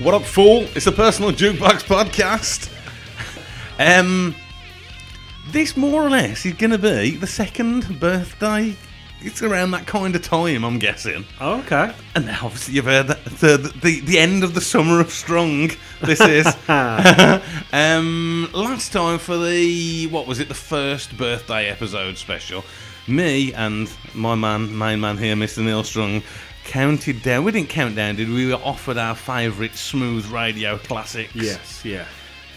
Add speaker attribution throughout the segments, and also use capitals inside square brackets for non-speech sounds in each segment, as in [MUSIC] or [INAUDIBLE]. Speaker 1: What up, fool? It's the Personal Jukebox Podcast. Um, this more or less is going to be the second birthday. It's around that kind of time, I'm guessing.
Speaker 2: Oh, okay.
Speaker 1: And now, obviously, you've heard that the, the the end of the summer of strong. This
Speaker 2: [LAUGHS]
Speaker 1: is um, last time for the what was it? The first birthday episode special. Me and my man, main man here, Mr. Neil Strong, counted down. We didn't count down, did we? We were offered our favourite smooth radio classics.
Speaker 2: Yes, yeah.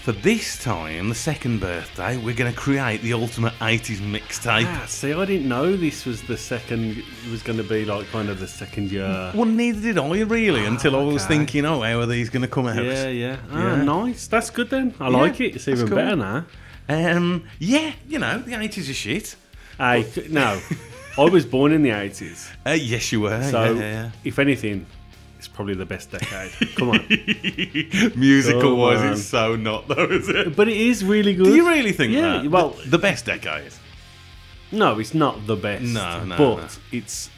Speaker 1: For this time, the second birthday, we're going to create the ultimate 80s mixtape.
Speaker 2: Ah, see, I didn't know this was the second. It was going to be like kind of the second year.
Speaker 1: Well, neither did I really until I was
Speaker 2: okay.
Speaker 1: thinking, oh, how are these going to come out?
Speaker 2: Yeah, yeah. Ah,
Speaker 1: Yeah.
Speaker 2: nice. That's good then. I like it. It's
Speaker 1: that's
Speaker 2: even
Speaker 1: cool.
Speaker 2: better now.
Speaker 1: Um, yeah, you know, the 80s are shit.
Speaker 2: I [LAUGHS] no, I was born in
Speaker 1: [LAUGHS]
Speaker 2: the eighties,
Speaker 1: Uh, yes, you were.
Speaker 2: so
Speaker 1: yeah,
Speaker 2: if anything, it's probably the best decade. Come on,
Speaker 1: yeah. [LAUGHS] Musical wise,
Speaker 2: Come
Speaker 1: it's so not, though, is it?
Speaker 2: but it is really good.
Speaker 1: Do you really think
Speaker 2: Yeah,
Speaker 1: that?
Speaker 2: well-
Speaker 1: the, the best decade.
Speaker 2: No, it's not the best.
Speaker 1: No, no,
Speaker 2: But
Speaker 1: no.
Speaker 2: it's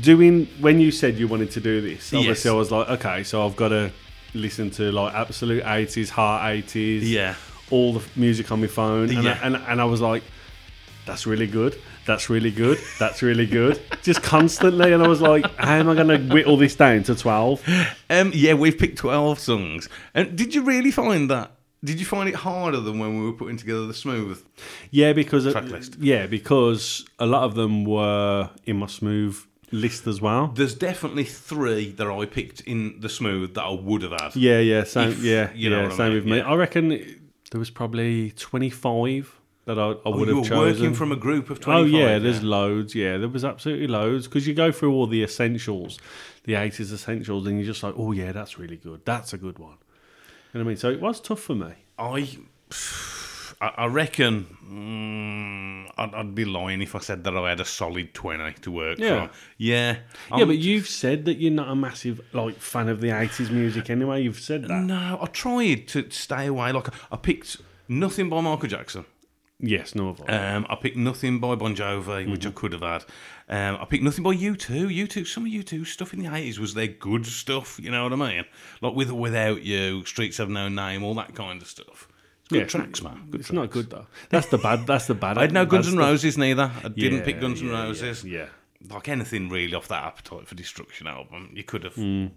Speaker 2: doing when you said you wanted to do this. Obviously,
Speaker 1: Yes.
Speaker 2: I was like, okay, so I've got to listen to like absolute eighties, hard eighties,
Speaker 1: Yeah.
Speaker 2: all the f- music on my phone, and,
Speaker 1: Yeah.
Speaker 2: I, and and I was like, that's really good. That's really good. That's really good. [LAUGHS] Just constantly, and I was like, how am I going to whittle this down to twelve?
Speaker 1: Um, yeah, we've picked 12 songs. And did you really find that? Did you find it harder than when we were putting together the smooth?
Speaker 2: Yeah, because
Speaker 1: Track list.
Speaker 2: yeah, because a lot of them were in my smooth list as well.
Speaker 1: There's definitely three that I picked in the smooth that I would have had.
Speaker 2: Yeah, yeah, same.
Speaker 1: If-
Speaker 2: yeah,
Speaker 1: you know
Speaker 2: yeah,
Speaker 1: what I
Speaker 2: same
Speaker 1: mean,
Speaker 2: with me.
Speaker 1: yeah.
Speaker 2: I reckon there was probably twenty five that I, I would
Speaker 1: Oh, you
Speaker 2: have
Speaker 1: were
Speaker 2: chosen.
Speaker 1: working from a group of 25.
Speaker 2: oh yeah, there's loads. Yeah, there was absolutely loads because you go through all the essentials, the eighties essentials, and you're just like, oh yeah, that's really good. That's a good one. You know what I mean? So it was tough for me.
Speaker 1: I, I I reckon mm, I'd, I'd be lying if I said that I had a solid twenty to work
Speaker 2: Yeah.
Speaker 1: from. Yeah,
Speaker 2: yeah,
Speaker 1: I'm-
Speaker 2: but you've said that you're not a massive like fan of the eighties music anyway. You've said that.
Speaker 1: no, I tried to stay away. Like I picked nothing by Michael Jackson.
Speaker 2: Yes, no. Have I.
Speaker 1: Um, I picked nothing by Bon Jovi, which I
Speaker 2: Mhm.
Speaker 1: could have had. Um, I picked nothing by U two. U two. Some of U 2s stuff in the eighties was their good stuff. You know what I mean? Like with or without you, Streets Have No Name, all that kind of stuff. It's good
Speaker 2: Yeah.
Speaker 1: tracks, man. Good
Speaker 2: it's
Speaker 1: tracks.
Speaker 2: not good though. That's the bad. That's the [LAUGHS] bad.
Speaker 1: I had no Guns
Speaker 2: that's
Speaker 1: N'
Speaker 2: the-
Speaker 1: Roses neither. I didn't
Speaker 2: Yeah,
Speaker 1: pick Guns N'
Speaker 2: yeah, yeah,
Speaker 1: Roses.
Speaker 2: yeah.
Speaker 1: like anything really off that Appetite for Destruction album, you could have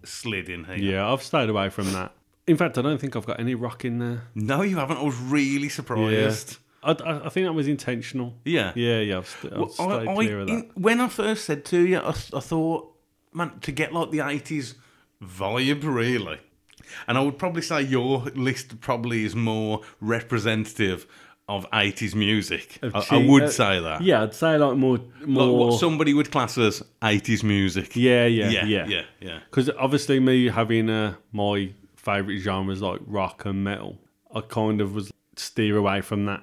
Speaker 1: slid in here.
Speaker 2: Hmm. Yeah, I've stayed away from that. In fact, I don't think I've got any rock in there.
Speaker 1: No, you haven't. I was really surprised.
Speaker 2: I, I, I think that was intentional.
Speaker 1: Yeah.
Speaker 2: Yeah, yeah, I've, st- I've
Speaker 1: Well, I-
Speaker 2: stayed
Speaker 1: I-
Speaker 2: clear of that.
Speaker 1: in- when I first said to you, I, th- I thought, man, to get like the 80s vibe, really. And I would probably say your list probably is more representative of 80s music. I, I
Speaker 2: She-
Speaker 1: would
Speaker 2: uh,
Speaker 1: say that.
Speaker 2: Yeah, I'd say like more,
Speaker 1: Like
Speaker 2: more.
Speaker 1: what somebody would class as 80s music.
Speaker 2: yeah, yeah,
Speaker 1: yeah,
Speaker 2: yeah,
Speaker 1: yeah. yeah.
Speaker 2: Because obviously, me having uh, my favorite genres like rock and metal, I kind of was steer away from that.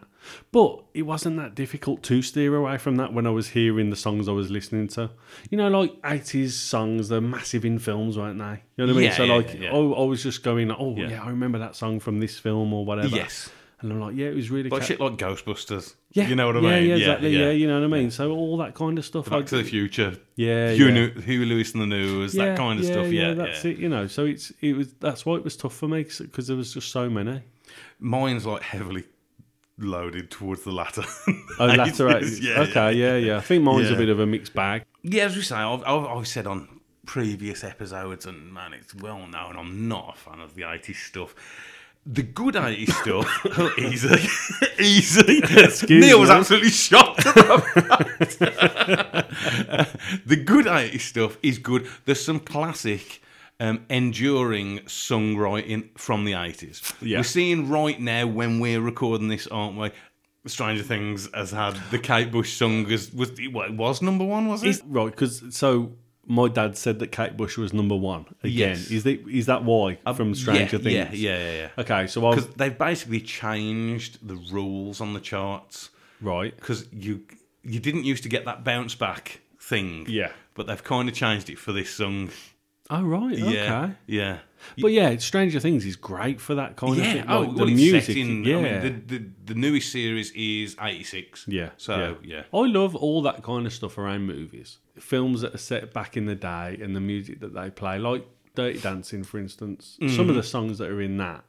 Speaker 2: But it wasn't that difficult to steer away from that when I was hearing the songs I was listening to. You know, like eighties songs, they're massive in films, weren't they? You know what I mean?
Speaker 1: Yeah,
Speaker 2: so
Speaker 1: yeah,
Speaker 2: like,
Speaker 1: yeah, yeah.
Speaker 2: I, I was just going, oh
Speaker 1: Yeah.
Speaker 2: yeah. I remember that song from this film or whatever.
Speaker 1: Yes.
Speaker 2: And I'm like, yeah, it was really.
Speaker 1: Like
Speaker 2: ca-
Speaker 1: shit like Ghostbusters.
Speaker 2: yeah,
Speaker 1: You know what I
Speaker 2: yeah,
Speaker 1: mean?
Speaker 2: Yeah, exactly. Yeah, you know what I mean. So all that kind of stuff.
Speaker 1: Back
Speaker 2: I'd-
Speaker 1: to the Future.
Speaker 2: Yeah,
Speaker 1: Hugh,
Speaker 2: yeah.
Speaker 1: New- Hugh Lewis and the News, that kind of stuff. Yeah,
Speaker 2: that's
Speaker 1: yeah.
Speaker 2: it. You know, so it's it was that's why it was tough for me because there was just
Speaker 1: [LAUGHS]
Speaker 2: so many.
Speaker 1: Mine's like heavily loaded towards the latter. [LAUGHS]
Speaker 2: Oh, latter
Speaker 1: Ages,
Speaker 2: eight. okay, yeah. yeah, I think mine's
Speaker 1: Yeah.
Speaker 2: a bit of a mixed bag.
Speaker 1: Yeah, as we say, I've, I've, I've said on previous episodes, and man, it's well known I'm not a fan of the 80s stuff. The good 80s
Speaker 2: [LAUGHS]
Speaker 1: stuff, [LAUGHS] easy, easy.
Speaker 2: Excuse
Speaker 1: Neil was
Speaker 2: me.
Speaker 1: absolutely shocked about that. [LAUGHS] the good 80s stuff is good. There's some classic. Um, enduring songwriting from the 80s.
Speaker 2: Yeah.
Speaker 1: We're seeing right now when we're recording this, aren't we? Stranger Things has had the Kate Bush song as was what, it was number one, was it?
Speaker 2: Is, right, because so my dad said that Kate Bush was number one again.
Speaker 1: Yes. Um,
Speaker 2: Is that is that why from Stranger
Speaker 1: yeah,
Speaker 2: Things?
Speaker 1: Yeah, yeah, yeah. yeah.
Speaker 2: Okay, so I was
Speaker 1: 'Cause they've basically changed the rules on the charts
Speaker 2: right.
Speaker 1: because you you didn't used to get that bounce back thing.
Speaker 2: Yeah.
Speaker 1: But they've kind of changed it for this song.
Speaker 2: Oh right,
Speaker 1: Yeah.
Speaker 2: okay.
Speaker 1: Yeah.
Speaker 2: But yeah, Stranger Things is great for that kind of
Speaker 1: Yeah.
Speaker 2: thing.
Speaker 1: Oh,
Speaker 2: like,
Speaker 1: well,
Speaker 2: the
Speaker 1: it's
Speaker 2: music.
Speaker 1: set in.
Speaker 2: yeah,
Speaker 1: I mean, the, the the newest series is eighty six.
Speaker 2: Yeah.
Speaker 1: So yeah.
Speaker 2: I love all that kind of stuff around movies. Films that are set back in the day and the music that they play. Like Dirty Dancing, for instance, some
Speaker 1: Mm.
Speaker 2: of the songs that are in that,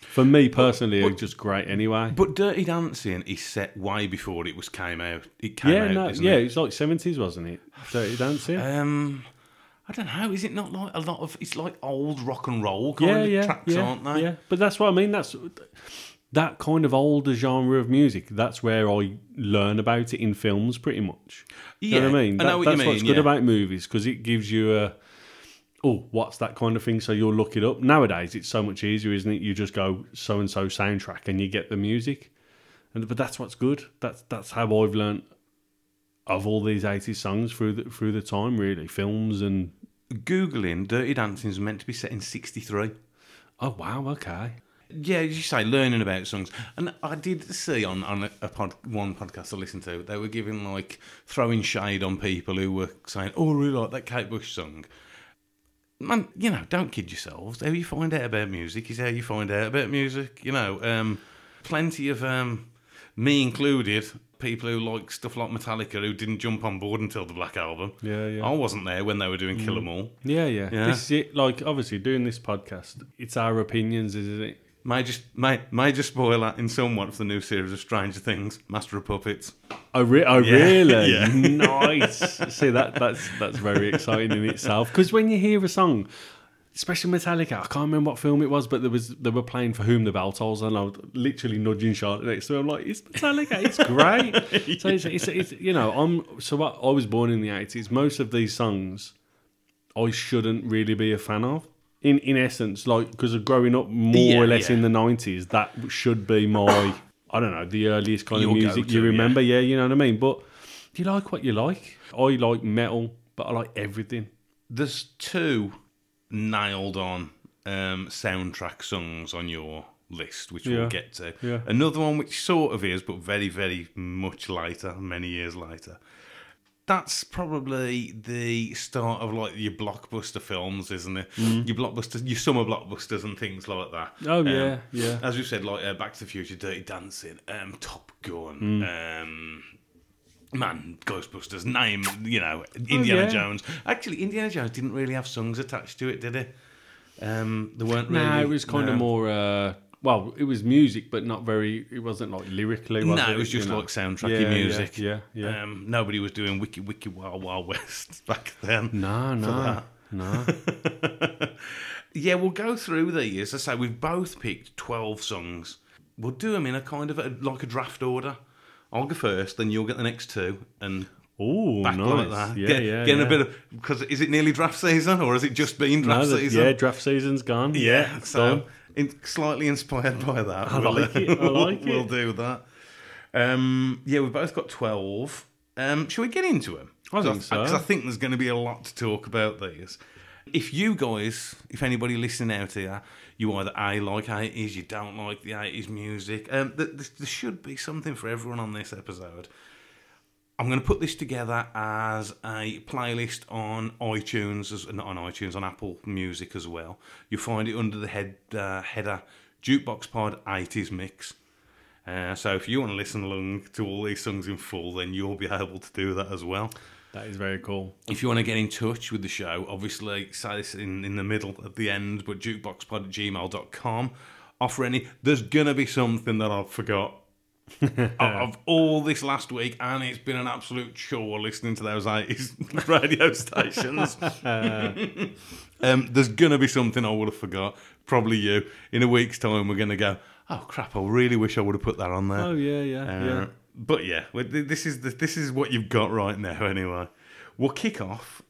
Speaker 2: for me personally, are just great anyway.
Speaker 1: But Dirty Dancing is set way before it was came out. It came
Speaker 2: yeah,
Speaker 1: out,
Speaker 2: no,
Speaker 1: isn't
Speaker 2: yeah,
Speaker 1: it?
Speaker 2: it's like seventies, wasn't it? Dirty Dancing.
Speaker 1: Um, I don't know. Is it not like a lot of? It's like old rock and roll kind
Speaker 2: yeah,
Speaker 1: of
Speaker 2: yeah,
Speaker 1: tracks,
Speaker 2: yeah,
Speaker 1: aren't they?
Speaker 2: Yeah, but that's what I mean. That's that kind of older genre of music. That's where I learn about it in films, pretty much. You know what I
Speaker 1: Yeah,
Speaker 2: mean?
Speaker 1: I know what you
Speaker 2: that's what's
Speaker 1: mean,
Speaker 2: good
Speaker 1: yeah.
Speaker 2: about movies because it gives you a oh, what's that kind of thing? So you'll look it up. Nowadays, it's so much easier, isn't it? You just go so and so soundtrack and you get the music. And but that's what's good. That's that's how I've learned of all these 80s songs through the, through the time, really, films and
Speaker 1: Googling Dirty Dancing's meant to be set in '63.
Speaker 2: oh wow, okay.
Speaker 1: Yeah, as you say, learning about songs. And I did see on, on a, a pod, one podcast I listened to, they were giving like throwing shade on people who were saying, "Oh, I really like that Kate Bush song." Man, you know, don't kid yourselves. How you find out about music is how you find out about music. You know, um, plenty of um, me included, people who like stuff like Metallica who didn't jump on board until the Black Album.
Speaker 2: Yeah, yeah.
Speaker 1: I wasn't there when they were doing Kill 'Em All.
Speaker 2: Yeah, yeah,
Speaker 1: Yeah.
Speaker 2: This is it. Like, obviously, doing this podcast, it's our opinions, isn't it?
Speaker 1: May just may may just spoil that in somewhat for the new series of Stranger Things, Master of Puppets.
Speaker 2: Oh, re- oh
Speaker 1: [LAUGHS]
Speaker 2: really?
Speaker 1: yeah.
Speaker 2: nice. See that? That's that's very exciting in itself. Because when you hear a song, especially Metallica, I can't remember what film it was, but there was they were playing for whom the bell tolls, and I was literally nudging Charlotte next to me. I'm like, it's Metallica.
Speaker 1: [LAUGHS]
Speaker 2: It's great. So it's, it's, it's you know I'm so what, I was born in the eighties. Most of these songs, I shouldn't really be a fan of. In, in essence, like because of growing up more
Speaker 1: Yeah,
Speaker 2: or less
Speaker 1: yeah.
Speaker 2: in the nineties, that should be my I don't know the earliest kind
Speaker 1: Your
Speaker 2: of music
Speaker 1: go-to,
Speaker 2: you
Speaker 1: yeah.
Speaker 2: remember. Yeah, you know what I mean. But you like what you like. I like metal, but I like everything.
Speaker 1: There's two nailed on um, soundtrack songs on your list, which
Speaker 2: Yeah.
Speaker 1: we'll get to.
Speaker 2: Yeah.
Speaker 1: Another one which sort of is, but very, very much later, many years later. That's probably the start of like your blockbuster films, isn't it? Your blockbusters, your summer blockbusters, and things like that.
Speaker 2: Mm.
Speaker 1: Um,
Speaker 2: Oh, yeah, yeah.
Speaker 1: As we said, like uh, Back to the Future, Dirty Dancing, um, Top Gun,
Speaker 2: Mm.
Speaker 1: um, man, Ghostbusters, name, you know, Indiana
Speaker 2: Oh, yeah.
Speaker 1: Jones. Actually, Indiana Jones didn't really have songs attached to it, did it? Um, there weren't really.
Speaker 2: No, it was kind
Speaker 1: no.
Speaker 2: of more. Uh, well, it was music, but not very. It wasn't like lyrically. Was
Speaker 1: No,
Speaker 2: it,
Speaker 1: it was just
Speaker 2: You know?
Speaker 1: like soundtracky
Speaker 2: Yeah, yeah,
Speaker 1: music.
Speaker 2: Yeah, yeah.
Speaker 1: Um, nobody was doing Wiki Wiki Wild Wild West [LAUGHS] back then.
Speaker 2: no, no, no.
Speaker 1: Yeah, we'll go through these. As I say, we've both picked 12 songs. We'll do them in a kind of a, like a draft order. I'll go first, then you'll get the next two, and
Speaker 2: Oh,
Speaker 1: back
Speaker 2: nice.
Speaker 1: like that.
Speaker 2: Yeah,
Speaker 1: Get-
Speaker 2: yeah.
Speaker 1: getting
Speaker 2: yeah.
Speaker 1: a bit of because is it nearly draft season or has it just been
Speaker 2: No,
Speaker 1: draft
Speaker 2: the-
Speaker 1: season?
Speaker 2: Yeah, draft season's gone.
Speaker 1: yeah. So
Speaker 2: done.
Speaker 1: in, slightly inspired by that, I
Speaker 2: like it, I like
Speaker 1: [LAUGHS] we'll
Speaker 2: it.
Speaker 1: do that. Um, yeah, we've both got twelve. Um, shall we get into them?
Speaker 2: I think so.
Speaker 1: Because I think there's going to be a lot to talk about these. If you guys, if anybody listening out here, you either a like eighties, you don't like the eighties music. Um, th- th- there should be something for everyone on this episode. I'm going to put this together as a playlist on iTunes, as, not on iTunes, on Apple Music as well. You'll find it under the head uh, header Jukebox Pod 80s Mix. Uh, so if you want to listen along to all these songs in full, then you'll be able to do that as well.
Speaker 2: That is very cool.
Speaker 1: If you want to get in touch with the show, obviously say this in, in the middle at the end, but jukeboxpod at gmail.com. Offer any. There's going to be something that I've forgot of- of all this last week, and it's been an absolute chore listening to those 80s [LAUGHS] radio stations. um, there's going to be something I would have forgot. Probably you. In a week's time, we're going to go, oh crap, I really wish I would have put that on there.
Speaker 2: Oh yeah, yeah,
Speaker 1: Uh,
Speaker 2: yeah.
Speaker 1: But yeah, well, th- this is the, this is what you've got right now. Anyway, we'll kick off.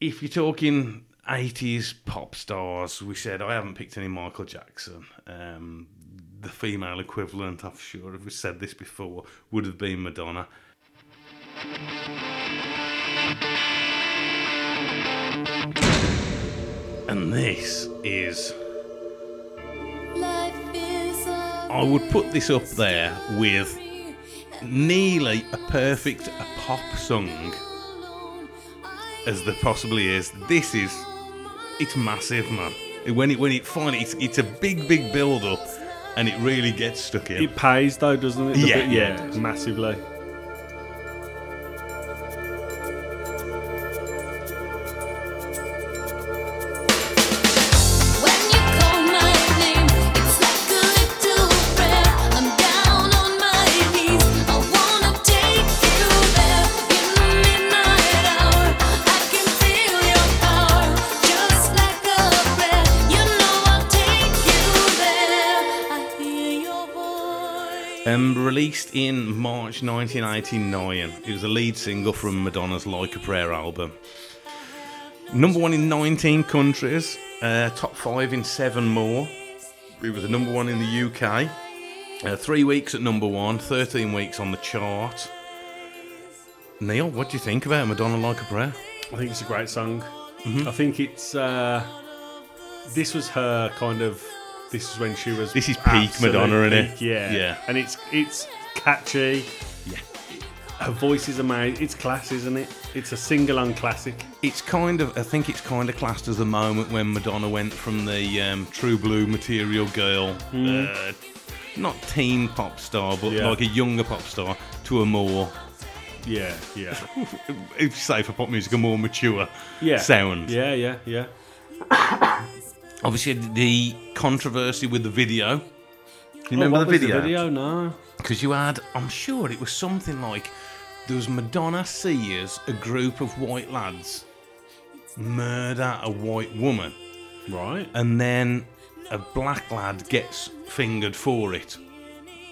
Speaker 1: If you're talking '80s pop stars, we said I haven't picked any Michael Jackson. Um, the female equivalent, I'm sure, if we said this before, would have been Madonna. And this is
Speaker 3: I
Speaker 1: I would put this up there with nearly a perfect pop song as there possibly is. This is it's massive, man. When it when it finally it's, it's a big big build up, and it really gets stuck in.
Speaker 2: It pays though, doesn't it? The
Speaker 1: Yeah,
Speaker 2: bit-
Speaker 1: yeah, it
Speaker 2: yeah, massively.
Speaker 1: Um, released in March 1989. It was the lead single from Madonna's Like a Prayer album. Number one in 19 countries, uh, top five in seven more. It was a number one in the UK. Uh, three weeks at number one, 13 weeks on the chart. Neil, what do you think about Madonna Like a Prayer?
Speaker 2: I think it's a great song.
Speaker 1: Mm-hmm.
Speaker 2: I think it's. Uh, this was her kind of. This is when she was.
Speaker 1: This is peak
Speaker 2: absolute
Speaker 1: Madonna, innit?
Speaker 2: peak, Yeah,
Speaker 1: Yeah.
Speaker 2: And it's it's catchy.
Speaker 1: Yeah.
Speaker 2: Her voice is amazing. It's class, isn't it? It's a sing-along classic.
Speaker 1: It's kind of, I think it's kind of classed as the moment when Madonna went from the um, true blue material girl, uh, not teen pop star, but
Speaker 2: Hmm. Yeah.
Speaker 1: like a younger pop star, to a more, [LAUGHS]
Speaker 2: Yeah, yeah,
Speaker 1: if you say for pop music, a more mature
Speaker 2: yeah.
Speaker 1: sound.
Speaker 2: Yeah, yeah, yeah.
Speaker 1: Obviously, the controversy with the video. You remember
Speaker 2: Oh, what
Speaker 1: the
Speaker 2: was
Speaker 1: video?
Speaker 2: video, no.
Speaker 1: Because you had, I'm sure it was something like there was Madonna sees a group of white lads murder a white woman,
Speaker 2: Right.
Speaker 1: and then a black lad gets fingered for it.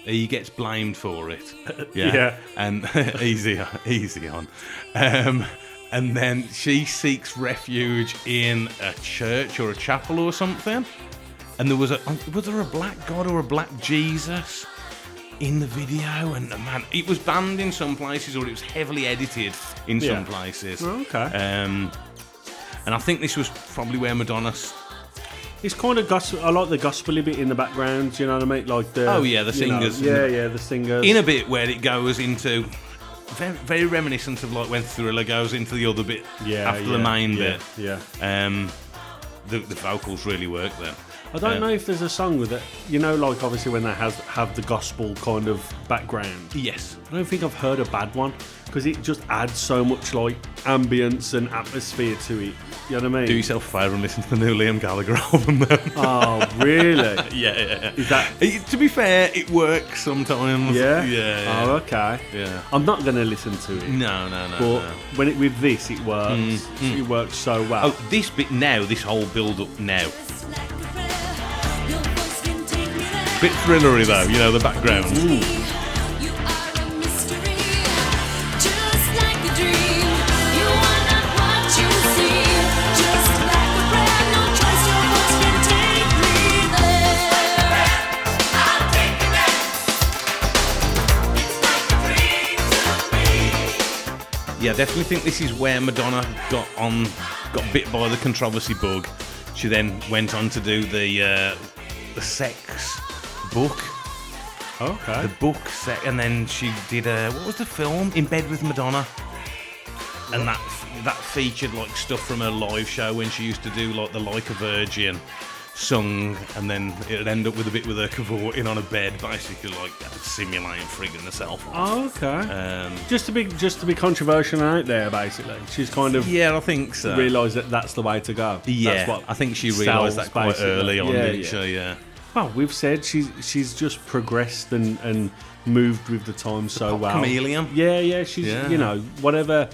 Speaker 1: He gets blamed for
Speaker 2: [LAUGHS]
Speaker 1: it.
Speaker 2: Yeah.
Speaker 1: And [LAUGHS] easy, on- easy on. Um, and then she seeks refuge in a church or a chapel or something. And there was a um, was there a black god or a black Jesus in the video? And uh, man, it was banned in some places or it was heavily edited in some
Speaker 2: Yeah.
Speaker 1: places.
Speaker 2: Oh, okay.
Speaker 1: Um, and I think this was probably where Madonna. s-
Speaker 2: It's kind of gospel. I like the gospely bit in the background. You know what I mean? Like the.
Speaker 1: Oh, yeah, the
Speaker 2: you know,
Speaker 1: singers.
Speaker 2: yeah, yeah, the singers.
Speaker 1: In a bit where it goes into. Very, very reminiscent of like when Thriller goes into the other bit
Speaker 2: yeah,
Speaker 1: after
Speaker 2: yeah,
Speaker 1: the main
Speaker 2: yeah,
Speaker 1: bit.
Speaker 2: Yeah.
Speaker 1: Um, the, the vocals really work there.
Speaker 2: I don't
Speaker 1: Uh,
Speaker 2: know if there's a song with it. You know, like obviously when they has have the gospel kind of background.
Speaker 1: Yes.
Speaker 2: I don't think I've heard a bad one because it just adds so much like ambience and atmosphere to it. You know what I
Speaker 1: Do
Speaker 2: mean?
Speaker 1: yourself a favour and listen to the new Liam Gallagher [LAUGHS] album then.
Speaker 2: [LAUGHS] Oh,
Speaker 1: [LAUGHS]
Speaker 2: really?
Speaker 1: yeah, yeah,
Speaker 2: Is that?
Speaker 1: It- to be fair, it works sometimes.
Speaker 2: Yeah.
Speaker 1: Yeah. yeah.
Speaker 2: Oh, okay.
Speaker 1: Yeah. Mm.
Speaker 2: I'm not gonna listen to it,
Speaker 1: No, no, no.
Speaker 2: but
Speaker 1: no.
Speaker 2: when it with this, it works.
Speaker 1: Mm,
Speaker 2: It works so well.
Speaker 1: Oh, this bit now, this whole build up now. Bit thrillery though, you know, the background. Yeah, I definitely think this is where Madonna got on, got bit by the controversy bug. She then went on to do the uh, the sex book,
Speaker 2: okay.
Speaker 1: Oh. the book set, and then she did a what was the film? In Bed with Madonna, and that that featured like stuff from her live show when she used to do like the Like a Virgin sung, and then it'd end up with a bit with her cavorting on a bed, basically like simulating frigging herself. off.
Speaker 2: Oh, okay.
Speaker 1: Um,
Speaker 2: just to be just to be controversial and out there, basically. She's kind of
Speaker 1: yeah, I think so.
Speaker 2: realised that that's the way to go.
Speaker 1: Yeah,
Speaker 2: that's what
Speaker 1: I think she
Speaker 2: sells,
Speaker 1: realised that quite
Speaker 2: basically.
Speaker 1: early on,
Speaker 2: Yeah,
Speaker 1: didn't
Speaker 2: yeah.
Speaker 1: she? Yeah.
Speaker 2: Well, we've said she's she's just progressed and and moved with the time so
Speaker 1: pop
Speaker 2: well.
Speaker 1: chameleon.
Speaker 2: Yeah, yeah. She's
Speaker 1: Yeah.
Speaker 2: you know whatever.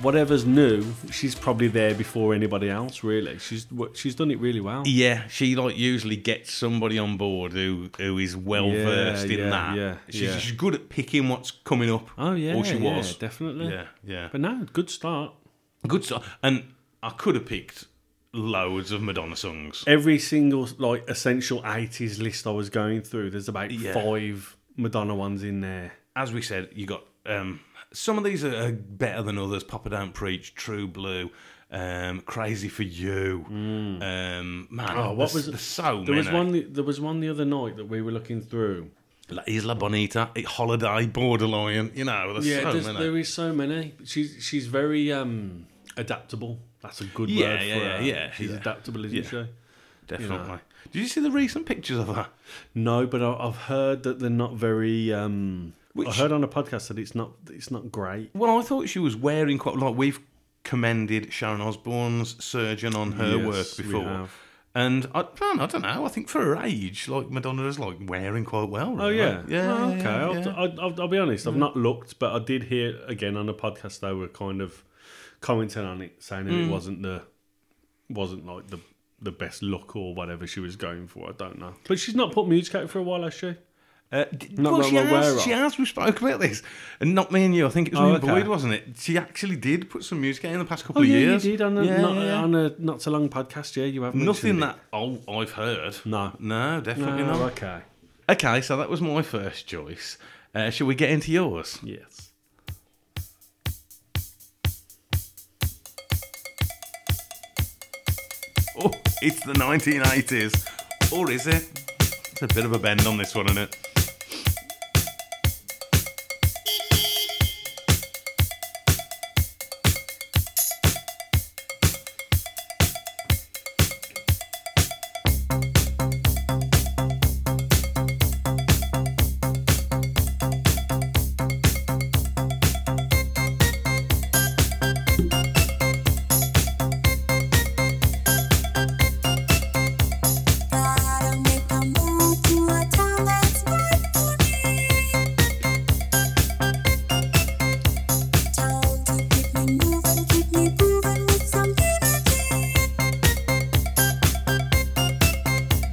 Speaker 2: Whatever's new, she's probably there before anybody else. Really, she's wh- she's done it really well.
Speaker 1: Yeah, she like usually gets somebody on board who who is well
Speaker 2: Yeah,
Speaker 1: versed in
Speaker 2: yeah,
Speaker 1: that.
Speaker 2: yeah,
Speaker 1: she's,
Speaker 2: yeah.
Speaker 1: she's good at picking what's coming up.
Speaker 2: Oh yeah,
Speaker 1: or she
Speaker 2: yeah,
Speaker 1: was.
Speaker 2: definitely.
Speaker 1: Yeah, yeah.
Speaker 2: But no, good start.
Speaker 1: Good stuff. And I could have picked loads of Madonna songs.
Speaker 2: Every single like essential '80s list I was going through, there's about
Speaker 1: Yeah.
Speaker 2: five Madonna ones in there.
Speaker 1: As we said, you got um, some of these are better than others. Papa Don't Preach, True Blue. Um, crazy for you, um, man.
Speaker 2: Mm. Oh, what
Speaker 1: there's-
Speaker 2: was it?
Speaker 1: there's so
Speaker 2: There was
Speaker 1: many.
Speaker 2: one. There was one the other night that we were looking through.
Speaker 1: La Isla Bonita, it Holiday, Borderline, you know, there's
Speaker 2: Yeah,
Speaker 1: so
Speaker 2: there's
Speaker 1: many.
Speaker 2: there is so many. She's she's very um, adaptable. That's a good
Speaker 1: Yeah,
Speaker 2: word for
Speaker 1: yeah, yeah,
Speaker 2: her.
Speaker 1: yeah,
Speaker 2: she's
Speaker 1: yeah.
Speaker 2: adaptable, isn't
Speaker 1: Yeah.
Speaker 2: she?
Speaker 1: Definitely. Did you see the recent pictures of her?
Speaker 2: No, but I, I've heard that they're not very. Um, I
Speaker 1: Which-
Speaker 2: heard on a podcast that it's not it's not great.
Speaker 1: Well, I thought she was wearing quite like we've commended Sharon Osbourne's surgeon on her
Speaker 2: Yes,
Speaker 1: work
Speaker 2: we
Speaker 1: before.
Speaker 2: have.
Speaker 1: And I, man, I don't know. I think for her age, like Madonna is like wearing quite well.
Speaker 2: Oh
Speaker 1: Really.
Speaker 2: yeah,
Speaker 1: Like, yeah.
Speaker 2: Oh, okay,
Speaker 1: yeah,
Speaker 2: I'll,
Speaker 1: yeah.
Speaker 2: I'll, I'll, I'll be honest. I've not looked, but I did hear again on a podcast they were kind of commenting on it, saying
Speaker 1: Mm.
Speaker 2: that it wasn't the wasn't like the the best look or whatever she was going for. I don't know, but she's not put music out for a while, has she?
Speaker 1: Uh, d-
Speaker 2: Not
Speaker 1: well,
Speaker 2: that
Speaker 1: she
Speaker 2: I'm aware
Speaker 1: has,
Speaker 2: of.
Speaker 1: she has. We spoke about this, and not me and you. I think it was
Speaker 2: Oh,
Speaker 1: me and
Speaker 2: okay.
Speaker 1: Boyd, wasn't it? She actually did put some music out in the past couple
Speaker 2: Oh
Speaker 1: of
Speaker 2: yeah,
Speaker 1: years.
Speaker 2: you did on a,
Speaker 1: Yeah,
Speaker 2: not,
Speaker 1: yeah, yeah.
Speaker 2: on a not so long podcast. Yeah, you have
Speaker 1: Nothing
Speaker 2: mentioned
Speaker 1: that oh, I've heard.
Speaker 2: it. no,
Speaker 1: No, definitely
Speaker 2: No,
Speaker 1: not.
Speaker 2: Okay,
Speaker 1: Okay, so that was my first choice. Uh, shall we get into yours?
Speaker 2: yes.
Speaker 1: Oh, it's the 1980s. Or is it? It's a bit of a bend on this one, isn't it?
Speaker 3: Gotta make a move to a town that's right for me. Town to keep me moving, keep me moving with some energy.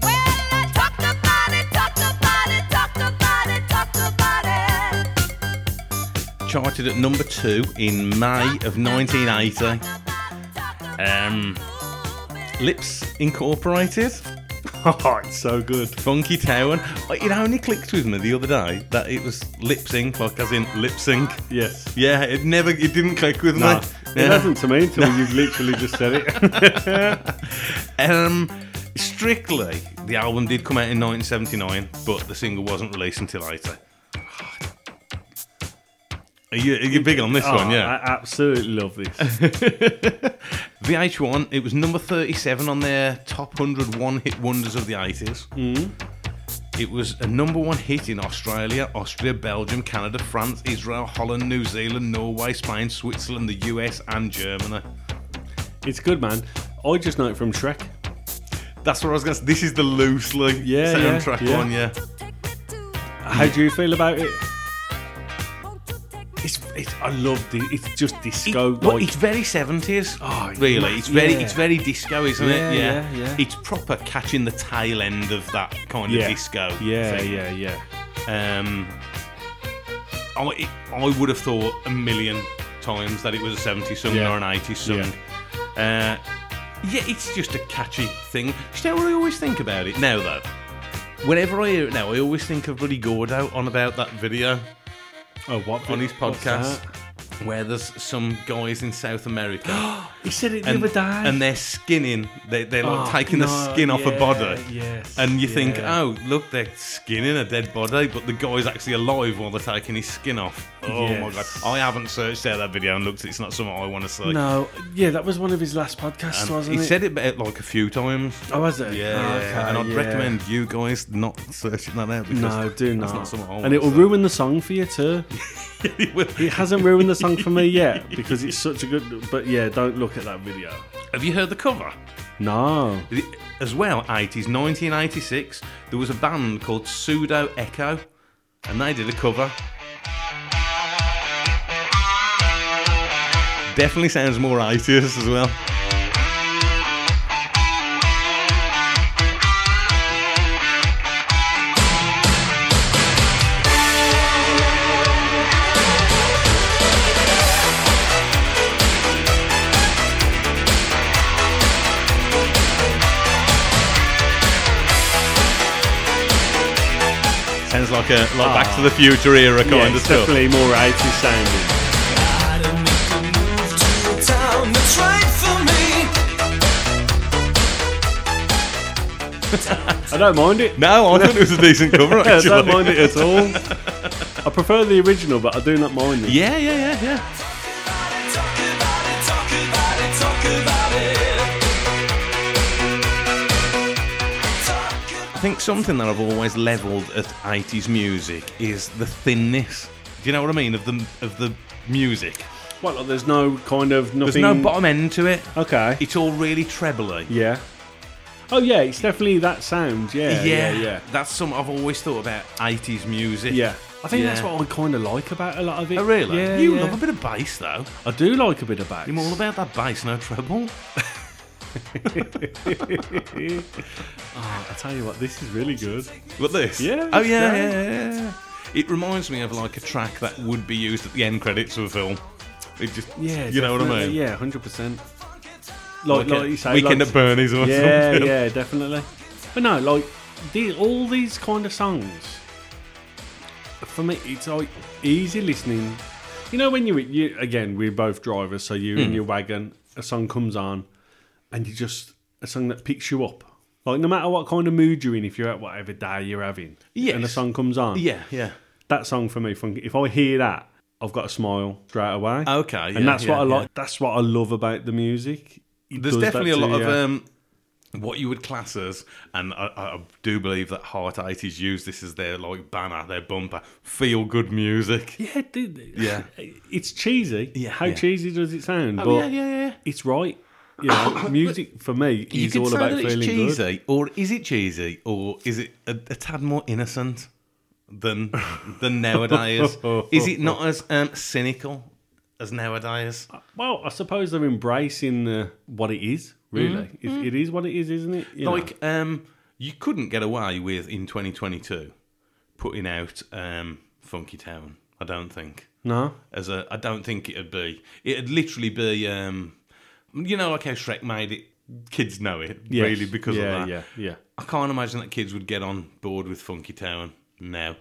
Speaker 3: Well, I talked about it, talked about it, talked about it, talked about it.
Speaker 1: Charted at number two in May of 1980. Um, Lips Incorporated, [LAUGHS]
Speaker 2: Oh, it's so good.
Speaker 1: Funky Town. It only clicked with me the other day that it was lip sync, like as in lip sync.
Speaker 2: Yes.
Speaker 1: Yeah, it never, it didn't click with
Speaker 2: No,
Speaker 1: me.
Speaker 2: it
Speaker 1: Yeah.
Speaker 2: hasn't to me until you've literally just said
Speaker 1: [LAUGHS]
Speaker 2: it.
Speaker 1: Um, strictly, the album did come out in 1979, but the single wasn't released until later. Are you, are you big on this
Speaker 2: Oh,
Speaker 1: one? Yeah.
Speaker 2: I absolutely love this.
Speaker 1: VH1, it was number 37 on their top 100 one hit wonders of the 80s.
Speaker 2: Mm-hmm.
Speaker 1: It was a number one hit in Australia, Austria, Belgium, Canada, France, Israel, Holland, New Zealand, Norway, Spain, Switzerland, the US, and Germany.
Speaker 2: It's good, man. I just know it from Shrek.
Speaker 1: That's what I was going to say. This is the loosely
Speaker 2: Yeah, yeah,
Speaker 1: soundtrack
Speaker 2: yeah.
Speaker 1: one, yeah.
Speaker 2: How do you feel about it?
Speaker 3: It's
Speaker 2: It's, it's I love the. It's just
Speaker 1: It-
Speaker 2: disco.
Speaker 1: well,
Speaker 2: like,
Speaker 1: it's very seventies.
Speaker 2: Oh,
Speaker 1: really,
Speaker 2: yeah.
Speaker 1: it's very
Speaker 2: Yeah.
Speaker 1: it's very disco, isn't
Speaker 2: Yeah,
Speaker 1: it? Yeah.
Speaker 2: yeah, yeah.
Speaker 1: It's proper catching the tail end of that kind
Speaker 2: yeah.
Speaker 1: of disco.
Speaker 2: Yeah,
Speaker 1: thing.
Speaker 2: yeah, yeah.
Speaker 1: Um, I it, I would have thought a million times that it was a seventies song
Speaker 2: Yeah.
Speaker 1: or an eighties song. Uh, yeah, it's just a catchy thing. Do you know what I always think about it now though? Whenever I hear it now, I always think of Buddy Gordo on about that video
Speaker 2: Oh, what
Speaker 1: on his
Speaker 2: what's
Speaker 1: podcast
Speaker 2: that?
Speaker 1: where there's some guys in South America
Speaker 2: He said it the
Speaker 1: and,
Speaker 2: other day.
Speaker 1: and they're skinning, they, they're like
Speaker 2: Oh,
Speaker 1: taking
Speaker 2: no,
Speaker 1: the skin off
Speaker 2: yeah,
Speaker 1: a body.
Speaker 2: Yes.
Speaker 1: And you think,
Speaker 2: yeah.
Speaker 1: oh, look, they're skinning a dead body, but the guy's actually alive while they're taking his skin off. Oh my god.
Speaker 2: Yes.
Speaker 1: I haven't searched out that video and looked, it's not something I want to see.
Speaker 2: No, yeah, that was one of his last podcasts,
Speaker 1: And
Speaker 2: wasn't
Speaker 1: he
Speaker 2: it?
Speaker 1: said it about like a few times.
Speaker 2: "Oh, was it?
Speaker 1: Yeah,
Speaker 2: Oh,
Speaker 1: yeah, and I'd
Speaker 2: okay, yeah.
Speaker 1: recommend you guys not searching that out because
Speaker 2: No, do not.
Speaker 1: that's not something I want
Speaker 2: and it will
Speaker 1: to
Speaker 2: ruin the song for you too.
Speaker 1: see. [LAUGHS] It will-
Speaker 2: It hasn't ruined the song for me
Speaker 1: [LAUGHS]
Speaker 2: yet because it's such a good. But yeah, don't look at that video.
Speaker 1: Have you heard the cover?
Speaker 2: No.
Speaker 1: As well, 80s, 1986, there was a band called Pseudo Echo, and they did a cover. Definitely sounds more 80s as well. Sounds like a like Back to the Future era kind
Speaker 2: Yeah,
Speaker 1: of
Speaker 2: it's
Speaker 1: stuff.
Speaker 2: Ah. definitely more 80s sounding. I don't mind it.
Speaker 1: No, I thought it was a decent
Speaker 2: [LAUGHS]
Speaker 1: cover.
Speaker 2: I
Speaker 1: Actually.
Speaker 2: don't mind it at all.
Speaker 1: [LAUGHS]
Speaker 2: I prefer the original, but I do not mind it.
Speaker 1: Yeah, yeah, yeah, yeah. I think something that I've always levelled at 80s music is the thinness. Do you know what I mean of the of the music?
Speaker 2: What? Like, there's no kind of
Speaker 1: There's
Speaker 2: nothing.
Speaker 1: no bottom end to it.
Speaker 2: Okay.
Speaker 1: It's all really trebly.
Speaker 2: Yeah. Oh yeah, it's definitely that sound. Yeah. Yeah. Yeah.
Speaker 1: That's something I've always thought about 80s music.
Speaker 2: Yeah. I think that's
Speaker 1: Yeah.
Speaker 2: what I kind of like about a lot of it.
Speaker 1: Oh, really?
Speaker 2: Yeah,
Speaker 1: you
Speaker 2: yeah.
Speaker 1: love a bit of bass, though.
Speaker 2: I do like a bit of bass. [LAUGHS]
Speaker 1: I'm all about that bass, no treble.
Speaker 2: Oh, I tell you what, this is really good.
Speaker 1: But this?
Speaker 2: Yeah,
Speaker 1: Oh
Speaker 2: it's
Speaker 1: yeah,
Speaker 2: great.
Speaker 1: yeah, yeah, yeah. It reminds me of like a track that would be used at the end credits of a film. It just,
Speaker 2: Yeah,
Speaker 1: you know what I mean.
Speaker 2: definitely, Yeah, hundred percent. Like,
Speaker 1: Like a
Speaker 2: like you say,
Speaker 1: Weekend
Speaker 2: like,
Speaker 1: at Bernie's or
Speaker 2: yeah,
Speaker 1: something.
Speaker 2: yeah, definitely. But no, like the, all these kind of songs, for me, it's like easy listening. You know, when you, you again, we're both drivers, so you're
Speaker 1: Hmm.
Speaker 2: in your wagon. A song comes on, and you just a song that picks you up. Like no matter what kind of mood you're in, if you're at whatever day you're having, and a
Speaker 1: Yes.
Speaker 2: song comes on,
Speaker 1: [LAUGHS] Yeah, yeah.
Speaker 2: that song for me, funky. If I hear that, I've got a smile straight away.
Speaker 1: Okay, yeah,
Speaker 2: and that's
Speaker 1: yeah,
Speaker 2: what I
Speaker 1: yeah.
Speaker 2: like. That's what I love about the music. It
Speaker 1: There's
Speaker 2: does that
Speaker 1: definitely a
Speaker 2: to
Speaker 1: lot
Speaker 2: you.
Speaker 1: of um, what you would class as, and I, I do believe that Heart 80s use this as their like banner, their bumper, feel good music.
Speaker 2: yeah, dude.
Speaker 1: Yeah.
Speaker 2: [LAUGHS] It's cheesy.
Speaker 1: Yeah,
Speaker 2: how
Speaker 1: yeah.
Speaker 2: cheesy does it sound?
Speaker 1: Oh,
Speaker 2: but
Speaker 1: yeah, yeah, yeah.
Speaker 2: it's right. You know,
Speaker 1: [COUGHS]
Speaker 2: music for me
Speaker 1: You
Speaker 2: is
Speaker 1: could
Speaker 2: all
Speaker 1: say
Speaker 2: about
Speaker 1: that
Speaker 2: feeling
Speaker 1: it's
Speaker 2: good.
Speaker 1: cheesy, or is it cheesy, or is it a, a tad more innocent than [LAUGHS] than nowadays? is it [LAUGHS] not as um, cynical as nowadays?
Speaker 2: Well, I suppose they're embracing the, what it is. Really, It- it is what it is, isn't it? You know.
Speaker 1: Mm-hmm, Like, um, you couldn't get away with in 2022 putting out um, Funky Town. I don't think.
Speaker 2: no,
Speaker 1: as a I don't think it'd be. It'd literally be um you know like how Shrek made it kids know it
Speaker 2: Yes.
Speaker 1: really because
Speaker 2: yeah,
Speaker 1: of that.
Speaker 2: yeah, yeah,
Speaker 1: I can't imagine that kids would get on board with Funky Town now.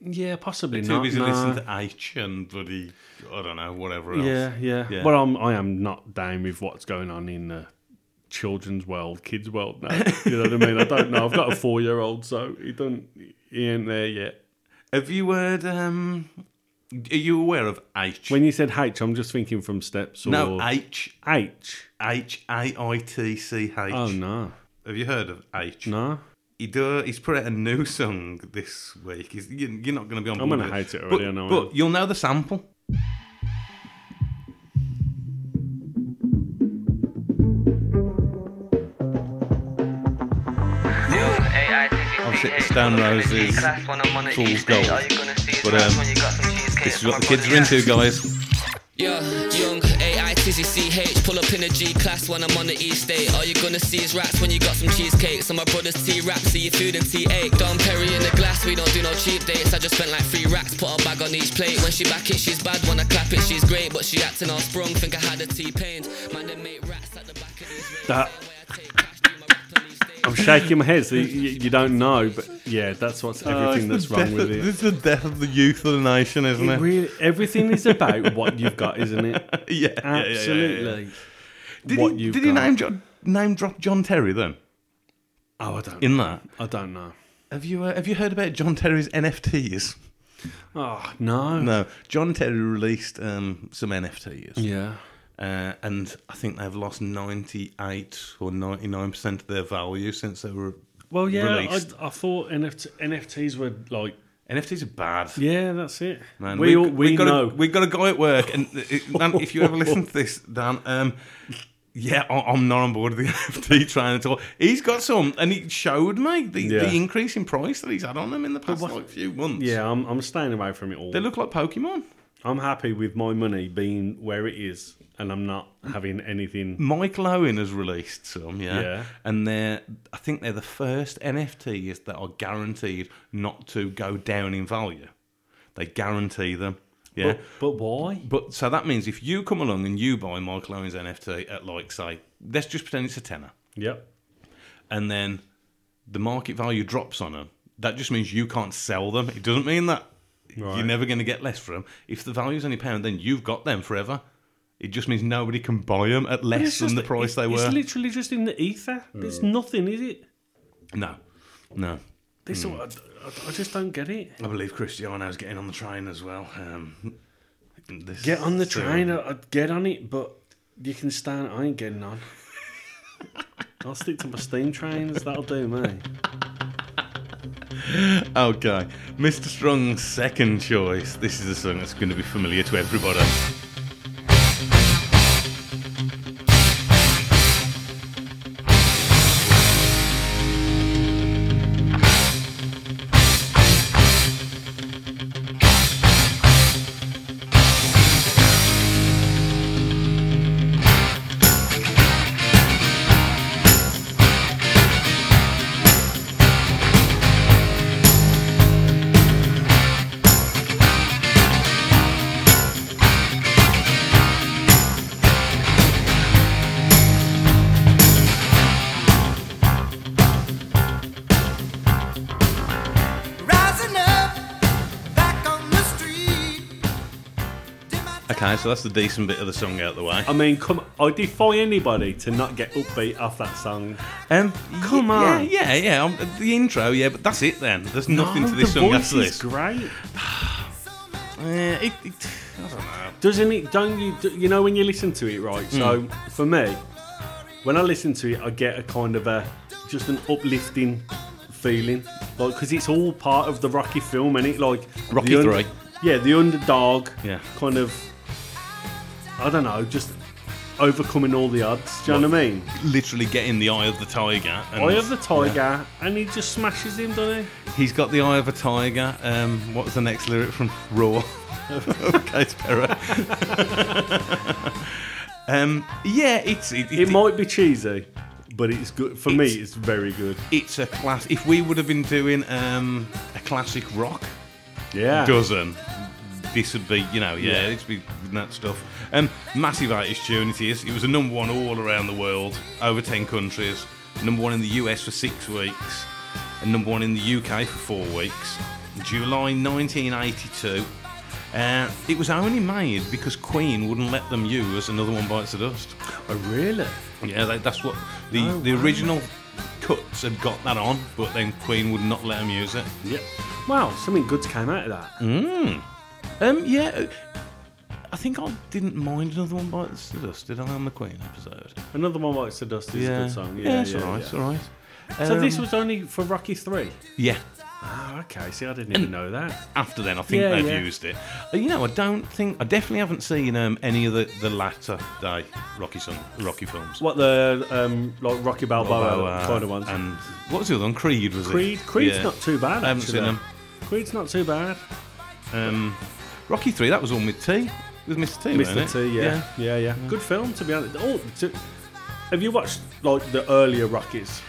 Speaker 2: yeah, possibly
Speaker 1: Too
Speaker 2: not.
Speaker 1: busy
Speaker 2: no.
Speaker 1: listening to H and bloody I don't know, whatever else.
Speaker 2: Yeah, yeah.
Speaker 1: Yeah.
Speaker 2: Well, I'm, I am not down with what's going on in the children's world, kids' world now. You know what I mean? I don't know. I've got a four year old, so he don't he ain't there yet.
Speaker 1: Have you heard um are you aware of H?
Speaker 2: When you said H, I'm just thinking from steps or
Speaker 1: no, H
Speaker 2: H.
Speaker 1: H A I T C H.
Speaker 2: Oh no,
Speaker 1: Have you heard of H?
Speaker 2: no.
Speaker 1: he do, he's put out a new song this week. He's, you, you're not going to be on.
Speaker 2: I'm
Speaker 1: board
Speaker 2: gonna
Speaker 1: with
Speaker 2: hate it already,
Speaker 1: But,
Speaker 2: I know
Speaker 1: but
Speaker 2: it.
Speaker 1: you'll know the sample.
Speaker 4: Obviously,
Speaker 1: Obviously, Oh, Stone Roses, Fool's Gold. But,
Speaker 4: But
Speaker 1: um,
Speaker 4: this
Speaker 1: This is what the kids are [LAUGHS] into, guys.
Speaker 5: Yeah, young A-I-T-Z-C-H Pull up in a G-Class when I'm on the East State All you're gonna see is rats when you got some cheesecakes And my brother's T-Rap, see you food and T8 Don Perry in the glass, we don't do no cheap dates I just spent like three racks, put a bag on each plate When she back it, she's bad, when I clap it, she's great But she acting all sprung, think I had a T-Pain Man, they make rats at the back of these rates
Speaker 2: That-
Speaker 5: Same way I take cash, do my rap on these days.
Speaker 2: I'm shaking my head. So you, you don't know, but yeah, that's what's everything that's wrong with it.
Speaker 1: This is Oh, the death of the youth of the nation, isn't
Speaker 2: It
Speaker 1: it?
Speaker 2: Really, everything is about what you've got, isn't it?
Speaker 1: [LAUGHS] yeah, yeah, yeah, yeah,
Speaker 2: Absolutely.
Speaker 1: yeah. Did,
Speaker 2: What
Speaker 1: he,
Speaker 2: you've
Speaker 1: did he
Speaker 2: got.
Speaker 1: name, John, name drop John Terry then?
Speaker 2: Oh, I don't.
Speaker 1: In that,
Speaker 2: I don't know.
Speaker 1: have you uh, have you heard about John Terry's NFTs?
Speaker 2: Oh no.
Speaker 1: No, John Terry released um, some NFTs.
Speaker 2: Yeah.
Speaker 1: uh, and I think they've lost 98 or 99% of their value since they were
Speaker 2: Well, yeah, I,
Speaker 1: released.
Speaker 2: I thought NFT, NFTs were like,
Speaker 1: NFTs are bad.
Speaker 2: yeah, that's it.
Speaker 1: Man,
Speaker 2: we all, we,
Speaker 1: got
Speaker 2: know.
Speaker 1: A, we got a guy at work,
Speaker 2: [LAUGHS]
Speaker 1: and uh, Dan, if you ever listen to this, Dan, um, yeah, I- I'm not on board with the [LAUGHS] NFT train at all. He's got some, and he showed me the,
Speaker 2: Yeah.
Speaker 1: the increase in price that he's had on them in the past like, few months.
Speaker 2: yeah, I'm, I'm staying away from it all.
Speaker 1: They look like Pokemon.
Speaker 2: I'm happy with my money being where it is, and I'm not having anything.
Speaker 1: Michael Owen has released some, yeah.
Speaker 2: Yeah.
Speaker 1: And they're I think they're the first NFTs that are guaranteed not to go down in value. They guarantee them. [LAUGHS] Yeah.
Speaker 2: But, but why?
Speaker 1: But, so that means if you come along and you buy Michael Owen's NFT at like say let's just pretend it's a tenner
Speaker 2: Yep.
Speaker 1: and then the market value drops on them, that just means you can't sell them. It doesn't mean that
Speaker 2: Right.
Speaker 1: you're never going to get less for them. If the value's only pound, then you've got them forever. It just means nobody can buy them at less
Speaker 2: It's
Speaker 1: than
Speaker 2: just-
Speaker 1: the price
Speaker 2: it-
Speaker 1: they were. Hmm.
Speaker 2: It's literally just in the ether. It's nothing, is it?
Speaker 1: No, no.
Speaker 2: This,
Speaker 1: Hmm.
Speaker 2: I, I- I just don't get it.
Speaker 1: I believe Cristiano's getting on the train as well. Um, this-
Speaker 2: Get on the
Speaker 1: so-
Speaker 2: train. I, I'd get on it, but you can stand. I ain't getting on. [LAUGHS] I'll stick to my steam trains. That'll do me.
Speaker 1: Okay, Mr. Strong's second choice. This is a song that's going to be familiar to everybody. Okay, so that's the decent bit of the song out the way.
Speaker 2: I mean, come. I defy anybody to not get upbeat off that song.
Speaker 1: Um,
Speaker 2: Come
Speaker 1: y-
Speaker 2: on.
Speaker 1: Yeah, yeah, yeah. um, the intro, yeah, but that's it then. There's nothing
Speaker 2: No,
Speaker 1: to this
Speaker 2: Oh, the
Speaker 1: song
Speaker 2: voice
Speaker 1: after
Speaker 2: is
Speaker 1: this.
Speaker 2: great.
Speaker 1: Uh, it, it, I don't know.
Speaker 2: Doesn't it? Don't you? do- You know when you listen to it, right? So
Speaker 1: Hmm.
Speaker 2: for me, when I listen to it, I get a kind of a just an uplifting feeling, like because it's all part of the Rocky film, and it like
Speaker 1: Rocky
Speaker 2: the
Speaker 1: Three.
Speaker 2: Yeah, the underdog.
Speaker 1: Yeah.
Speaker 2: Kind of. I don't know, just overcoming all the odds. Do you know what I mean?
Speaker 1: Literally getting the eye of the tiger. And
Speaker 2: Eye of the tiger, and he just smashes him, doesn't he?
Speaker 1: He's got the eye of a tiger. Um, what's the next lyric from Raw? [LAUGHS] okay, Perra. [LAUGHS] um, yeah, it's it,
Speaker 2: It
Speaker 1: it,
Speaker 2: might be cheesy, but it's good for me.
Speaker 1: It's-
Speaker 2: It's very good.
Speaker 1: it's a class. If we would have been doing um, a classic rock
Speaker 2: Yeah.
Speaker 1: dozen, this would be you know yeah, it'd be that stuff. Um, massive artist tune it is. It was a number one all around the world, over ten countries. Number one in the US for six weeks, and number one in the UK for four weeks. July 1982. Uh, it was only made because Queen wouldn't let them use another one bites the dust.
Speaker 2: Oh, really?
Speaker 1: Yeah, they, that's what the the original cuts had got that on, but then Queen would not let them use it.
Speaker 2: Yeah. Wow, something good's came out of that.
Speaker 1: Um, yeah, I think I didn't mind another one bites the dust. Did I on the Queen episode?
Speaker 2: Another one like the dust is a good song. Yeah,
Speaker 1: it's
Speaker 2: yeah,
Speaker 1: alright,
Speaker 2: yeah.
Speaker 1: it's alright. Um,
Speaker 2: So this was only for Rocky Three.
Speaker 1: Yeah.
Speaker 2: Ah, okay. See, I didn't even know that.
Speaker 1: After then, I think
Speaker 2: Yeah,
Speaker 1: they've
Speaker 2: yeah.
Speaker 1: used it. Uh, You know, I don't think I definitely haven't seen um, any of the, the latter day Rocky son, Rocky films.
Speaker 2: What the um, like Rocky Balboa
Speaker 1: Although, uh,
Speaker 2: kind of ones?
Speaker 1: And what was the other one? Creed was
Speaker 2: Creed.
Speaker 1: it?
Speaker 2: Creed's
Speaker 1: Yeah.
Speaker 2: not too bad.
Speaker 1: I haven't
Speaker 2: actually.
Speaker 1: seen them.
Speaker 2: Creed's not too bad.
Speaker 1: Um, Rocky Three. That was all with T. With Mr. T. wasn't
Speaker 2: Mr.
Speaker 1: it?
Speaker 2: T. Yeah. yeah, yeah, Good film to be honest. Oh, to, have you watched like the earlier Rockies?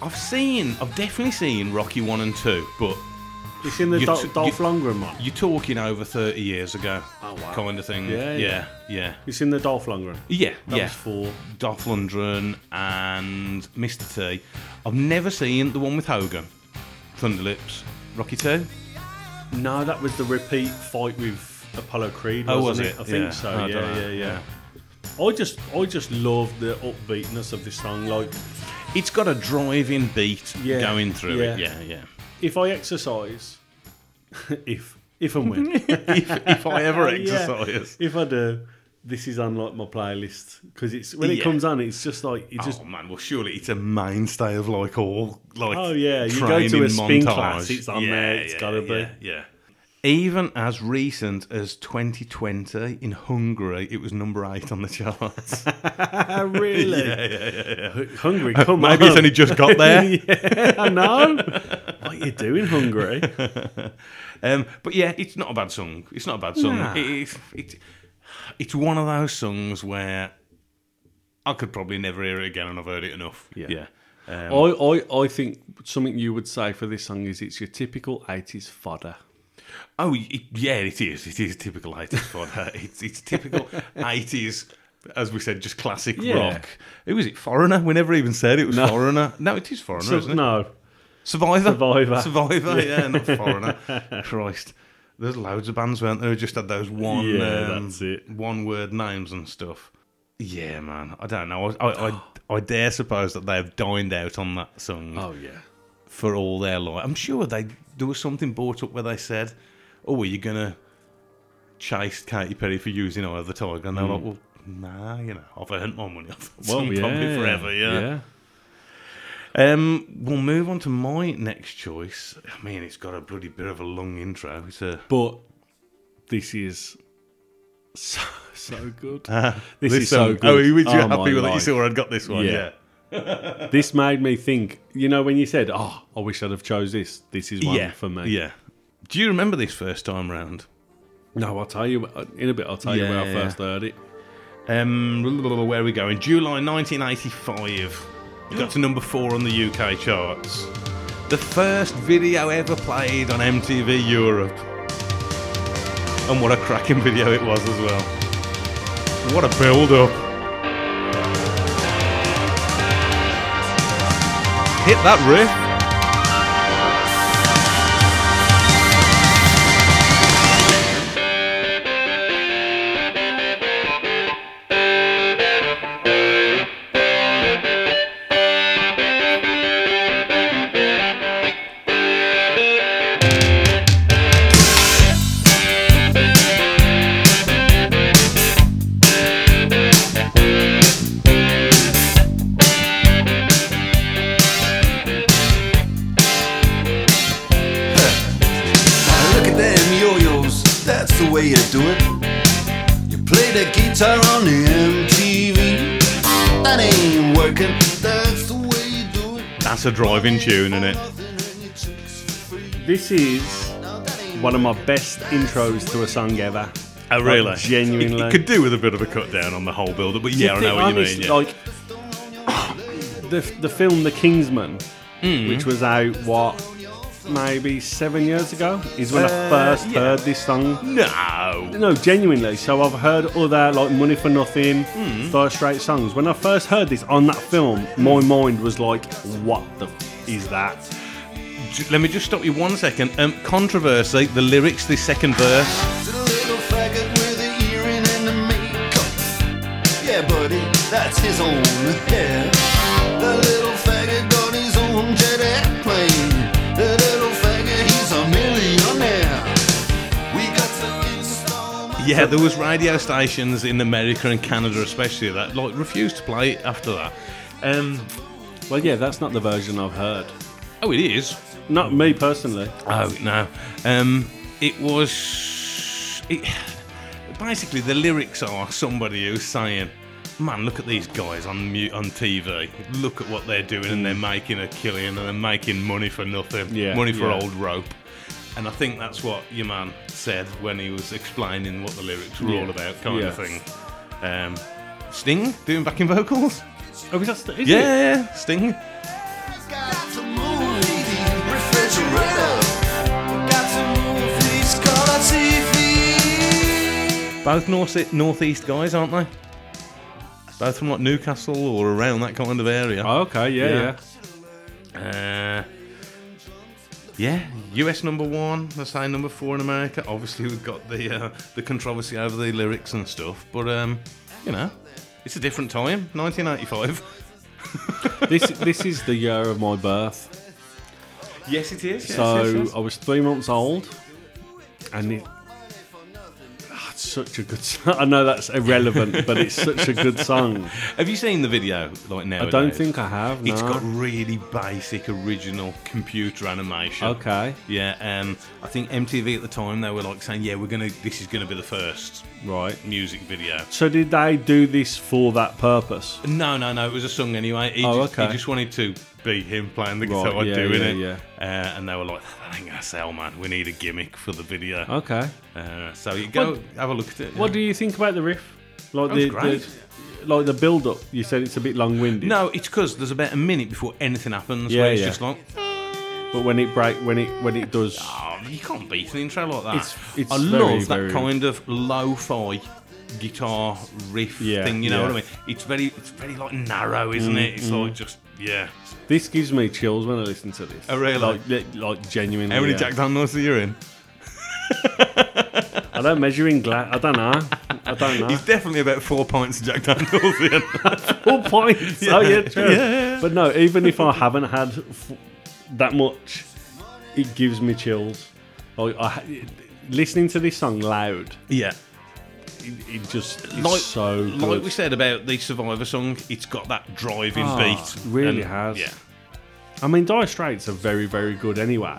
Speaker 1: I've seen. I've definitely seen Rocky One and Two, but
Speaker 2: It's in the
Speaker 1: You
Speaker 2: Dol-
Speaker 1: t-
Speaker 2: Dolph
Speaker 1: you-
Speaker 2: Lundgren one.
Speaker 1: you're talking over 30 years ago.
Speaker 2: Oh, wow.
Speaker 1: Kind of thing. yeah,
Speaker 2: Yeah, yeah.
Speaker 1: yeah,
Speaker 2: It's in the Dolph Lundgren.
Speaker 1: yeah.
Speaker 2: That
Speaker 1: yeah.
Speaker 2: was four.
Speaker 1: Dolph Lundgren and Mr. T. I've never seen the one with Hogan. Thunderlips. Rocky 2?
Speaker 2: No, that was the repeat fight with Apollo Creed.
Speaker 1: Oh,
Speaker 2: Wasn't
Speaker 1: was
Speaker 2: it?
Speaker 1: it?
Speaker 2: I think
Speaker 1: Yeah.
Speaker 2: so.
Speaker 1: I don't
Speaker 2: yeah,
Speaker 1: know.
Speaker 2: yeah, yeah, I just, I just love the upbeatness of this song. Like,
Speaker 1: It's got a driving beat
Speaker 2: Yeah,
Speaker 1: going through it.
Speaker 2: yeah.
Speaker 1: Yeah, yeah.
Speaker 2: if I exercise, [LAUGHS] if if and when,
Speaker 1: [LAUGHS] if, if I [LAUGHS] ever
Speaker 2: Yeah.
Speaker 1: exercise.
Speaker 2: if I do, this is on like my playlist because it's when it
Speaker 1: Yeah.
Speaker 2: comes on, it's just like it just.
Speaker 1: oh man, well surely it's a mainstay of like all like.
Speaker 2: Oh, yeah, you go to a
Speaker 1: training
Speaker 2: spin
Speaker 1: montage.
Speaker 2: class, it's on there, it's gotta be.
Speaker 1: yeah, Yeah. Even as recent as 2020 in Hungary, it was number eight on the
Speaker 2: [LAUGHS]
Speaker 1: charts.
Speaker 2: Ah,
Speaker 1: Oh, [LAUGHS]
Speaker 2: really? H- Hungry? Come on.
Speaker 1: Maybe it's only just got there.
Speaker 2: [LAUGHS] yeah, I know. what are you doing, Hungary?
Speaker 1: um, but yeah, it's not a bad song. It's not a bad song.
Speaker 2: Nah.
Speaker 1: It, it, it- it's one of those songs where I could probably never hear it again, and I've heard it enough.
Speaker 2: Yeah.
Speaker 1: Um,
Speaker 2: I, I, I think something you would say for this song is it's your typical 80s fodder.
Speaker 1: Oh, it, yeah, it is. It is typical 80s for
Speaker 2: [LAUGHS]
Speaker 1: that. It's, it's typical 80s, as we said, just classic
Speaker 2: Yeah.
Speaker 1: rock. Who was it? Foreigner? We never even said it was Foreigner. No, it Oh, is Foreigner, isn't it?
Speaker 2: no.
Speaker 1: Survivor?
Speaker 2: Survivor.
Speaker 1: Survivor, yeah, not
Speaker 2: [LAUGHS]
Speaker 1: Foreigner. Christ. There's loads of bands, weren't there, who just had those one
Speaker 2: Yeah,
Speaker 1: um,
Speaker 2: that's it.
Speaker 1: one word names and stuff. Yeah, man. I don't know. I, I, I, I dare suppose that they have dined out on that song
Speaker 2: Oh, yeah.
Speaker 1: for all their life. I'm sure they there was something brought up where they said, "Oh, are you gonna chase Katy Perry for using Eye of the Tiger?" And they're like,
Speaker 2: Hmm.
Speaker 1: "Well, nah, you know, I've earned my money off that song probably forever, yeah." Um, we'll move on to my next choice. I mean, it's got a bloody bit of a long intro. It's a
Speaker 2: But this is so, so good. this,
Speaker 1: [LAUGHS] This
Speaker 2: is so
Speaker 1: song-
Speaker 2: good.
Speaker 1: Oh, were you were you
Speaker 2: Oh, my
Speaker 1: happy with it? You
Speaker 2: life.
Speaker 1: saw I'd got this one.
Speaker 2: Yeah.
Speaker 1: Yeah.
Speaker 2: This made me think, you know, when you said, oh, I wish I'd have chose this, this is one
Speaker 1: Yeah,
Speaker 2: for me.
Speaker 1: Yeah. Do you remember this first time round?
Speaker 2: No, I'll tell you, in a bit, I'll tell you where I
Speaker 1: Yeah.
Speaker 2: first heard it.
Speaker 1: Um, blah, blah, blah, where are we going? July 1985. It got to number four on the UK charts. The first video ever played on MTV Europe. And what a cracking video it was as well. What a build up. Hit that riff.
Speaker 6: guitar on the MTV. That ain't working. That's the way you do it.
Speaker 1: That's a driving tune, isn't it?
Speaker 2: This is one of my best intros to a song ever.
Speaker 1: Oh,
Speaker 2: really?
Speaker 1: genuinely.
Speaker 2: Genuinely.
Speaker 1: could do with a bit of a cut down on the whole build-up, but yeah, I know what you mean. Yeah.
Speaker 2: Like [COUGHS] the the film The Kingsman,
Speaker 1: Hmm.
Speaker 2: which was out what maybe seven years ago, is when I
Speaker 1: Uh,
Speaker 2: first
Speaker 1: yeah.
Speaker 2: heard this song.
Speaker 1: no.
Speaker 2: No, genuinely. So I've heard other like Money for Nothing,
Speaker 1: Hmm.
Speaker 2: First Rate songs. When I first heard this on that film, my mind was like, "What the f- is that?"
Speaker 1: J- Let me just stop you one second. Um, controversy, the lyrics, the second verse.
Speaker 6: It's a little faggot with the earring and the makeup. Yeah, buddy, that's his own hair. The little faggot got his own jet airplane. The little faggot, he's a millionaire. We got to install. my-
Speaker 1: Yeah, there was radio stations in America and Canada especially that like refused to play it after that. Um,
Speaker 2: Well, yeah, that's not the version I've heard.
Speaker 1: oh, it is.
Speaker 2: Not me personally.
Speaker 1: Oh no. Um, it was. It, basically, the lyrics are somebody who's saying, "Man, look at these guys on mu- on TV. Look at what they're doing, and they're making a killing, and they're making money for nothing.
Speaker 2: Hmm. Yeah,
Speaker 1: money for
Speaker 2: yeah.
Speaker 1: old rope." And I think that's what your man said when he was explaining what the lyrics were all
Speaker 2: Yeah,
Speaker 1: about, kind of
Speaker 2: yeah.
Speaker 1: thing. Um, Sting doing backing vocals.
Speaker 2: Oh, is that, is
Speaker 1: Yeah,
Speaker 2: it?
Speaker 1: yeah, yeah, Sting.
Speaker 6: Got to move the refrigerator. Got to move these color TVs.
Speaker 1: Both north northeast guys, aren't they? Both from like Newcastle or around that kind of area.
Speaker 2: Oh, okay, yeah,
Speaker 1: Yeah.
Speaker 2: yeah.
Speaker 1: Uh, yeah, US number one, the same number four in America. Obviously, we've got the uh, the controversy over the lyrics and stuff, but um, you know, it's a different time. 1985.
Speaker 2: this this is the year of my birth.
Speaker 1: [LAUGHS] Yes, it is.
Speaker 2: So
Speaker 1: uh,
Speaker 2: I was three months old, and it. Ah, it's such a good [LAUGHS] song. I know that's irrelevant,
Speaker 1: [LAUGHS]
Speaker 2: but it's such a good song.
Speaker 1: have you seen the video? Like now,
Speaker 2: I don't think I have. No.
Speaker 1: Oh, It's got really basic original computer animation.
Speaker 2: Okay.
Speaker 1: Yeah, um, I think MTV at the time they were like saying, "Yeah, we're gonna. This is gonna be the first
Speaker 2: Right.
Speaker 1: music video."
Speaker 2: So did they do this for that purpose?
Speaker 1: No, no, no. It was a song anyway. He,
Speaker 2: Oh,
Speaker 1: just, he
Speaker 2: okay.
Speaker 1: just wanted to be him playing the
Speaker 2: Right,
Speaker 1: guitar
Speaker 2: yeah,
Speaker 1: doing
Speaker 2: yeah,
Speaker 1: it.
Speaker 2: yeah.
Speaker 1: Uh, and they were like, "That ain't gonna sell, man. We need a gimmick for the video."
Speaker 2: Okay.
Speaker 1: Uh, so you go
Speaker 2: What-
Speaker 1: have a look at it.
Speaker 2: What do you think about the riff? Like
Speaker 1: That was
Speaker 2: the,
Speaker 1: great.
Speaker 2: the like the build up. You said it's a bit long winded.
Speaker 1: no, it's because there's about a minute before anything happens.
Speaker 2: Yeah,
Speaker 1: where it's
Speaker 2: yeah.
Speaker 1: just like,
Speaker 2: But when it break when it when it does
Speaker 1: oh, you can't beat an intro like that.
Speaker 2: It's- it's
Speaker 1: I
Speaker 2: very,
Speaker 1: love
Speaker 2: very-
Speaker 1: that kind of lo-fi guitar riff
Speaker 2: Yeah,
Speaker 1: thing. You know
Speaker 2: yeah. Mm,
Speaker 1: what I mean? It's very, it's very like narrow, isn't it? It's like just yeah.
Speaker 2: this gives me chills when I listen to this.
Speaker 1: Oh, really?
Speaker 2: Like like, like genuinely.
Speaker 1: How many
Speaker 2: yeah.
Speaker 1: Jack Daniels are you in?
Speaker 2: I don't measure in glass. I don't know.
Speaker 1: [LAUGHS]
Speaker 2: I don't know.
Speaker 1: He's definitely about four pints of Jack Daniels in. [LAUGHS]
Speaker 2: Four points. Oh yeah, true.
Speaker 1: Yeah.
Speaker 2: But no, even if I haven't had f- that much, it gives me chills. Like I, ha- listening to this song loud,
Speaker 1: [LAUGHS] yeah.
Speaker 2: it, it just it's
Speaker 1: Like-
Speaker 2: so good.
Speaker 1: Like we said about the Survivor song, it's got that driving
Speaker 2: Ah,
Speaker 1: beat.
Speaker 2: really
Speaker 1: And-
Speaker 2: has.
Speaker 1: Yeah.
Speaker 2: I mean, Dire Straits are very, very good anyway.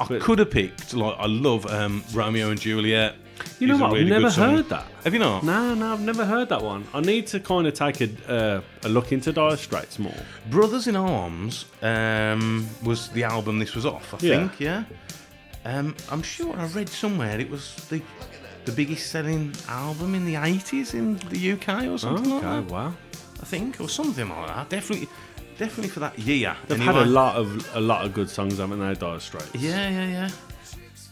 Speaker 1: I
Speaker 2: But-
Speaker 1: could have picked, like, I love um, Romeo and Juliet.
Speaker 2: You know
Speaker 1: is a
Speaker 2: what?
Speaker 1: really
Speaker 2: I've
Speaker 1: good
Speaker 2: never
Speaker 1: song.
Speaker 2: heard that.
Speaker 1: Have you not?
Speaker 2: No, no, I've never heard that one. I need to kind of take a, uh, a look into Dire Straits more.
Speaker 1: Brothers in Arms um, was the album this was off, I
Speaker 2: Yeah.
Speaker 1: think, yeah? Um, I'm sure I read somewhere it was the the biggest selling album in the 80s in the UK or something like
Speaker 2: Okay,
Speaker 1: that.
Speaker 2: wow.
Speaker 1: I think, or something like that. Definitely, definitely for that year.
Speaker 2: They've
Speaker 1: anyway.
Speaker 2: had a lot of a lot of good songs, haven't they? Dire Straits.
Speaker 1: Yeah, yeah,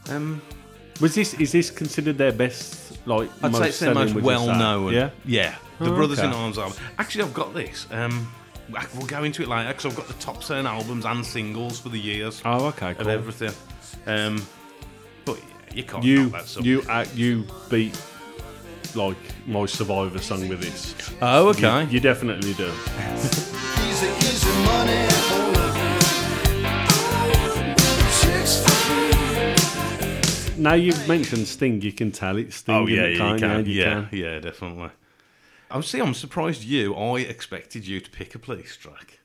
Speaker 1: yeah. Um,
Speaker 2: Was this is this considered their best? Like
Speaker 1: I'd
Speaker 2: most
Speaker 1: say it's their most
Speaker 2: selling, would you say?
Speaker 1: well known.
Speaker 2: Yeah.
Speaker 1: yeah. The
Speaker 2: Oh,
Speaker 1: Brothers in
Speaker 2: okay.
Speaker 1: Arms album. Actually, I've got this. Um, I- we'll go into it later because I've got the top selling albums and singles for the years
Speaker 2: Oh, okay.
Speaker 1: of
Speaker 2: Cool.
Speaker 1: everything. Um, but yeah, you can't
Speaker 2: you
Speaker 1: knock that song.
Speaker 2: you uh, you beat like my Survivor song with this.
Speaker 1: oh,
Speaker 2: You, you definitely do.
Speaker 6: Easy, easy money for loving. Chicks for free.
Speaker 2: Now you've mentioned Sting, you can tell it's Sting.
Speaker 1: oh yeah,
Speaker 2: in the
Speaker 1: yeah, you
Speaker 2: time,
Speaker 1: can.
Speaker 2: you
Speaker 1: Yeah, yeah, definitely. I'm see. I'm surprised you. I expected you to pick a police track.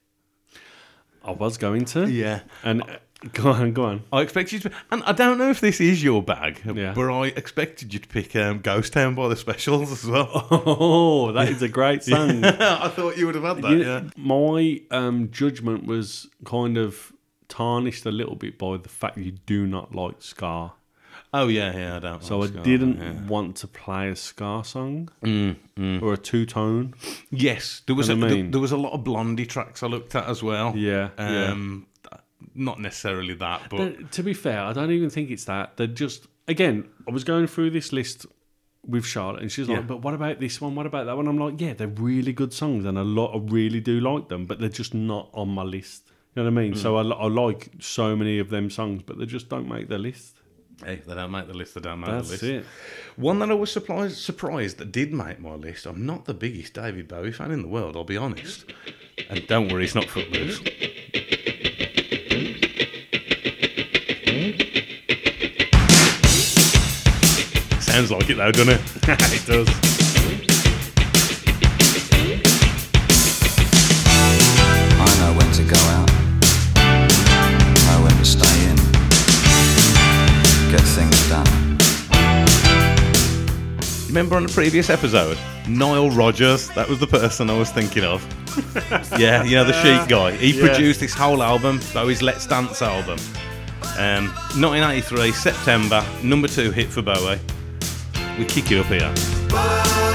Speaker 2: I was going to.
Speaker 1: Yeah.
Speaker 2: And uh, Go on,
Speaker 1: [LAUGHS]
Speaker 2: go on.
Speaker 1: I expect you to, and I don't know if this is your bag,
Speaker 2: Yeah.
Speaker 1: but I expected you to pick um, Ghost Town by the Specials as
Speaker 2: [LAUGHS]
Speaker 1: well.
Speaker 2: Oh, that is a great [LAUGHS] song.
Speaker 1: I thought you would have had that.
Speaker 2: You-
Speaker 1: yeah.
Speaker 2: My um, judgment was kind of tarnished a little bit by the fact you do not like Scar.
Speaker 1: Oh yeah, yeah. I don't.
Speaker 2: So I
Speaker 1: like Scar,
Speaker 2: didn't
Speaker 1: yeah. Mm,
Speaker 2: want to play a Scar song or a two tone.
Speaker 1: Yes, there was a,
Speaker 2: Know what I mean?
Speaker 1: there was a lot of Blondie tracks I looked at as well.
Speaker 2: Yeah, yeah.
Speaker 1: Um, not necessarily that, but
Speaker 2: But to be fair, I don't even think it's that. They're just again, I was going through this list with Charlotte, and she's like,
Speaker 1: Yeah.
Speaker 2: "But what about this one? What about that one?" I'm like, "Yeah, they're really good songs, and a lot I really do like them, but they're just not on my list." You know what I
Speaker 1: Mm.
Speaker 2: mean? So I, li- I like so many of them songs, but they just don't make the list.
Speaker 1: hey, they don't make the list. They don't make the
Speaker 2: That's
Speaker 1: list.
Speaker 2: it.
Speaker 1: One that I was surprised, surprised that did make my list. I'm not the biggest David Bowie fan in the world. I'll be honest. And don't worry, it's not Footloose. Sounds like it though, doesn't it? [LAUGHS] it does.
Speaker 7: I know when to go out. Know when to stay in. Get things done.
Speaker 1: Remember on the previous episode, Niall Rogers, that was the person I was thinking of.
Speaker 2: [LAUGHS]
Speaker 1: yeah, you know, the Sheik guy. He
Speaker 2: Yeah.
Speaker 1: produced this whole album, Bowie's Let's Dance album. Um, 1983, September, number two hit for Bowie. We kick it up here.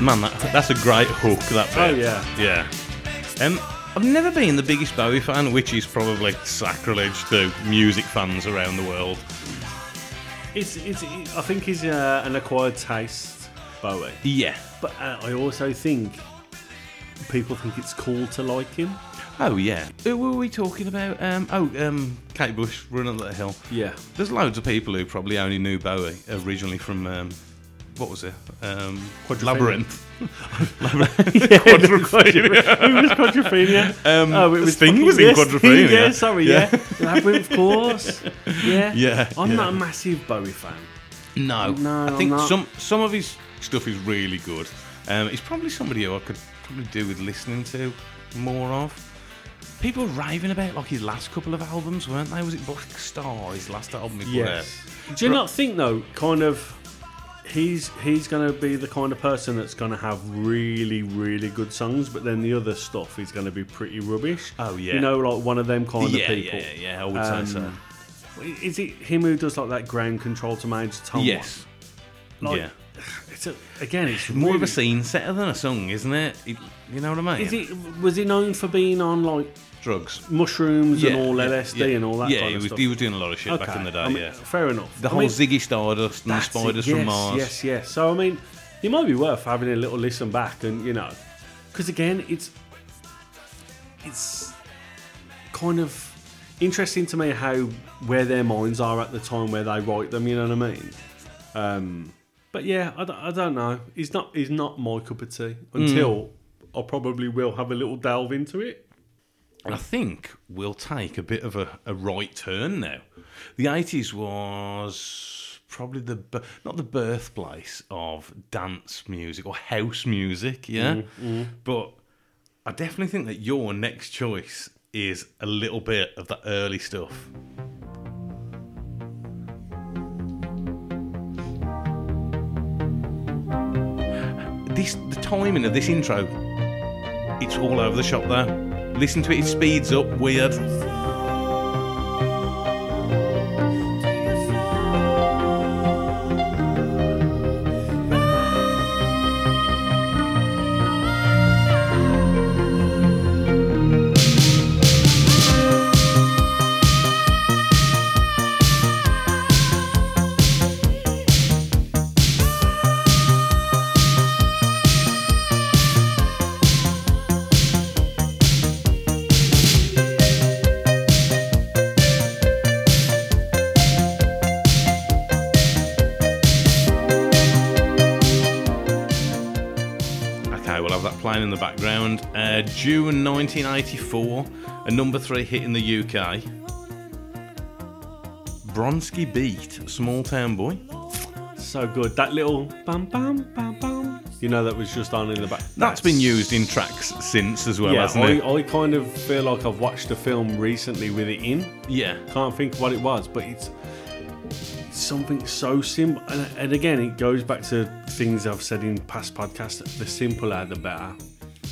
Speaker 1: Man, that, that's a great hook, that bit.
Speaker 2: Oh yeah,
Speaker 1: [LAUGHS] Yeah. Um, I've never been the biggest Bowie fan, which is probably sacrilege to music fans around the world.
Speaker 2: it's, it's it, I think he's uh, an acquired taste, Bowie.
Speaker 1: Yeah.
Speaker 2: But uh, I also think people think it's cool to like him.
Speaker 1: Oh, yeah. Who were we talking about? Um, oh, um, Kate Bush, Run Up That Hill.
Speaker 2: [LAUGHS] Yeah.
Speaker 1: There's loads of people who probably only knew Bowie originally from, um, what was it? Um, Labyrinth. [LAUGHS]
Speaker 2: Who was Quadrophenia?
Speaker 1: Um,
Speaker 2: oh, it was
Speaker 1: Sting
Speaker 2: fucking-
Speaker 1: was in
Speaker 2: yes, [LAUGHS]
Speaker 1: Quadrophenia.
Speaker 2: Yeah, sorry, yeah.
Speaker 1: Yeah.
Speaker 2: Labyrinth, of course. Yeah.
Speaker 1: [LAUGHS] Yeah,
Speaker 2: I'm
Speaker 1: yeah.
Speaker 2: not a massive Bowie fan.
Speaker 1: No, I
Speaker 2: No, I'm
Speaker 1: think
Speaker 2: not.
Speaker 1: some some of his stuff is really good. Um, he's probably somebody who I could probably do with listening to more of. People were raving about like his last couple of albums, weren't they? Was it Black Star? His last album. He put
Speaker 2: Do you not think though, kind of he's he's gonna be the kind of person that's gonna have really, really good songs, but then the other stuff is gonna be pretty rubbish.
Speaker 1: Oh, yeah.
Speaker 2: You know, like one of them kind
Speaker 1: out. Yeah,
Speaker 2: of people.
Speaker 1: yeah, yeah. I would
Speaker 2: Um,
Speaker 1: say so.
Speaker 2: Is it him who does like that ground control to Major Tom? one?
Speaker 1: Yes.
Speaker 2: Like,
Speaker 1: yeah.
Speaker 2: It's a, again, it's
Speaker 1: More of
Speaker 2: really-
Speaker 1: a scene setter than a song, isn't it? It- you know what I mean?
Speaker 2: Is he, was he known for being on like
Speaker 1: drugs?
Speaker 2: mushrooms and all LSD and all that
Speaker 1: Yeah,
Speaker 2: kind
Speaker 1: he
Speaker 2: of
Speaker 1: was
Speaker 2: stuff?
Speaker 1: he was doing a lot of shit back
Speaker 2: Okay.
Speaker 1: in the day.
Speaker 2: I mean,
Speaker 1: yeah,
Speaker 2: Fair enough.
Speaker 1: the
Speaker 2: I
Speaker 1: whole
Speaker 2: mean,
Speaker 1: Ziggy Stardust and the
Speaker 2: that's it.
Speaker 1: Spiders
Speaker 2: yes,
Speaker 1: from Mars.
Speaker 2: Yes, yes. So, I mean, it might be worth having a little listen back and, you know, because again, it's it's kind of interesting to me how where their minds are at the time where they write them, you know what I mean? Um, but yeah, I, don't- I don't know. He's not, he's not my cup of tea
Speaker 1: Mm.
Speaker 2: until I probably will have a little delve into it.
Speaker 1: And I think we'll take a bit of a, a right turn now. The 80s was probably the b- not the birthplace of dance music or house music, yeah. But I definitely think that your next choice is a little bit of the early stuff. This the timing of this intro. It's all over the shop there. Listen to it, it speeds up weird.
Speaker 3: I
Speaker 1: England, uh, June 1984, a number three hit in the UK. Bronsky Beat, Small Town Boy.
Speaker 2: So good. That little bam bam bam bam. You know that was just on in the back.
Speaker 1: That's been used in tracks since as well,
Speaker 2: Yeah,
Speaker 1: hasn't
Speaker 2: I,
Speaker 1: it?
Speaker 2: I kind of feel like I've watched a film recently with it in.
Speaker 1: yeah.
Speaker 2: Can't think what it was, but it's something so simple. And, and again, it goes back to things I've said in past podcasts. The simpler, the better.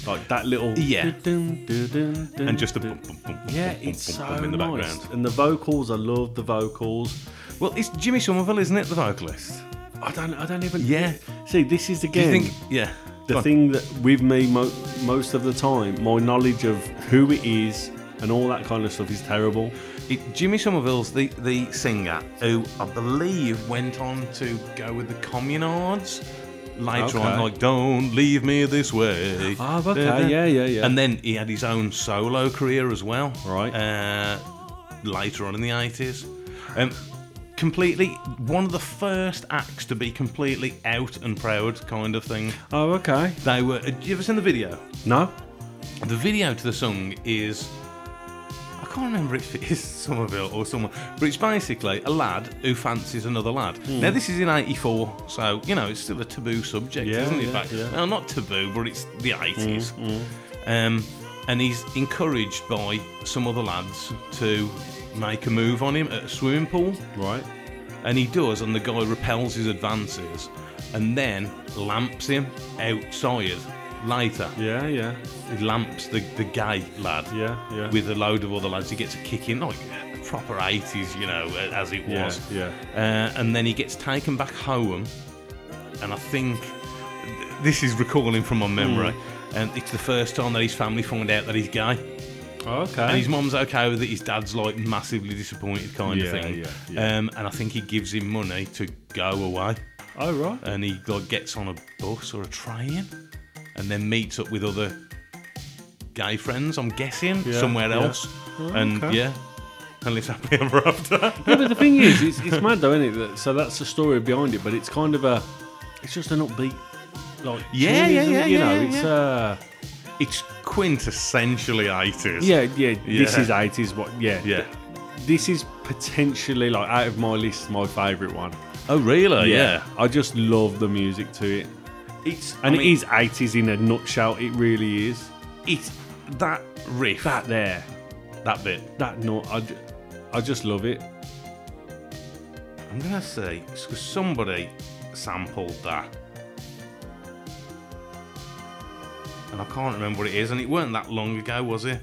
Speaker 2: Like that little
Speaker 1: Yeah.
Speaker 2: and
Speaker 1: And just a bum, bum, bum, bum,
Speaker 2: yeah,
Speaker 1: bum,
Speaker 2: it's
Speaker 1: bum,
Speaker 2: so
Speaker 1: bum in the
Speaker 2: nice.
Speaker 1: background.
Speaker 2: And the vocals, I love the vocals.
Speaker 1: Well, it's Jimmy Somerville, isn't it, the vocalist?
Speaker 2: I don't, I don't even.
Speaker 1: Yeah.
Speaker 2: See, this is
Speaker 1: Do
Speaker 2: again
Speaker 1: you think? Yeah. Go
Speaker 2: the
Speaker 1: on.
Speaker 2: thing that with me mo- most of the time, my knowledge of who it is and all that kind of stuff is terrible.
Speaker 1: It, Jimmy Somerville's the, the singer who I believe went on to go with the Communards later on,
Speaker 2: Okay.
Speaker 1: like "Don't Leave Me This Way."
Speaker 2: Ah, okay,
Speaker 1: Da, da.
Speaker 2: yeah, yeah, yeah.
Speaker 1: And then he had his own solo career as well,
Speaker 2: Right.
Speaker 1: Uh, later on in the eighties, um, completely one of the first acts to be completely out and proud kind of thing.
Speaker 2: Oh, okay.
Speaker 1: They were. Have you ever seen the video?
Speaker 2: No,
Speaker 1: The video to the song is. I can't remember if it is Somerville or someone, but it's basically a lad who fancies another lad.
Speaker 2: Hmm.
Speaker 1: Now, this is in 84, so, you know, it's still a taboo subject,
Speaker 2: Yeah,
Speaker 1: isn't it?
Speaker 2: yeah,
Speaker 1: back-
Speaker 2: yeah. Hmm,
Speaker 1: Well, not taboo, but it's the 80s. Um, and he's encouraged by some other lads to make a move on him at a swimming pool
Speaker 2: right.
Speaker 1: and he does, and the guy repels his advances, and then lamps him outside later.
Speaker 2: Yeah, yeah,
Speaker 1: He lamps the, the gay lad
Speaker 2: yeah, yeah.
Speaker 1: with a load of other lads. He gets a kick in, like proper 80s, you know, uh, as it
Speaker 2: yeah,
Speaker 1: was.
Speaker 2: yeah.
Speaker 1: Uh, and then he gets taken back home, and I think this is recalling from
Speaker 2: Hmm.
Speaker 1: my memory. And it's the first time that his family find out that he's gay. And
Speaker 2: Okay.
Speaker 1: his mum's Oh, okay with it. His dad's like massively disappointed, kind
Speaker 2: Yeah,
Speaker 1: of thing.
Speaker 2: yeah, yeah.
Speaker 1: Um, and I think he gives him money to go away,
Speaker 2: oh right.
Speaker 1: and he like gets on a bus or a train, and then meets up with other gay friends. I'm guessing
Speaker 2: Yeah,
Speaker 1: somewhere
Speaker 2: yeah. Oh,
Speaker 1: else, and
Speaker 2: okay.
Speaker 1: yeah, and lives happily ever after.
Speaker 2: [LAUGHS]
Speaker 1: [LAUGHS]
Speaker 2: yeah, but the thing is, it's, it's mad though, isn't it? That- So that's the story behind it, but it's kind of a, it's just an upbeat, like
Speaker 1: Yeah,
Speaker 2: tune,
Speaker 1: yeah,
Speaker 2: isn't it?
Speaker 1: yeah,
Speaker 2: You
Speaker 1: yeah,
Speaker 2: know,
Speaker 1: yeah,
Speaker 2: it's
Speaker 1: yeah.
Speaker 2: uh,
Speaker 1: it's quintessentially 80s.
Speaker 2: yeah, yeah, This
Speaker 1: Yeah.
Speaker 2: is eighties. What? Yeah,
Speaker 1: yeah.
Speaker 2: This is potentially like out of my list, my favourite one.
Speaker 1: Oh really?
Speaker 2: I just love the music to it,
Speaker 1: It's
Speaker 2: and
Speaker 1: I mean,
Speaker 2: it is eighties in a nutshell. It really is.
Speaker 1: it's that riff
Speaker 2: That there,
Speaker 1: that bit.
Speaker 2: that nut, I, ju- I just love it.
Speaker 1: I'm gonna say because somebody sampled that, and I can't remember what it is. And it weren't that long ago, was it?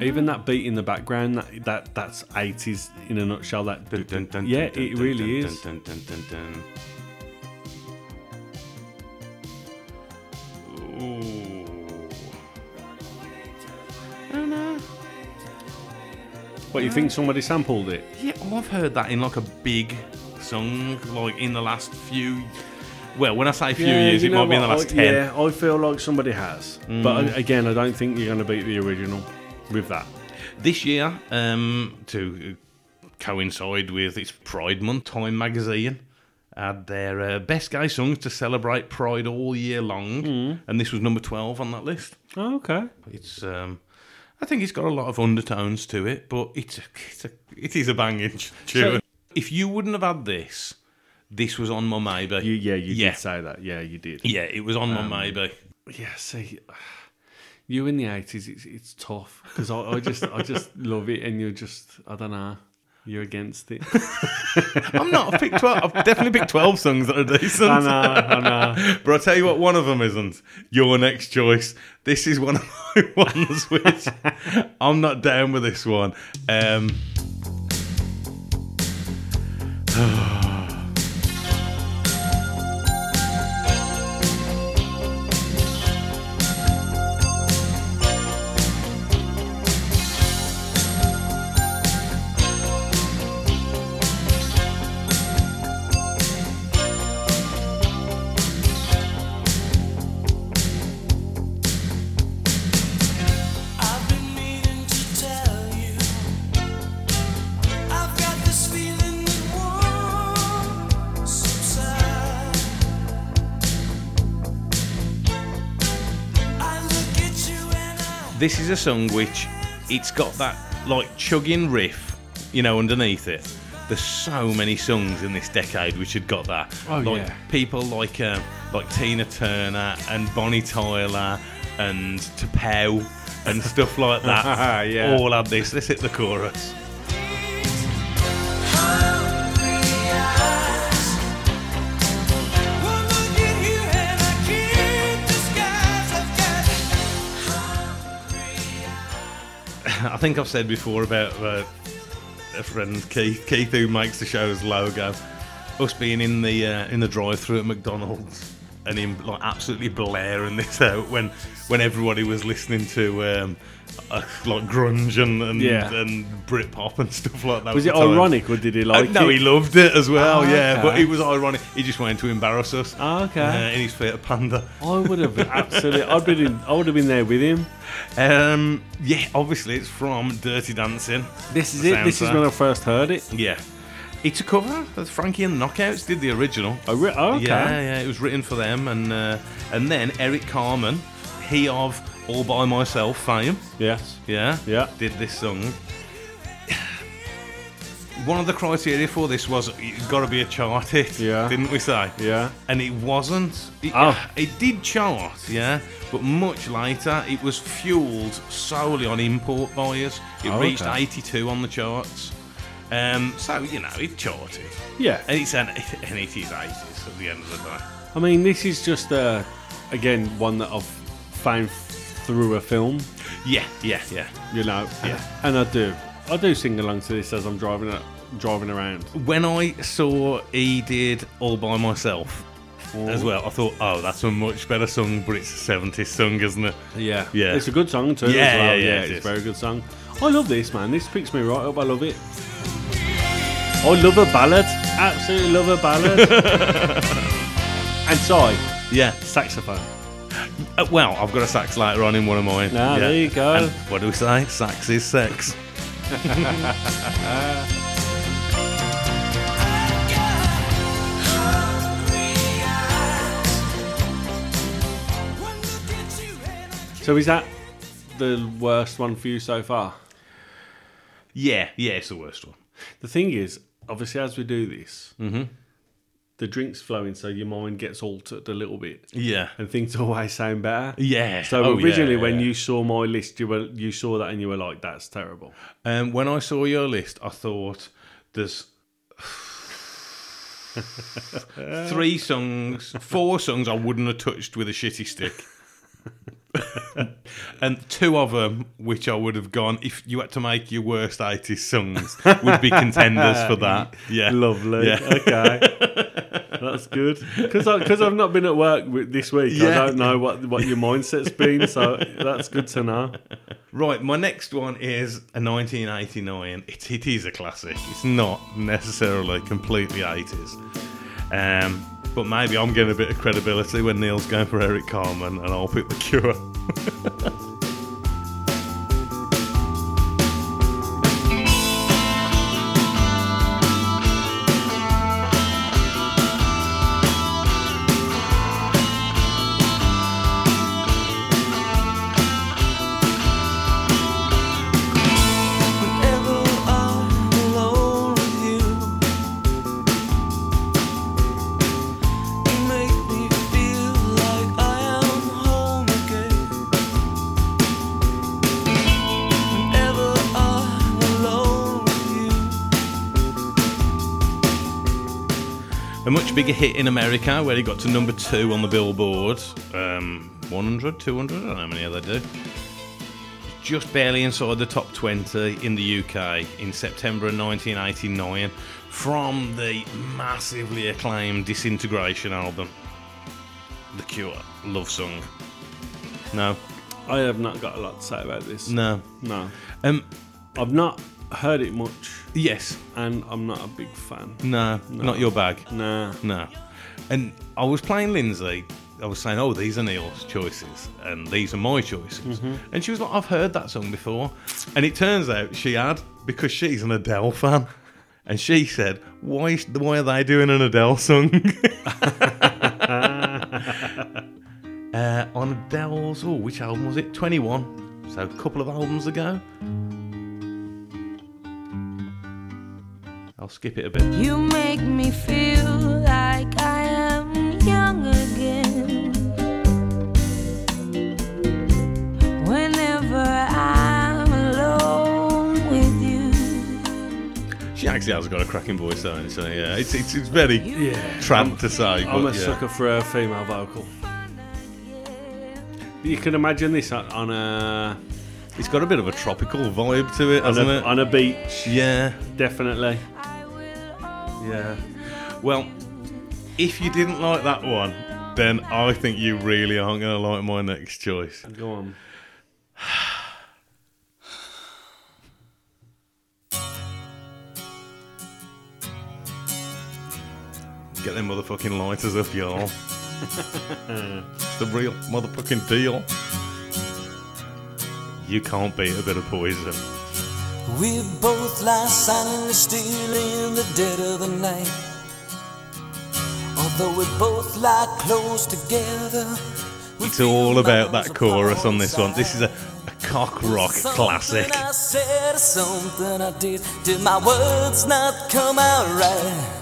Speaker 2: Even that beat in the background, that that that's eighties in a nutshell. That
Speaker 1: Dun, dun, dun,
Speaker 2: yeah,
Speaker 1: dun,
Speaker 2: it
Speaker 1: dun,
Speaker 2: really
Speaker 1: dun,
Speaker 2: is.
Speaker 1: dun, dun, dun, dun, dun. Ooh.
Speaker 2: What you think somebody sampled it?
Speaker 1: Yeah, well, I've heard that in like a big song, like in the last few. Well, when I say few years, it might be in the last
Speaker 2: I,
Speaker 1: ten.
Speaker 2: Yeah, I feel like somebody has, but I- again, I don't think you're going to beat the original with that.
Speaker 1: This year, um, to coincide with its Pride Month, Time magazine had their uh, best gay songs to celebrate Pride all year long,
Speaker 2: Mm.
Speaker 1: and this was number twelve on that list.
Speaker 2: Oh, okay.
Speaker 1: It's, um, I think it's got a lot of undertones to it, but it's a, it's a, it is a banging tune. if you wouldn't have had this, this was on my maybe.
Speaker 2: You, yeah, you
Speaker 1: Yeah.
Speaker 2: did say Um, that. Yeah, you did.
Speaker 1: yeah, it was on my
Speaker 2: [LAUGHS]
Speaker 1: maybe.
Speaker 2: Yeah, see, you in the eighties, it's it's tough because I, I just I just love it, and you're just I don't know, you're against it.
Speaker 1: I'm not. I've picked twelve. I've definitely picked twelve songs that are decent.
Speaker 2: I know, I know.
Speaker 1: [LAUGHS] But I'll tell you what, one of them isn't. Your next choice. This is one of my [LAUGHS] ones
Speaker 2: [LAUGHS]
Speaker 1: which I'm not down with this one. Um,
Speaker 8: I've been meaning to tell you I've got this feeling that
Speaker 1: this is a song which it's got that like chugging riff, you know, underneath it. There's so many songs in this decade which had got that.
Speaker 2: Oh,
Speaker 1: like
Speaker 2: yeah.
Speaker 1: people like um, like Tina Turner and Bonnie Tyler and Tapau and stuff like that.
Speaker 2: [LAUGHS] Yeah.
Speaker 1: All had this. Let's hit the chorus. I think I've said before about uh, a friend Keith, Keith who makes the show's logo, us being in the uh, in the drive-through at McDonald's and him like absolutely blaring this out when when everybody was listening to um, uh, like grunge and and,
Speaker 2: Yeah.
Speaker 1: and Britpop and stuff like that.
Speaker 2: Was
Speaker 1: at
Speaker 2: it
Speaker 1: the time.
Speaker 2: ironic or did he
Speaker 1: Uh,
Speaker 2: like
Speaker 1: no,
Speaker 2: it?
Speaker 1: he loved it as well.
Speaker 2: Oh,
Speaker 1: yeah, but
Speaker 2: okay.
Speaker 1: it was ironic. He just wanted to embarrass us.
Speaker 2: Oh, okay.
Speaker 1: Uh, in his Fiat Panda.
Speaker 2: I would have absolutely. I'd been. In, I would have been there with him.
Speaker 1: Um, yeah, obviously it's from Dirty Dancing.
Speaker 2: This is
Speaker 1: The
Speaker 2: it. This is
Speaker 1: soundtrack.
Speaker 2: when I first heard it.
Speaker 1: Yeah. It's a cover. that Frankie and the Knockouts did the original.
Speaker 2: I re- oh, okay.
Speaker 1: Yeah, yeah. It was written for them, and uh, and then Eric Carmen, he of All by Myself fame,
Speaker 2: Yes.
Speaker 1: yeah,
Speaker 2: Yeah.
Speaker 1: did this song. One of the criteria for this was it's got to be a chart hit.
Speaker 2: Yeah.
Speaker 1: didn't we say?
Speaker 2: Yeah.
Speaker 1: and it wasn't. It,
Speaker 2: Oh.
Speaker 1: it did chart, yeah, but much later it was fueled solely on import buyers. It
Speaker 2: Oh,
Speaker 1: reached
Speaker 2: okay.
Speaker 1: 82 on the charts. Um, so you know it charted,
Speaker 2: Yeah.
Speaker 1: and it's an, [LAUGHS] and it is 80s at the end of the day.
Speaker 2: I mean, this is just uh, again one that I've found through a film.
Speaker 1: Yeah, yeah, yeah.
Speaker 2: You know.
Speaker 1: Yeah.
Speaker 2: And I do. I do sing along to this as I'm driving. a- Driving around.
Speaker 1: When I saw he did all by myself as well, I thought, oh, that's a much better song, but it's a 70s song, isn't it?
Speaker 2: Yeah.
Speaker 1: Yeah.
Speaker 2: It's a good song too. as
Speaker 1: Yeah,
Speaker 2: well.
Speaker 1: yeah, yeah, it
Speaker 2: it's a
Speaker 1: is.
Speaker 2: very good song. I love this man. This picks me right up. I love it. I love a ballad. Absolutely love a ballad. [LAUGHS] and sorry,
Speaker 1: Yeah.
Speaker 2: saxophone.
Speaker 1: Uh, well, I've got a sax later on in one of mine.
Speaker 2: Ah, there you go.
Speaker 1: And what do we say? Sax is sex.
Speaker 2: So is that the worst one for you so far?
Speaker 1: Yeah, yeah, it's the worst one.
Speaker 2: The thing is, obviously, as we do this, the drink's flowing, so your mind gets altered a little bit,
Speaker 1: Yeah.
Speaker 2: and things always sound better.
Speaker 1: Yeah.
Speaker 2: So
Speaker 1: Oh, yeah,
Speaker 2: originally, when
Speaker 1: yeah.
Speaker 2: you saw my list, you were you saw that and you were like, "That's terrible."
Speaker 1: Um, when I saw your list, I thought [LAUGHS] there's three songs, four songs I wouldn't have touched with a shitty stick. [LAUGHS] and two of them, which I would have gone, if you had to make your worst 80s songs, would be contenders for [LAUGHS] that. Yeah.
Speaker 2: Lovely. Okay.
Speaker 1: [LAUGHS]
Speaker 2: That's good. Because I've not been at work wi- this week. I
Speaker 1: Yeah.
Speaker 2: don't know what, what your mindset's been.
Speaker 1: [LAUGHS]
Speaker 2: So that's good to know.
Speaker 1: Right, my next one is a 1989. It, it is a classic. It's not necessarily completely 80s. Um, but maybe I'm getting a bit of credibility when Neil's going for Eric Carmen and I'll pick The [LAUGHS] Cure. a much bigger hit in America where he got to number two on the Billboard. Um, 100, 200, I don't know how many other do. Just barely inside the top 20 in the UK in September of 1989 from the massively acclaimed Disintegration album. The Cure, Love Song. No,
Speaker 2: I have not got a lot to say about this.
Speaker 1: no.
Speaker 2: No.
Speaker 1: Um,
Speaker 2: I've not heard it much
Speaker 1: yes,
Speaker 2: and I'm not a big fan.
Speaker 1: no, not your bag.
Speaker 2: Nah.
Speaker 1: No. And I was playing Lindsay. I was saying, oh, these are Neil's choices and these are my choices. And she was like, I've heard that song before. And it turns out she had because she's an Adele fan. And she said, why, is- why are they doing an Adele song? [LAUGHS] uh, on Adele's, oh, which album was it? 21. So, a couple of albums ago. I'll skip it a bit.
Speaker 9: You make me feel like I am young again. Whenever I'm alone with you,
Speaker 1: She actually has got a cracking voice, though, so yeah, it's, it's, it's very tramp to say.
Speaker 2: I'm
Speaker 1: but
Speaker 2: a
Speaker 1: yeah.
Speaker 2: sucker for a female vocal. You can imagine this on- on a
Speaker 1: It's got a bit of a tropical vibe to it,
Speaker 2: on
Speaker 1: hasn't
Speaker 2: a,
Speaker 1: it?
Speaker 2: on a beach,
Speaker 1: yeah,
Speaker 2: definitely.
Speaker 1: yeah. Well, if you didn't like that one, then I think you really aren't going to like my next choice.
Speaker 2: Go on.
Speaker 1: Get them motherfucking lighters up, y'all. it's the real motherfucking deal. You can't beat a bit of poison.
Speaker 8: We both lie silently still in the dead of the night. Although we both lie close together. we
Speaker 1: It's all
Speaker 8: feel
Speaker 1: about
Speaker 8: miles
Speaker 1: that chorus
Speaker 8: apart
Speaker 1: on this one. This is
Speaker 8: inside.
Speaker 1: a, a cock rock
Speaker 8: Something
Speaker 1: classic.
Speaker 8: I said, something I did. Did my words not come out right?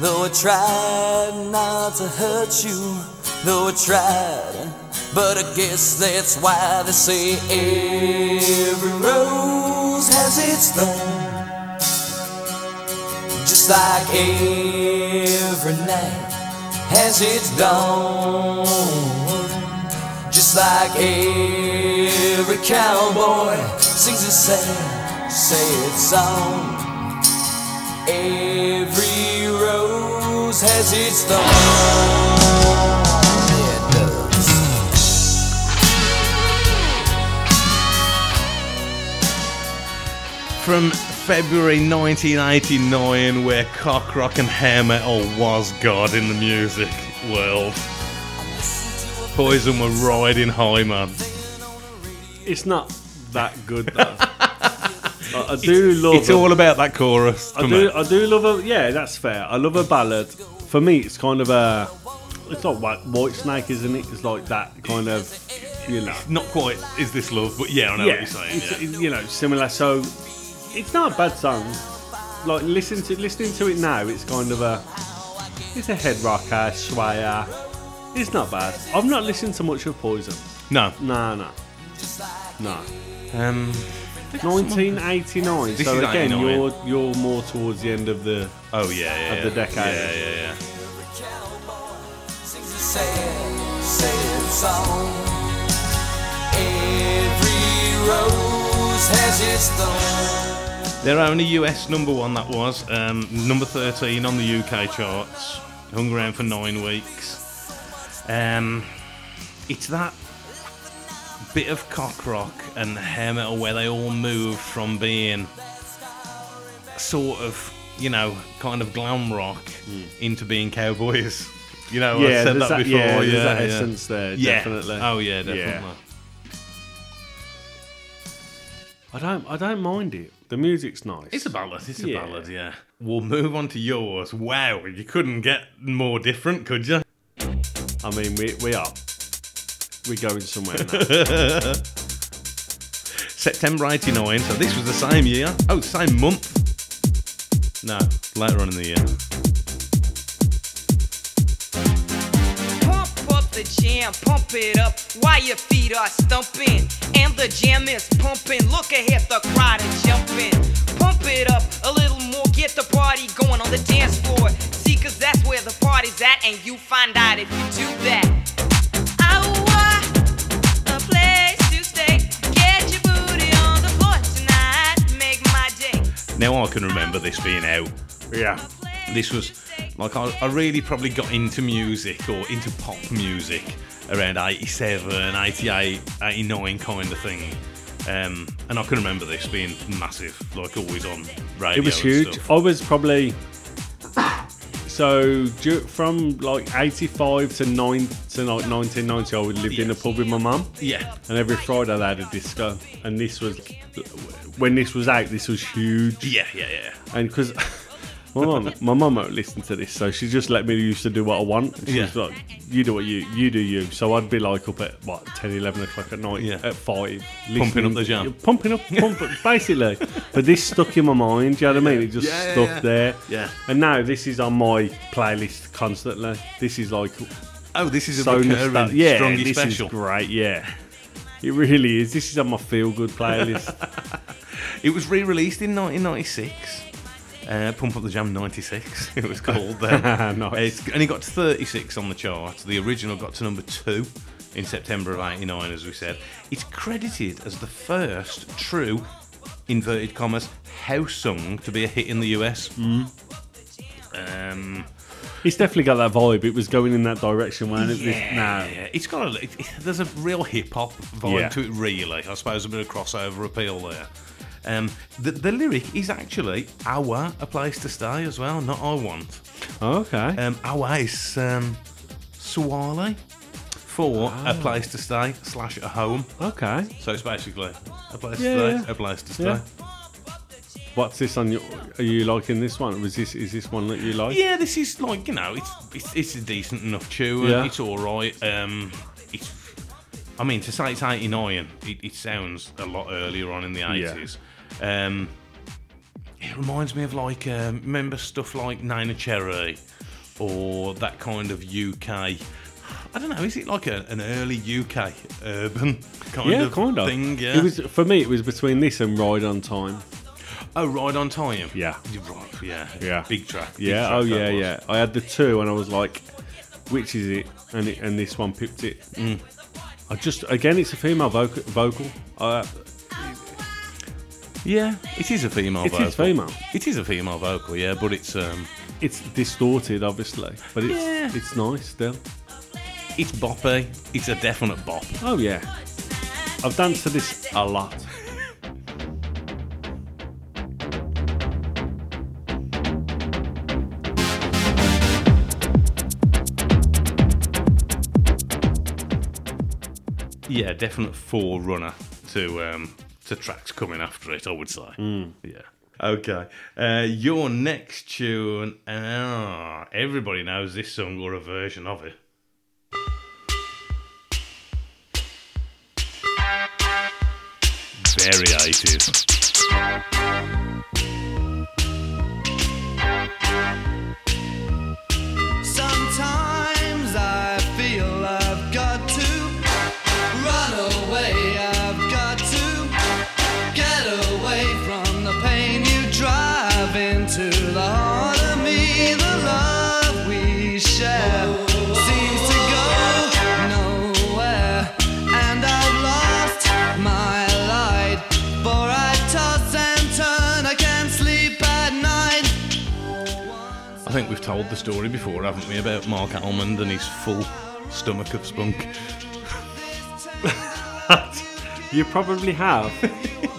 Speaker 8: Though I tried not to hurt you, though I tried. But I guess that's why they say every rose has its thorn. Just like every night has its dawn. Just like every cowboy sings a sad, sad song. Every rose has its thorn. It does.
Speaker 1: From February 1989, where cock rock and hair metal was god in the music world. Poison were riding high, man.
Speaker 2: It's not that
Speaker 1: [LAUGHS]
Speaker 2: good though. I, I do love.
Speaker 1: It's
Speaker 2: a-
Speaker 1: all about that chorus.
Speaker 2: I
Speaker 1: isn't
Speaker 2: do.
Speaker 1: it?
Speaker 2: I do love a. Yeah, that's fair. I love a ballad. For me, it's kind of a. It's not white, white snake, isn't it? It's like that kind of. You know.
Speaker 1: Not quite is this love, but yeah, I know what you're saying.
Speaker 2: it's,
Speaker 1: yeah.
Speaker 2: it- you know, similar. So it's not a bad song. Like listen to listening to it now, it's kind of a it's a head rocker, swayer. It's not bad. I've not listened to much of Poison.
Speaker 1: No.
Speaker 2: No, no, no.
Speaker 1: Um,
Speaker 2: 1989.
Speaker 1: This
Speaker 2: so
Speaker 1: is
Speaker 2: again,
Speaker 1: 89.
Speaker 2: you're you're more towards the end of the.
Speaker 1: oh, yeah, yeah.
Speaker 2: Of the
Speaker 1: yeah.
Speaker 2: decade.
Speaker 1: Yeah, yeah, yeah.
Speaker 8: Sings a sad, sad song. Every rose has its thorn.
Speaker 1: Their only US number one that was, um, number 13 on the UK charts. Hung around for nine weeks. Um, it's that bit of cock rock and hair metal where they all move from being sort of, you know, kind of glam rock into being cowboys. [LAUGHS] You know,
Speaker 2: Hmm. yeah,
Speaker 1: I've said
Speaker 2: there's
Speaker 1: that
Speaker 2: that,
Speaker 1: before.
Speaker 2: yeah, there's
Speaker 1: yeah,
Speaker 2: that
Speaker 1: yeah.
Speaker 2: essence there,
Speaker 1: Yeah.
Speaker 2: definitely.
Speaker 1: Oh, yeah, definitely.
Speaker 2: I don't, I don't mind it. The music's nice.
Speaker 1: It's a ballad. It's a
Speaker 2: Yeah.
Speaker 1: ballad. Yeah. We'll move on to yours. Wow, you couldn't get more different, could you?
Speaker 2: I mean, we we are we're going somewhere
Speaker 1: [LAUGHS]
Speaker 2: now.
Speaker 1: September '89. So this was the same year. Oh, same month. No, later on in the year.
Speaker 10: Pump up the jam, pump it up while your feet are stumping. And the jam is pumping. Look ahead, the crowd is jumping. Pump it up a little more, get the party going on the dance floor. See, cause that's where the party's at, and you find out if you do that. I want a place to stay. Get your booty on the floor tonight. Make my day.
Speaker 1: Now I can remember this being out.
Speaker 2: yeah.
Speaker 1: This was like I, I really probably got into music or into pop music around 87, 88, 89 kind of thing. Um, and I can remember this being massive, like always on radio.
Speaker 2: It was
Speaker 1: and
Speaker 2: huge.
Speaker 1: stuff.
Speaker 2: I was probably so ju- from like '85 to nine to like 1990. I would lived in a
Speaker 1: Yeah.
Speaker 2: pub with my mum,
Speaker 1: Yeah.
Speaker 2: and every Friday they had a disco. And this was when this was out. This was huge,
Speaker 1: Yeah, yeah, yeah.
Speaker 2: and because [LAUGHS] My mum, my mum won't listen to this, so she just let me used to do what I want. She's
Speaker 1: Yeah.
Speaker 2: like, you do what you, you do you. So I'd be like up at what 10, 11 o'clock at night,
Speaker 1: Yeah.
Speaker 2: at five,
Speaker 1: Pumping up
Speaker 2: listening-
Speaker 1: the jam.
Speaker 2: pumping up, pumping, [LAUGHS] basically. But this stuck in my mind. Do you know what I mean? It just
Speaker 1: Yeah, yeah,
Speaker 2: stuck
Speaker 1: yeah.
Speaker 2: there.
Speaker 1: Yeah.
Speaker 2: And now this is on my playlist constantly. This is like
Speaker 1: Oh, this is a
Speaker 2: so
Speaker 1: recurring
Speaker 2: nostalgic. Yeah,
Speaker 1: Strongy
Speaker 2: this
Speaker 1: special.
Speaker 2: is great. Yeah. It really is. This is on my feel good playlist. [LAUGHS]
Speaker 1: It was re-released in 1996. Uh, Pump Up the Jam 96, [LAUGHS] it was called then.
Speaker 2: [LAUGHS] Nice.
Speaker 1: It's only got to 36 on the chart. The original got to number two in September of 89, as we said. It's credited as the first true, inverted commas, house song to be a hit in the US.
Speaker 2: Mm.
Speaker 1: Um,
Speaker 2: It's definitely got that vibe. It was going in that direction, wasn't it? This-
Speaker 1: yeah,
Speaker 2: nah.
Speaker 1: it's got a. It, it- there's a real hip hop vibe
Speaker 2: Yeah.
Speaker 1: to it, really. I suppose a bit of crossover appeal there. Um, the, the lyric is actually "Our a place to stay" as well, not "I want."
Speaker 2: Okay.
Speaker 1: Um, "Our" is um, Swale for
Speaker 2: Ah.
Speaker 1: a place to stay slash a home.
Speaker 2: okay.
Speaker 1: So it's basically a place
Speaker 2: Yeah,
Speaker 1: to stay,
Speaker 2: yeah.
Speaker 1: a place to stay.
Speaker 2: Yeah. What's this on your? Are you liking this one? Was this is this one that you like?
Speaker 1: Yeah, this is like you know, it's it's, it's a decent enough tune.
Speaker 2: Yeah.
Speaker 1: It's all right. Um, it's, I mean, to say it's eighty nine, it, it sounds a lot earlier on in the
Speaker 2: Yeah.
Speaker 1: eighties. Um, it reminds me of like um, remember stuff like Nina Cherry or that kind of UK. I don't know. Is it like a, an early UK urban [LAUGHS] kind,
Speaker 2: Yeah,
Speaker 1: of,
Speaker 2: kind of.
Speaker 1: thing? Yeah.
Speaker 2: It was for me. It was between this and Ride on Time.
Speaker 1: oh, right on time.
Speaker 2: Yeah.
Speaker 1: You're right. Yeah.
Speaker 2: Yeah.
Speaker 1: Big track. big
Speaker 2: Yeah.
Speaker 1: track
Speaker 2: Oh
Speaker 1: that
Speaker 2: yeah.
Speaker 1: was.
Speaker 2: Yeah. I had the two, and I was like, which is it? And it, and this one pipped it.
Speaker 1: Mm.
Speaker 2: I just again, it's a female vocal. Vocal. Uh,
Speaker 1: Yeah, it is a female
Speaker 2: It
Speaker 1: vocal.
Speaker 2: is female.
Speaker 1: It is a female vocal, yeah, but it's um,
Speaker 2: it's distorted, obviously, but it's
Speaker 1: Yeah.
Speaker 2: it's nice still.
Speaker 1: it's boppy. It's a definite bop.
Speaker 2: Oh yeah. I've danced to this a lot.
Speaker 1: Yeah, definite forerunner to um, to tracks coming after it. I would say.
Speaker 2: Hmm.
Speaker 1: Yeah. Okay. Uh, your next tune. Ah, everybody knows this song or a version of it. Very 80s.
Speaker 6: Sometimes I feel I've got to run away. I've got to get away from the pain you drive into the heart of me. The love we share seems to go nowhere, and I've lost my light. For I toss and turn, I can't sleep at night.
Speaker 1: I think we've told the story before, haven't we, about Mark Almond and his full stomach of spunk. [LAUGHS]
Speaker 2: You probably have,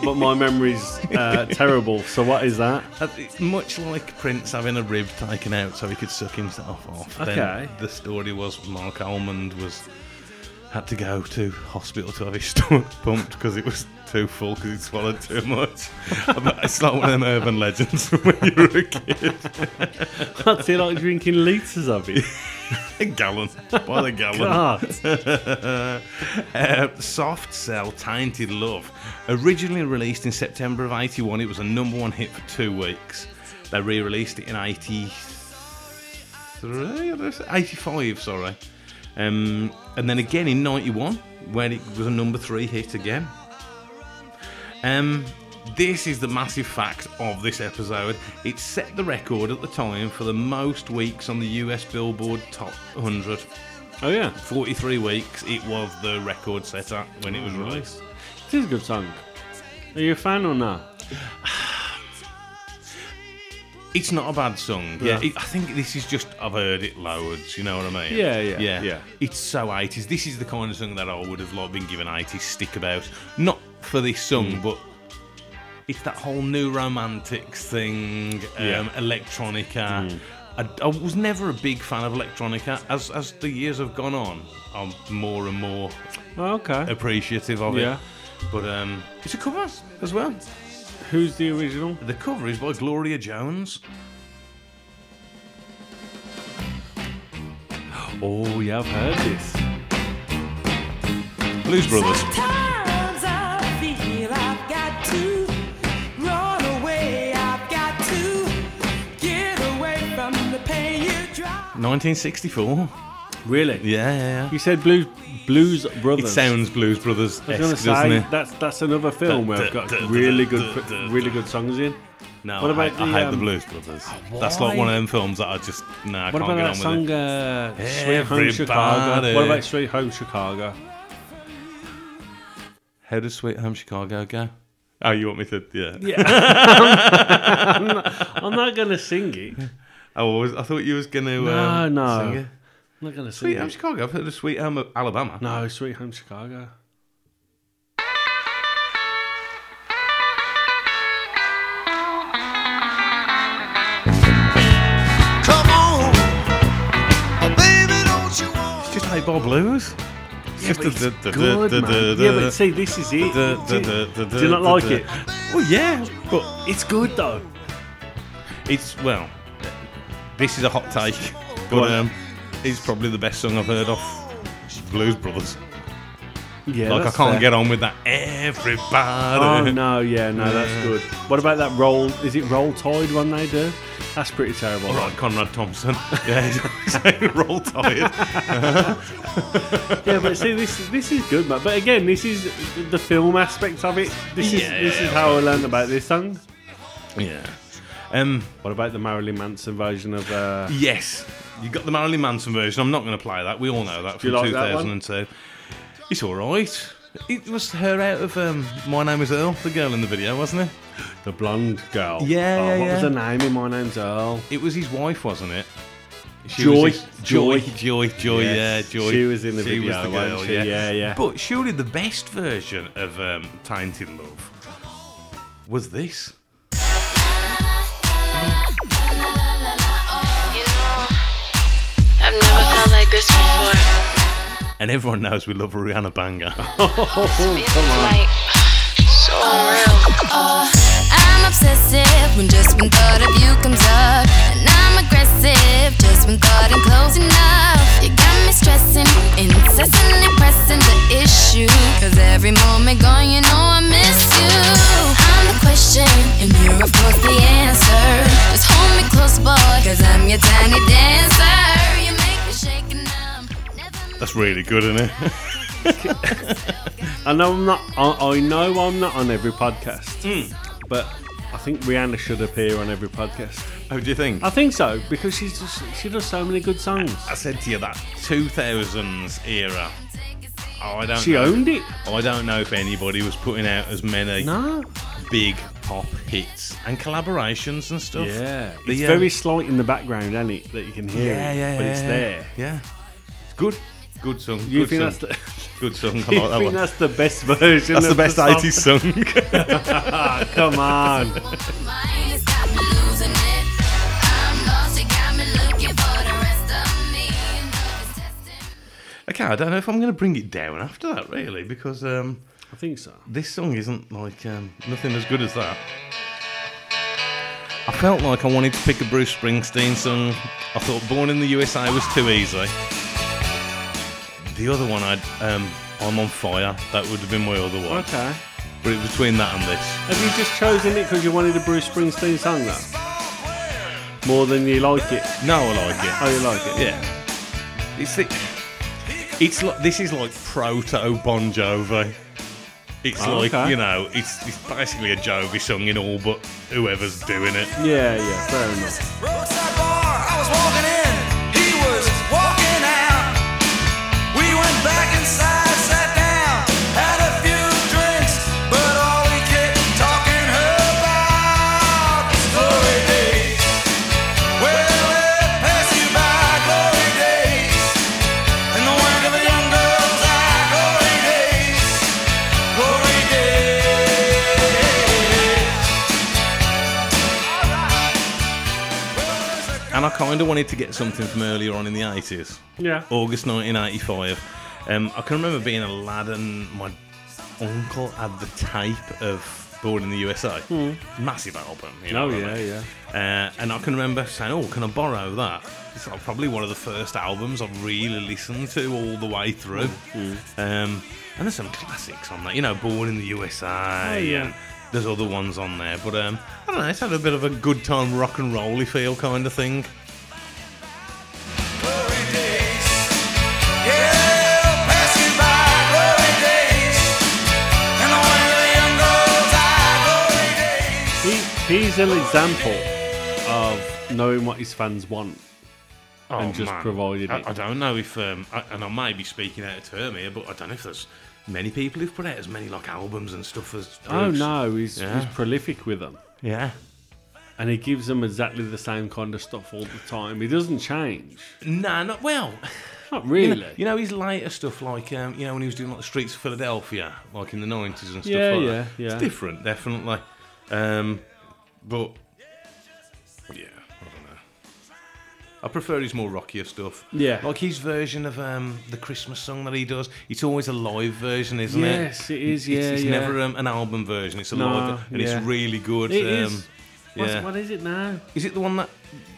Speaker 2: but my memory's uh, terrible. So what is that? [LAUGHS]
Speaker 1: Uh, It's much like Prince having a rib taken out so he could suck himself off. Then
Speaker 2: Okay.
Speaker 1: the story was Mark Almond was had to go to hospital to have his [LAUGHS] stomach pumped because it was too full because he'd swallowed too much. [LAUGHS] But it's like one of them urban legends [LAUGHS] from when you were a kid.
Speaker 2: That's it, like drinking litres of
Speaker 1: [LAUGHS]
Speaker 2: it.
Speaker 1: A gallon by the gallon.
Speaker 2: God.
Speaker 1: Uh, Soft Cell Tainted Love. Originally released in September of 81, it was a number one hit for two weeks. They re released it in 83, or was it 85, sorry. Um, and then again in 91, where it was a number three hit again. Um, this is the massive fact of this episode. It set the record at the time for the most weeks on the US Billboard Top 100.
Speaker 2: Oh yeah,
Speaker 1: 43 weeks, it was the record setter when it was released.
Speaker 2: it is a good song. Are you a fan or not?
Speaker 1: It's not a bad song. Yeah,
Speaker 2: Yeah.
Speaker 1: it, I think this is just I've heard it loads. You know what I mean?
Speaker 2: Yeah, yeah, yeah.
Speaker 1: It's so 80s. This is the kind of song that I would have like been given 80s stick about. Not for this song,
Speaker 2: Hmm.
Speaker 1: but it's that whole new romantics thing, um,
Speaker 2: Yeah. Hmm.
Speaker 1: electronica. I, I was never a big fan of electronica. As as the years have gone on, I'm more and more
Speaker 2: Oh, okay.
Speaker 1: appreciative of
Speaker 2: Yeah.
Speaker 1: it. But um, it's a cover as well.
Speaker 2: Who's the original?
Speaker 1: The cover is by Gloria Jones.
Speaker 2: Oh, yeah, I've
Speaker 1: Uh,
Speaker 2: heard this.
Speaker 1: Blues Brothers.
Speaker 11: Sometimes I feel I've got to run away. I've got to get away from the pain you drive.
Speaker 1: 1964.
Speaker 2: Really?
Speaker 1: Yeah, yeah, yeah.
Speaker 2: You said Blues Blues Brothers.
Speaker 1: It sounds Blues Brothers
Speaker 2: I was gonna
Speaker 1: esque, doesn't
Speaker 2: say,
Speaker 1: it?
Speaker 2: That's that's another film where I've got really good really good songs in.
Speaker 1: No,
Speaker 2: What
Speaker 1: I,
Speaker 2: about
Speaker 1: hate- I
Speaker 2: the,
Speaker 1: hate the Oh,
Speaker 2: um,
Speaker 1: Blues Brothers. That's like
Speaker 2: why?
Speaker 1: one of them films that I just no, I can't
Speaker 2: What about
Speaker 1: get
Speaker 2: that
Speaker 1: on
Speaker 2: song
Speaker 1: with it.
Speaker 2: uh, Sweet Home Chicago?
Speaker 1: Everybody.
Speaker 2: What about Sweet
Speaker 1: [LAUGHS]
Speaker 2: Home Chicago?
Speaker 1: How does Sweet Home Chicago go? Oh, you want me to? Yeah.
Speaker 2: I'm not, I'm not gonna sing it.
Speaker 1: I Oh, was. I thought you was gonna.
Speaker 2: No,
Speaker 1: um,
Speaker 2: no.
Speaker 1: Sing it.
Speaker 2: I'm not gonna sing
Speaker 1: Sweet
Speaker 2: it.
Speaker 1: Home Chicago. I've heard of Sweet Home of Alabama.
Speaker 2: no, Sweet Home Chicago.
Speaker 6: Come on, oh, baby, don't you want?
Speaker 1: It's just made by blues.
Speaker 2: Yeah, but it's good, man. Yeah, but see, this is it. Do you- do you not like it?
Speaker 1: Well, yeah, but
Speaker 2: It's good though.
Speaker 1: it's well. This is a hot take,
Speaker 2: Go
Speaker 1: but
Speaker 2: on.
Speaker 1: um, it's probably the best song I've heard of Blues Brothers.
Speaker 2: Yeah,
Speaker 1: like I
Speaker 2: that's
Speaker 1: can't
Speaker 2: fair.
Speaker 1: get on with that. Everybody.
Speaker 2: Oh no, yeah, no, that's good. What about that roll? Is it roll tide one they do? That's pretty terrible.
Speaker 1: All right, Conrad Thompson. [LAUGHS] Yeah, he's [LAUGHS] saying roll tide.
Speaker 2: yeah, but see, this this is good, man. But again, this is the film aspect of it. This is
Speaker 1: Yeah,
Speaker 2: this
Speaker 1: yeah,
Speaker 2: is how I learned about this song.
Speaker 1: yeah. Um.
Speaker 2: What about the Marilyn Manson version of? Uh,
Speaker 1: Yes, you got the Marilyn Manson version. I'm not going to play that. We all know that
Speaker 2: Do
Speaker 1: from
Speaker 2: you like that one?
Speaker 1: 2002. It's all right. It was her out of um, My Name Is Earl, the girl in the video, wasn't it?
Speaker 2: the blonde girl.
Speaker 1: Yeah,
Speaker 2: Oh,
Speaker 1: yeah,
Speaker 2: What was
Speaker 1: yeah.
Speaker 2: her name? In My name's Earl.
Speaker 1: It was his wife, wasn't it? She
Speaker 2: Joy.
Speaker 1: was his- Joy, Joy,
Speaker 2: Joy.
Speaker 1: Joy,
Speaker 2: Yes,
Speaker 1: Oh, yeah, Joy.
Speaker 2: she was in the
Speaker 1: She was
Speaker 2: video,
Speaker 1: the
Speaker 2: wasn't
Speaker 1: girl,
Speaker 2: she?
Speaker 1: yeah.
Speaker 2: Yeah, yeah.
Speaker 1: But surely the best version of um, Tainted Love was this.
Speaker 12: I've never felt like this before.
Speaker 1: And everyone knows we love Rihanna Banger. [LAUGHS]
Speaker 12: Like, [SIGHS] so real.
Speaker 13: I'm obsessive when just one thought of you comes up. And I'm aggressive just when thought I'm closing up. You got me stressing, incessantly pressing the issue. Cause every moment gone, you know I miss you. I'm the question, and you're of course the answer. Just hold me close, boy, cause I'm your tiny dancer. You make me shake and I'm
Speaker 1: That's really good, isn't it?
Speaker 2: I know I'm not. I, I know I'm not on every podcast, but I think Rihanna should appear on every podcast.
Speaker 1: How do you think?
Speaker 2: I think so because she's just, she does so many good songs.
Speaker 1: I said to you that 2000s era. Oh, I don't.
Speaker 2: She
Speaker 1: know.
Speaker 2: owned it.
Speaker 1: I don't know if anybody was putting out as many
Speaker 2: No.
Speaker 1: big pop hits and collaborations and stuff.
Speaker 2: Yeah,
Speaker 1: The,
Speaker 2: it's
Speaker 1: um,
Speaker 2: very slight in the background, isn't it? That you can hear.
Speaker 1: Yeah,
Speaker 2: it,
Speaker 1: yeah,
Speaker 2: but it's
Speaker 1: yeah,
Speaker 2: [LAUGHS] there.
Speaker 1: Yeah, it's good. Good song.
Speaker 2: You
Speaker 1: good
Speaker 2: think
Speaker 1: song.
Speaker 2: that's the?
Speaker 1: good song. I
Speaker 2: [LAUGHS]
Speaker 1: like
Speaker 2: you
Speaker 1: that
Speaker 2: think
Speaker 1: one.
Speaker 2: that's the best [LAUGHS] version?
Speaker 1: That's the
Speaker 2: of
Speaker 1: best
Speaker 2: song?
Speaker 1: 80s song.
Speaker 2: [LAUGHS] Ah, come on.
Speaker 13: mine. It's got me losing it. I'm lost, you got me looking for the rest of me. And love is testing
Speaker 1: okay, I don't know if I'm going to bring it down after that, really, because um,
Speaker 2: I think so.
Speaker 1: this song isn't like um, nothing as good as that. I felt like I wanted to pick a Bruce Springsteen song. I thought Born in the USA was too easy. The other one, I'd, um, I'm on fire. That would have been my other one.
Speaker 2: Okay.
Speaker 1: But it was between that and this.
Speaker 2: Have you just chosen it because you wanted a Bruce Springsteen song though? More than you like it.
Speaker 1: No, I like it.
Speaker 2: Oh, you like it?
Speaker 1: Yeah. It's the, it's like this is like proto Bon Jovi. It's
Speaker 2: Oh,
Speaker 1: like
Speaker 2: okay.
Speaker 1: you know, it's it's basically a Jovi song in all, but whoever's doing it.
Speaker 2: Yeah, yeah, fair enough.
Speaker 11: Roadside bar, I was walking in, he was walking out. We went back inside, sat down, had a few drinks, but all we kept talking about was glory days. Well, it passed you by, glory days. In the wink of a young girl's eye, glory days, glory days.
Speaker 1: And I kind of wanted to get something from earlier on in the eighties,
Speaker 2: Yeah.
Speaker 1: August 1985. Um, I can remember being a lad and my uncle had the tape of Born in the USA.
Speaker 2: Mm.
Speaker 1: Massive album. You
Speaker 2: Oh,
Speaker 1: know
Speaker 2: yeah, yeah.
Speaker 1: yeah. Uh, and I can remember saying, "Oh, can I borrow that?" It's like probably one of the first albums I really listened to all the way through.
Speaker 2: Hmm,
Speaker 1: Um, and there's some classics on that, you know, Born in the USA,
Speaker 2: Oh, yeah.
Speaker 1: and there's other ones on there. But um, I don't know, it's had a bit of a good time rock and rolly feel kind of thing.
Speaker 2: He, he's an example of knowing what his fans want and just providing
Speaker 1: Oh, I,
Speaker 2: it.
Speaker 1: I don't know if, um, I, and I may be speaking out of term here, but I don't know if there's many people who've put out as many like albums and stuff as.
Speaker 2: Oh
Speaker 1: Bruce.
Speaker 2: no, he's,
Speaker 1: Yeah.
Speaker 2: he's prolific with them.
Speaker 1: Yeah.
Speaker 2: And he gives them exactly the same kind of stuff all the time. He doesn't change.
Speaker 1: Nah, not well.
Speaker 2: Not
Speaker 1: You know-
Speaker 2: really.
Speaker 1: You know, his later stuff, like um, you know when he was doing like the Streets of Philadelphia, like in the nineties and stuff
Speaker 2: Yeah,
Speaker 1: like
Speaker 2: yeah,
Speaker 1: that.
Speaker 2: yeah.
Speaker 1: It's different, definitely. Um, but yeah, I don't know. I prefer his more rockier stuff.
Speaker 2: Yeah.
Speaker 1: like his version of um, the Christmas song that he does. It's always a live version, isn't it?
Speaker 2: Yes, it is,
Speaker 1: It's,
Speaker 2: yeah,
Speaker 1: it's
Speaker 2: yeah.
Speaker 1: never um, an album version. It's a
Speaker 2: No,
Speaker 1: live, and
Speaker 2: yeah.
Speaker 1: it's really good.
Speaker 2: It
Speaker 1: um,
Speaker 2: is. What's-
Speaker 1: Yeah.
Speaker 2: What is it now?
Speaker 1: Is it the one that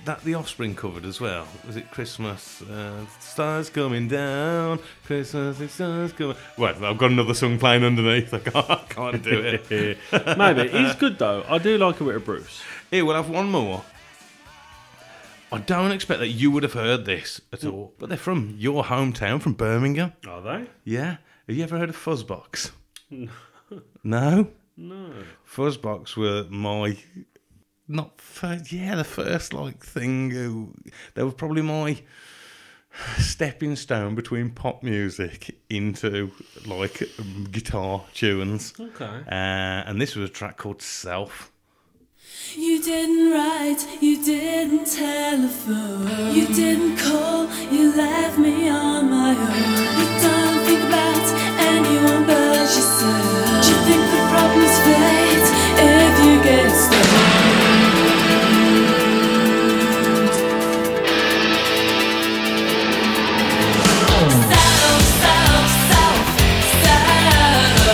Speaker 1: that the Offspring covered as well? Was it Christmas? Uh, stars coming down, Christmas the stars coming. Right, I've got another song playing underneath. [LAUGHS] I can't, I can't do it.
Speaker 2: Maybe. He's good though. I do like a bit of Bruce.
Speaker 1: Here, we'll have one more. I don't expect that you would have heard this at all, but they're from your hometown, from Birmingham.
Speaker 2: Are they?
Speaker 1: Yeah. Have you ever heard of Fuzzbox?
Speaker 2: No.
Speaker 1: No.
Speaker 2: No.
Speaker 1: Fuzzbox were my not first, yeah, the first like thing. uh, They were probably my stepping stone between pop music into like um, guitar tunes.
Speaker 14: Okay.
Speaker 1: Uh, and this was a track called Self.
Speaker 14: You didn't write, you didn't telephone, you didn't call, you left me on my own. You don't think about anyone but yourself. You think the problem's fate if you get stoned. Self, self, self, self.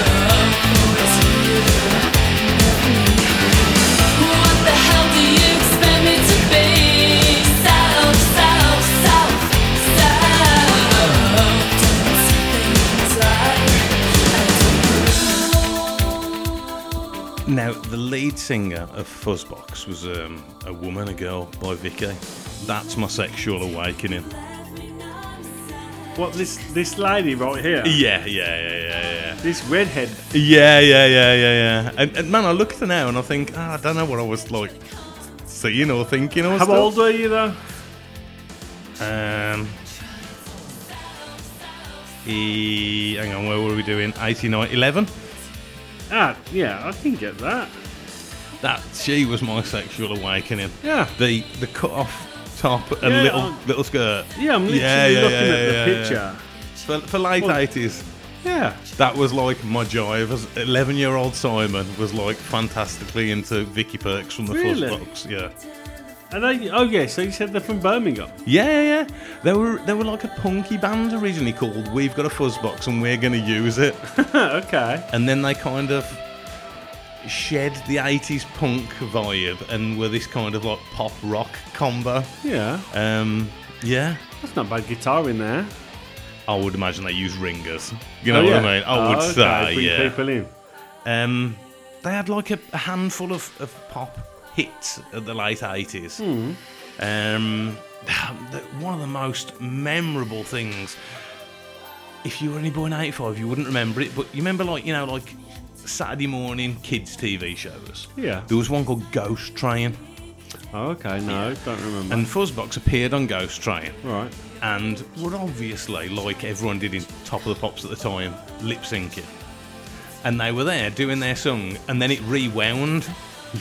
Speaker 14: What the hell do you expect me to be? Self, self, self, self.
Speaker 1: Now, the lead singer of Fuzzbox was um, a woman, a girl by Vicky. That's my sexual awakening.
Speaker 2: What this this lady right here?
Speaker 1: Yeah, yeah, yeah, yeah, yeah.
Speaker 2: This redhead.
Speaker 1: Yeah, yeah, yeah, yeah, yeah. And, and man, I look at her now and I think, ah, I don't know what I was like seeing or thinking or
Speaker 2: How
Speaker 1: stuff.
Speaker 2: old were you though?
Speaker 1: Um, e- hang on, where were we doing? 89, 11?
Speaker 2: Ah, yeah, I can get that.
Speaker 1: That she was my sexual awakening.
Speaker 2: Yeah.
Speaker 1: The the cut off top and
Speaker 2: Yeah,
Speaker 1: little
Speaker 2: I'm-
Speaker 1: little skirt.
Speaker 2: Yeah, I'm literally looking at the picture.
Speaker 1: For, for late
Speaker 2: Well,
Speaker 1: 80s.
Speaker 2: yeah.
Speaker 1: That was like my jive. As 11 year old Simon was like fantastically into Vicky Perks from the
Speaker 2: Really?
Speaker 1: Fuzzbox. Yeah.
Speaker 2: And they, oh yeah, so you said they're from Birmingham. [LAUGHS]
Speaker 1: Yeah, yeah, yeah. They were they were like a punky band originally called We've Got a Fuzzbox and We're Gonna Use It.
Speaker 2: okay.
Speaker 1: And then they kind of shed the 80s punk vibe and were this kind of like pop rock combo.
Speaker 2: Yeah.
Speaker 1: Um, yeah.
Speaker 2: That's not bad guitar in there.
Speaker 1: I would imagine they use ringers. You know
Speaker 2: Oh,
Speaker 1: what
Speaker 2: yeah.
Speaker 1: I mean? I would
Speaker 2: Oh, okay,
Speaker 1: say,
Speaker 2: bring
Speaker 1: yeah.
Speaker 2: people in.
Speaker 1: Um, they had like a, a handful of, of pop hits at the late 80s.
Speaker 2: Hmm.
Speaker 1: Um, the- one of the most memorable things, if you were only born in 85, you wouldn't remember it, but you remember, like, you know, like Saturday morning kids' TV shows.
Speaker 2: Yeah.
Speaker 1: There was one called Ghost Train.
Speaker 2: Oh, okay, no, don't remember.
Speaker 1: And Fuzzbox appeared on Ghost Train.
Speaker 2: Right.
Speaker 1: And were obviously, like everyone did in Top of the Pops at the time, lip syncing. And they were there doing their song, and then it rewound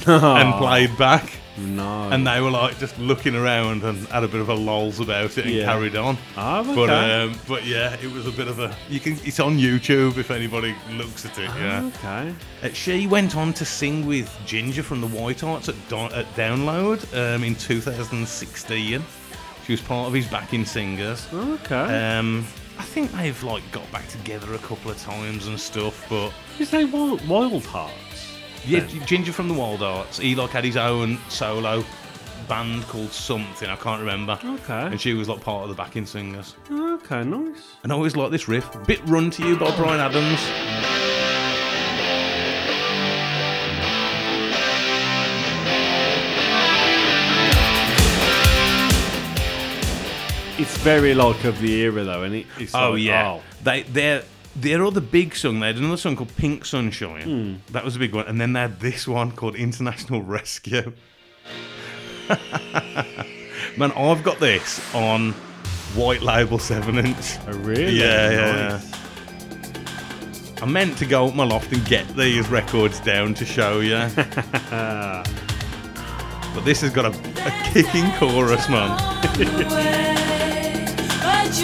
Speaker 2: No.
Speaker 1: and played back.
Speaker 2: No.
Speaker 1: And they were like just looking around and had a bit of a lols about it and
Speaker 2: Yeah.
Speaker 1: carried on.
Speaker 2: Ah,
Speaker 1: But
Speaker 2: okay.
Speaker 1: um, but yeah, it was a bit of a. You can. It's on YouTube if anybody looks at it. Yeah.
Speaker 2: Okay.
Speaker 1: Uh, she went on to sing with Ginger from the White Arts at, Don- at Download um, in 2016. She was part of his backing singers.
Speaker 2: Okay.
Speaker 1: Um, I think they've like got back together a couple of times and stuff, but
Speaker 2: you say wild, wild hearts?
Speaker 1: Yeah,
Speaker 2: then.
Speaker 1: Ginger from the Wild Arts. He like had his own solo band called something. I can't remember.
Speaker 2: Okay.
Speaker 1: And she was like part of the backing singers.
Speaker 2: Okay, nice.
Speaker 1: And I always like this riff. Bit Run to You by Brian Adams.
Speaker 2: It's very like of the era though, and it, it's
Speaker 1: Oh
Speaker 2: like,
Speaker 1: yeah,
Speaker 2: oh,
Speaker 1: they their their other big song. They had another song called Pink Sunshine. That was a big one, and then they had this one called International Rescue. [LAUGHS] Man, I've got this on white label seven inch.
Speaker 2: Oh, really?
Speaker 1: Yeah, yeah.
Speaker 2: Nice.
Speaker 1: yeah. I meant to go up my loft and get these records down to show you. but this has got a, a kicking chorus, man.
Speaker 14: But you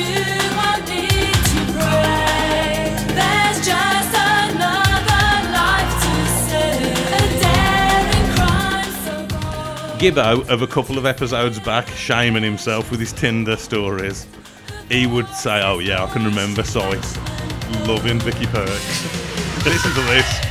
Speaker 14: won't need to pray. There's just another life to save. A daring crime so
Speaker 1: Gibbo of a couple of episodes back shaming himself with his Tinder stories. He would say, "Oh yeah, I can remember sites, loving Vicky Perks." [LAUGHS] Listen to this.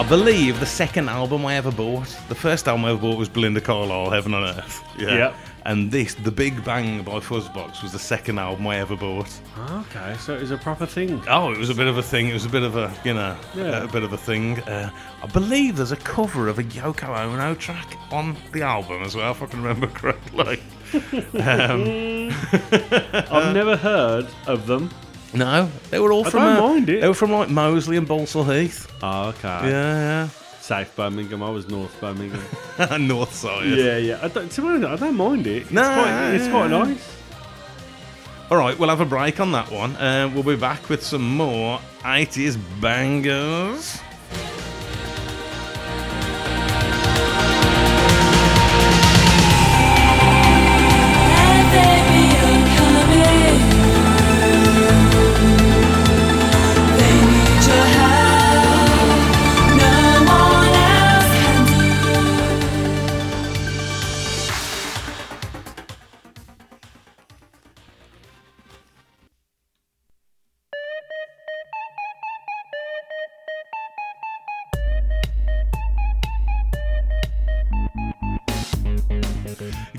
Speaker 1: I believe the second album I ever bought. The first album I ever bought was Belinda Carlisle, Heaven on Earth.
Speaker 2: Yep.
Speaker 1: And this, The Big Bang by Fuzzbox, was the second album I ever bought.
Speaker 2: okay, so it was a proper thing.
Speaker 1: Oh, it was a bit of a thing. It was a bit of a, you know,
Speaker 2: Yeah.
Speaker 1: a bit of a thing. Uh, I believe there's a cover of a Yoko Ono track on the album as well, if I can remember correctly. um,
Speaker 2: I've never heard of them.
Speaker 1: No, they were all
Speaker 2: I
Speaker 1: from.
Speaker 2: don't
Speaker 1: uh,
Speaker 2: mind it.
Speaker 1: They were from like Moseley and Balsall Heath.
Speaker 2: Oh, okay.
Speaker 1: Yeah, [LAUGHS]
Speaker 2: South Birmingham. I was North Birmingham.
Speaker 1: yeah. North side.
Speaker 2: yeah, yeah. I don't, to be honest, I don't mind it. It's
Speaker 1: No,
Speaker 2: quite, it's quite
Speaker 1: yeah.
Speaker 2: nice.
Speaker 1: All right, we'll have a break on that one. Uh, we'll be back with some more 80s bangers.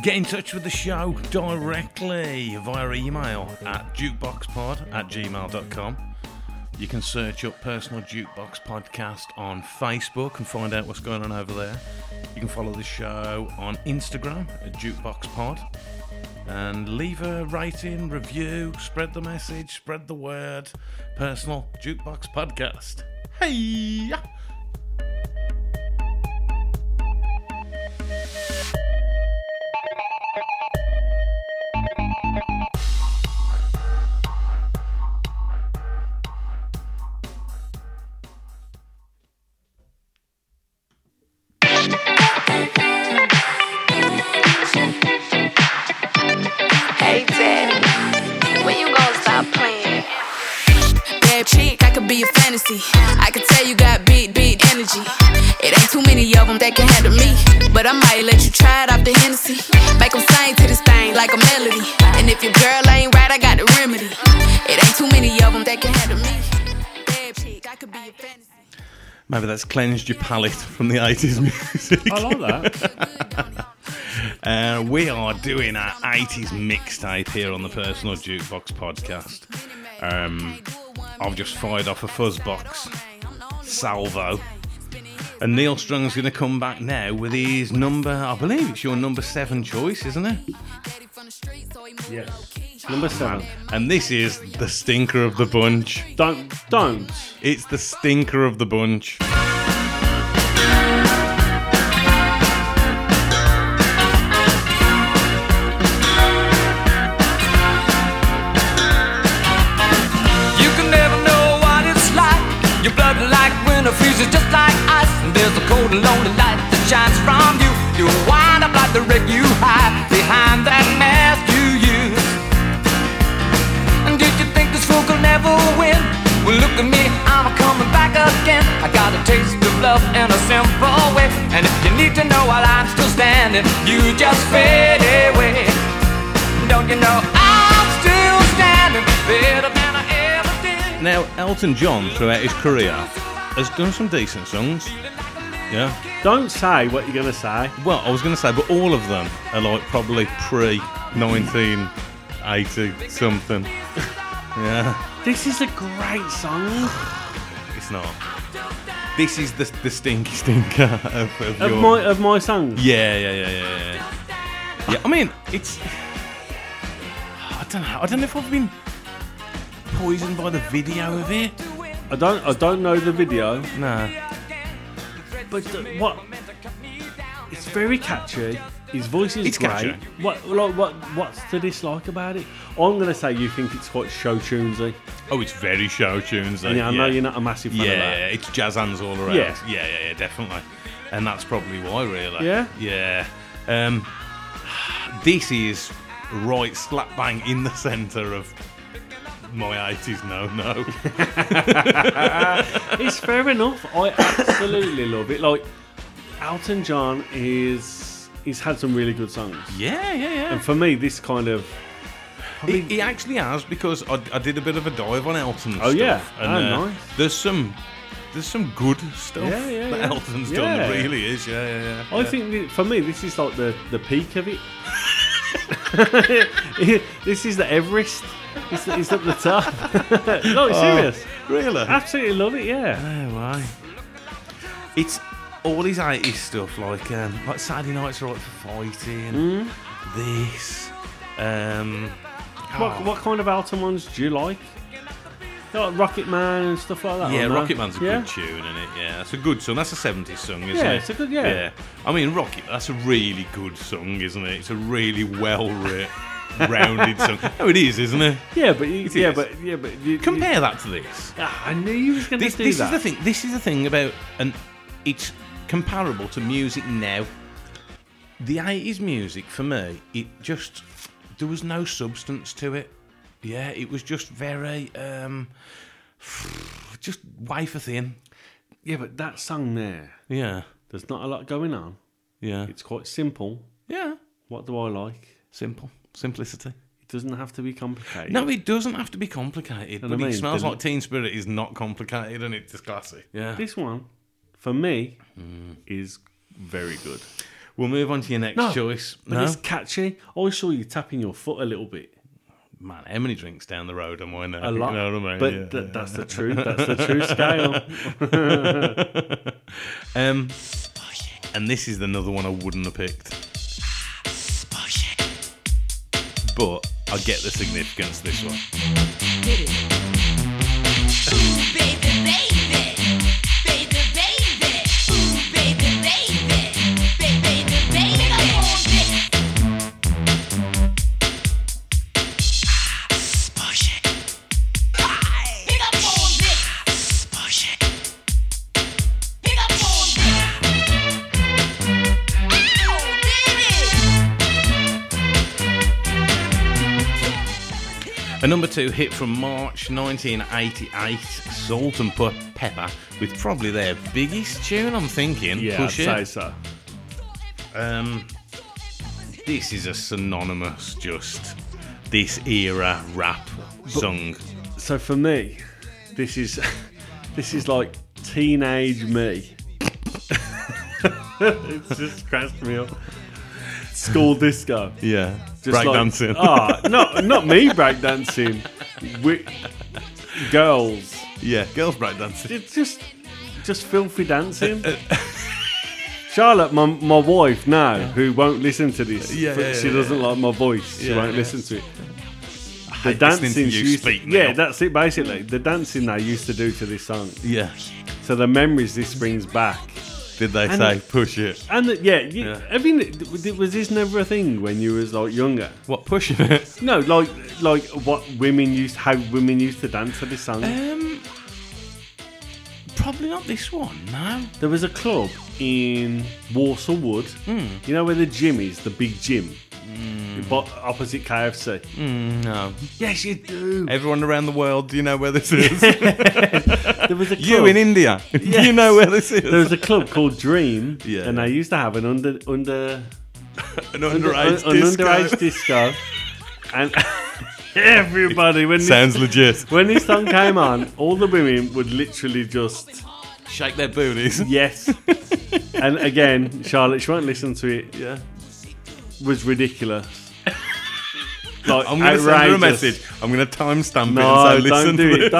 Speaker 1: Get in touch with the show directly via email at jukeboxpod at gmail.com. You can search up Personal Jukebox Podcast on Facebook and find out what's going on over there. You can follow the show on Instagram at jukeboxpod and leave a rating, review, spread the message, spread the word. Personal Jukebox Podcast. Hey!
Speaker 12: Hey daddy, when you gonna stop playing? Bad chick, I could be a fantasy. I could tell you got big, big energy. It ain't too many of them that can handle me. But I might let you try it off the Hennessy. Make 'em sing to this thing like a melody. And if your girl ain't right, I got the remedy. It ain't too many of them that can handle me. Bad chick, I could be a fantasy.
Speaker 1: Maybe that's cleansed your palate from the 80s [LAUGHS] music.
Speaker 12: I like
Speaker 1: that. [LAUGHS] uh, we are doing our 80s mixtape here on the Personal Jukebox podcast. Um, I've just fired off a fuzzbox salvo. And Neil Strung's going to come back now with his number, I believe it's your number seven choice, isn't it?
Speaker 2: Yes. Number seven.
Speaker 1: And this is the stinker of the bunch.
Speaker 2: Don't, don't.
Speaker 1: It's the stinker of the bunch.
Speaker 11: You can never know what it's like. Your blood like winter freezes just like ice. And there's a cold and lonely light that shines from you. You wind up like the wreck you hide behind that mask you use. And did you think this fool could never win? Well, look at me, I'm a
Speaker 10: while I'm still standing, you just fade away. Don't you know I'm still standing better than I ever did?
Speaker 1: Now, Elton John, throughout his career, has done some decent songs. Yeah.
Speaker 2: Don't say what you're going to say.
Speaker 1: Well, I was going to say, but all of them are like probably pre 1980 something. [LAUGHS] yeah.
Speaker 2: This is a great song.
Speaker 1: It's not. This is the, the stinky stinker [LAUGHS] of, of,
Speaker 2: Of
Speaker 1: your-
Speaker 2: my of my songs.
Speaker 1: Yeah, yeah, yeah, yeah, yeah. Yeah, I mean, it's. I don't know. I don't know if I've been poisoned by the video of it.
Speaker 2: I don't I don't know the video.
Speaker 1: No.
Speaker 2: But uh, what? It's very catchy. His voice is
Speaker 1: It's
Speaker 2: great.
Speaker 1: catchy.
Speaker 2: What like, what what's to dislike about it? I'm gonna say you think it's quite show tunesy.
Speaker 1: Oh, it's very show tunes.
Speaker 2: And yeah, I know you're not a massive fan
Speaker 1: yeah,
Speaker 2: of
Speaker 1: yeah,
Speaker 2: that.
Speaker 1: yeah, it's jazz hands all around.
Speaker 2: Yeah.
Speaker 1: Yeah. yeah, yeah, definitely. And that's probably why, really.
Speaker 2: Yeah?
Speaker 1: yeah. Um, [SIGHS] this is right slap bang in the centre of my eighties. No,
Speaker 2: [LAUGHS]
Speaker 1: no.
Speaker 2: it's fair enough. I absolutely [LAUGHS] love it. Like Elton John is he's had some really good songs.
Speaker 1: Yeah, yeah, yeah.
Speaker 2: And for me, this kind of
Speaker 1: He, he actually has because I, I did a bit of a dive on Elton's.
Speaker 2: Oh,
Speaker 1: stuff,
Speaker 2: yeah.
Speaker 1: and,
Speaker 2: Oh,
Speaker 1: uh,
Speaker 2: nice.
Speaker 1: There's some, there's some good stuff
Speaker 2: Yeah, yeah,
Speaker 1: that
Speaker 2: yeah.
Speaker 1: Elton's done.
Speaker 2: Yeah.
Speaker 1: That really is. Yeah, yeah, yeah.
Speaker 2: I
Speaker 1: yeah.
Speaker 2: think thi- for me, this is like the the peak of it. [LAUGHS] this is the Everest. It's, it's up the top. [LAUGHS] no,
Speaker 1: Oh,
Speaker 2: serious.
Speaker 1: really?
Speaker 2: Absolutely love it. Yeah.
Speaker 1: Oh, why? It's all his 80s stuff, like um, like Saturday Night's Right for Fighting,
Speaker 2: Hmm?
Speaker 1: this. Um,
Speaker 2: What,
Speaker 1: oh,
Speaker 2: what kind of Elton ones do you like? Like Rocket Man and stuff like that.
Speaker 1: yeah,
Speaker 2: aren't they?
Speaker 1: Rocket Man's a
Speaker 2: Oh, Yeah?
Speaker 1: good tune, isn't it? Yeah, that's a good song. That's a 70s song, isn't
Speaker 2: Yeah,
Speaker 1: it?
Speaker 2: it's a good- yeah.
Speaker 1: I mean, Rocket, that's a really good song, isn't it? It's a really well writ,
Speaker 2: [LAUGHS]
Speaker 1: rounded song. Oh, it is, isn't it?
Speaker 2: Yeah, but you,
Speaker 1: It
Speaker 2: yeah,
Speaker 1: is.
Speaker 2: but yeah, but you,
Speaker 1: Compare that to this.
Speaker 2: Ah, I knew you was going to
Speaker 1: This,
Speaker 2: do
Speaker 1: this is
Speaker 2: that.
Speaker 1: the thing. This is the thing about, and it's comparable to music now. The eighties music for me, it just there was no substance to it. Yeah, it was just very, um [SIGHS] just wafer thin.
Speaker 2: Yeah, but that song there.
Speaker 1: Yeah,
Speaker 2: There's not a lot going on.
Speaker 1: yeah,
Speaker 2: It's quite simple.
Speaker 1: yeah.
Speaker 2: What do I like?
Speaker 1: Simple simplicity.
Speaker 2: It doesn't have to be complicated.
Speaker 1: No, it doesn't have to be complicated.
Speaker 2: Know what
Speaker 1: But
Speaker 2: I
Speaker 1: it
Speaker 2: mean?
Speaker 1: smells
Speaker 2: Doesn't-
Speaker 1: like Teen Spirit is not complicated, and it's just classic. Yeah.
Speaker 2: This one, for me, Mm. is very good.
Speaker 1: We'll move on to your next choice.
Speaker 2: But it's catchy. I saw you tapping your foot a little bit.
Speaker 1: Man, how many drinks down the road am I now?
Speaker 2: A lot.
Speaker 1: You know what I mean?
Speaker 2: But
Speaker 1: Yeah.
Speaker 2: th-
Speaker 1: [LAUGHS]
Speaker 2: that's the truth. That's the [LAUGHS] true scale.
Speaker 1: um, and this is another one I wouldn't have picked. But I get the significance of this one. A number two hit from March 1988, Salt and Pe- Pepper, with probably their biggest tune, I'm thinking.
Speaker 2: yeah, I'd
Speaker 1: Push
Speaker 2: say
Speaker 1: It.
Speaker 2: so.
Speaker 1: Um, this is a synonymous, just this era rap song.
Speaker 2: So for me, this is [LAUGHS] this is like teenage [LAUGHS] me. it's just crashed me up. School disco.
Speaker 1: Yeah,
Speaker 2: Just like-
Speaker 1: breakdancing.
Speaker 2: Ah, no, not me [LAUGHS] breakdancing. We, girls.
Speaker 1: [LAUGHS] yeah, girls breakdancing.
Speaker 2: It's just, just filthy dancing. Charlotte, my, my wife now, who won't listen to this,
Speaker 1: Yeah,
Speaker 2: but
Speaker 1: yeah,
Speaker 2: she
Speaker 1: yeah,
Speaker 2: doesn't like my voice. she
Speaker 1: Yeah,
Speaker 2: won't
Speaker 1: yeah.
Speaker 2: listen to it. The
Speaker 1: hate listening to
Speaker 2: dancing
Speaker 1: you
Speaker 2: she used
Speaker 1: speak
Speaker 2: to, yeah,
Speaker 1: now.
Speaker 2: that's it. Basically, the dancing they used to do to this song.
Speaker 1: Yeah.
Speaker 2: So the memories this brings back.
Speaker 1: Did they
Speaker 2: And-
Speaker 1: say push it?
Speaker 2: And the, yeah, you,
Speaker 1: Yeah.
Speaker 2: I mean, th- was this never a thing when you was like younger?
Speaker 1: What pushing it?
Speaker 2: No, like like what women used, how women used to dance to this song.
Speaker 1: Um, probably not this one. No.
Speaker 2: There was a
Speaker 1: Hmm.
Speaker 2: club in Warsaw Wood. You know where the gym is, the big gym. but opposite KFC.
Speaker 1: Mm, Hmm. no.
Speaker 2: Yes, you do.
Speaker 1: Everyone around the world, do you know where
Speaker 2: [LAUGHS]
Speaker 1: this is? there
Speaker 2: was a
Speaker 1: [LAUGHS]
Speaker 2: club.
Speaker 1: You in India. Do you know where this is?
Speaker 2: There was a club called Dream,
Speaker 1: Yeah.
Speaker 2: and they used to have an under under
Speaker 1: An underage
Speaker 2: an
Speaker 1: disco.
Speaker 2: underage disco, and [LAUGHS] everybody when
Speaker 1: Sounds
Speaker 2: this,
Speaker 1: legit.
Speaker 2: When this song came on, all the women would literally just
Speaker 1: shake their booties.
Speaker 2: Yes, and again, Charlotte, she won't listen to it. Yeah, was ridiculous. Like,
Speaker 1: I'm going to send her a
Speaker 2: outrageous.
Speaker 1: message. I'm going to timestamp
Speaker 2: No,
Speaker 1: it and say, listen
Speaker 2: don't do
Speaker 1: to
Speaker 2: it.
Speaker 1: this."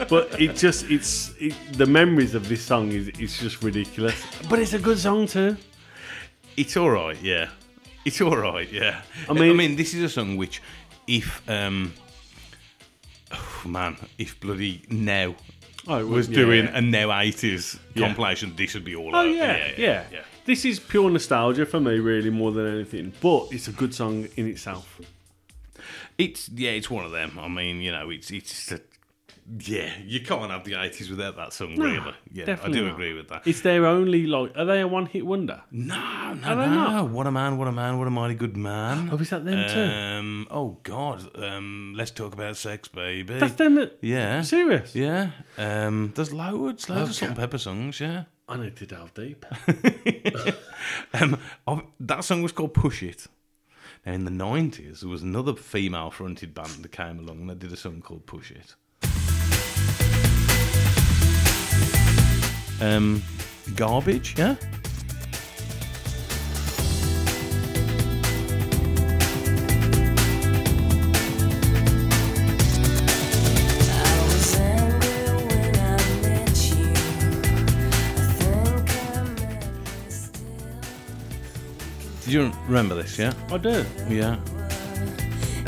Speaker 2: Don't. But it just it's it, the memories of this song is it's just ridiculous. But it's a good song too.
Speaker 1: It's all right, yeah. It's all right, yeah.
Speaker 2: I
Speaker 1: I
Speaker 2: mean-
Speaker 1: mean, I mean, this is a song which, if um, oh, man, if bloody now
Speaker 2: Oh, it
Speaker 1: was
Speaker 2: would-
Speaker 1: doing
Speaker 2: yeah.
Speaker 1: a now eighties
Speaker 2: Yeah.
Speaker 1: compilation, this would be all
Speaker 2: Oh
Speaker 1: over.
Speaker 2: yeah, yeah, This is pure nostalgia for me, really, more than anything. But it's a good song in itself.
Speaker 1: It's yeah, it's one of them. I mean, you know, it's it's just a, yeah. You can't have the eighties without that song,
Speaker 2: No,
Speaker 1: really. Yeah, I
Speaker 2: definitely
Speaker 1: do
Speaker 2: not.
Speaker 1: agree with that.
Speaker 2: It's their only like. Are they a one-hit wonder?
Speaker 1: No, no,
Speaker 2: Are they
Speaker 1: no.
Speaker 2: not?
Speaker 1: What a man, what a man, what a mighty good man.
Speaker 2: Oh, is that them too?
Speaker 1: um, Oh, God. Um, let's talk about sex, baby.
Speaker 2: That's them. That,
Speaker 1: Yeah.
Speaker 2: Serious.
Speaker 1: Yeah. Um, there's loads, loads
Speaker 2: Okay.
Speaker 1: of Salt and Pepper songs, yeah. [LAUGHS]
Speaker 2: I need to delve deep.
Speaker 1: Um, I- that song was called Push It. Now, in the 90s, there was another female fronted band that came along and they did a song called Push It. Um, garbage, yeah? Do you remember this, yeah?
Speaker 2: I do.
Speaker 1: Yeah.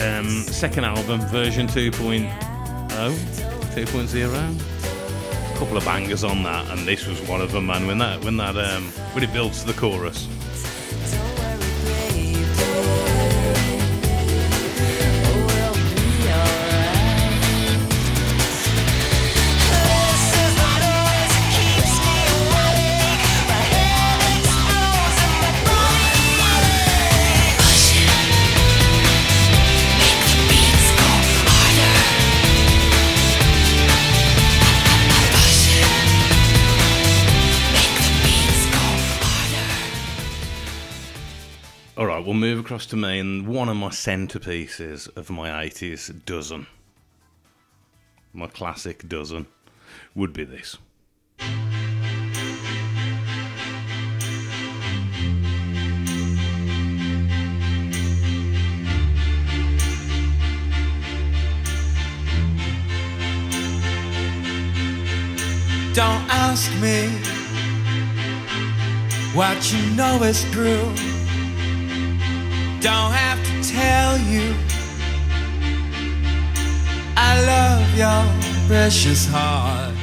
Speaker 1: Um, second album, version oh, 2.0, 2.0. Couple of bangers on that, and this was one of them, man. When that, when that, um, when it builds to the chorus. All right, we'll move across to me and one of my centerpieces of my 80s dozen. My classic dozen would be this.
Speaker 11: Don't ask me what you know is true. Don't have to tell you I love your precious heart.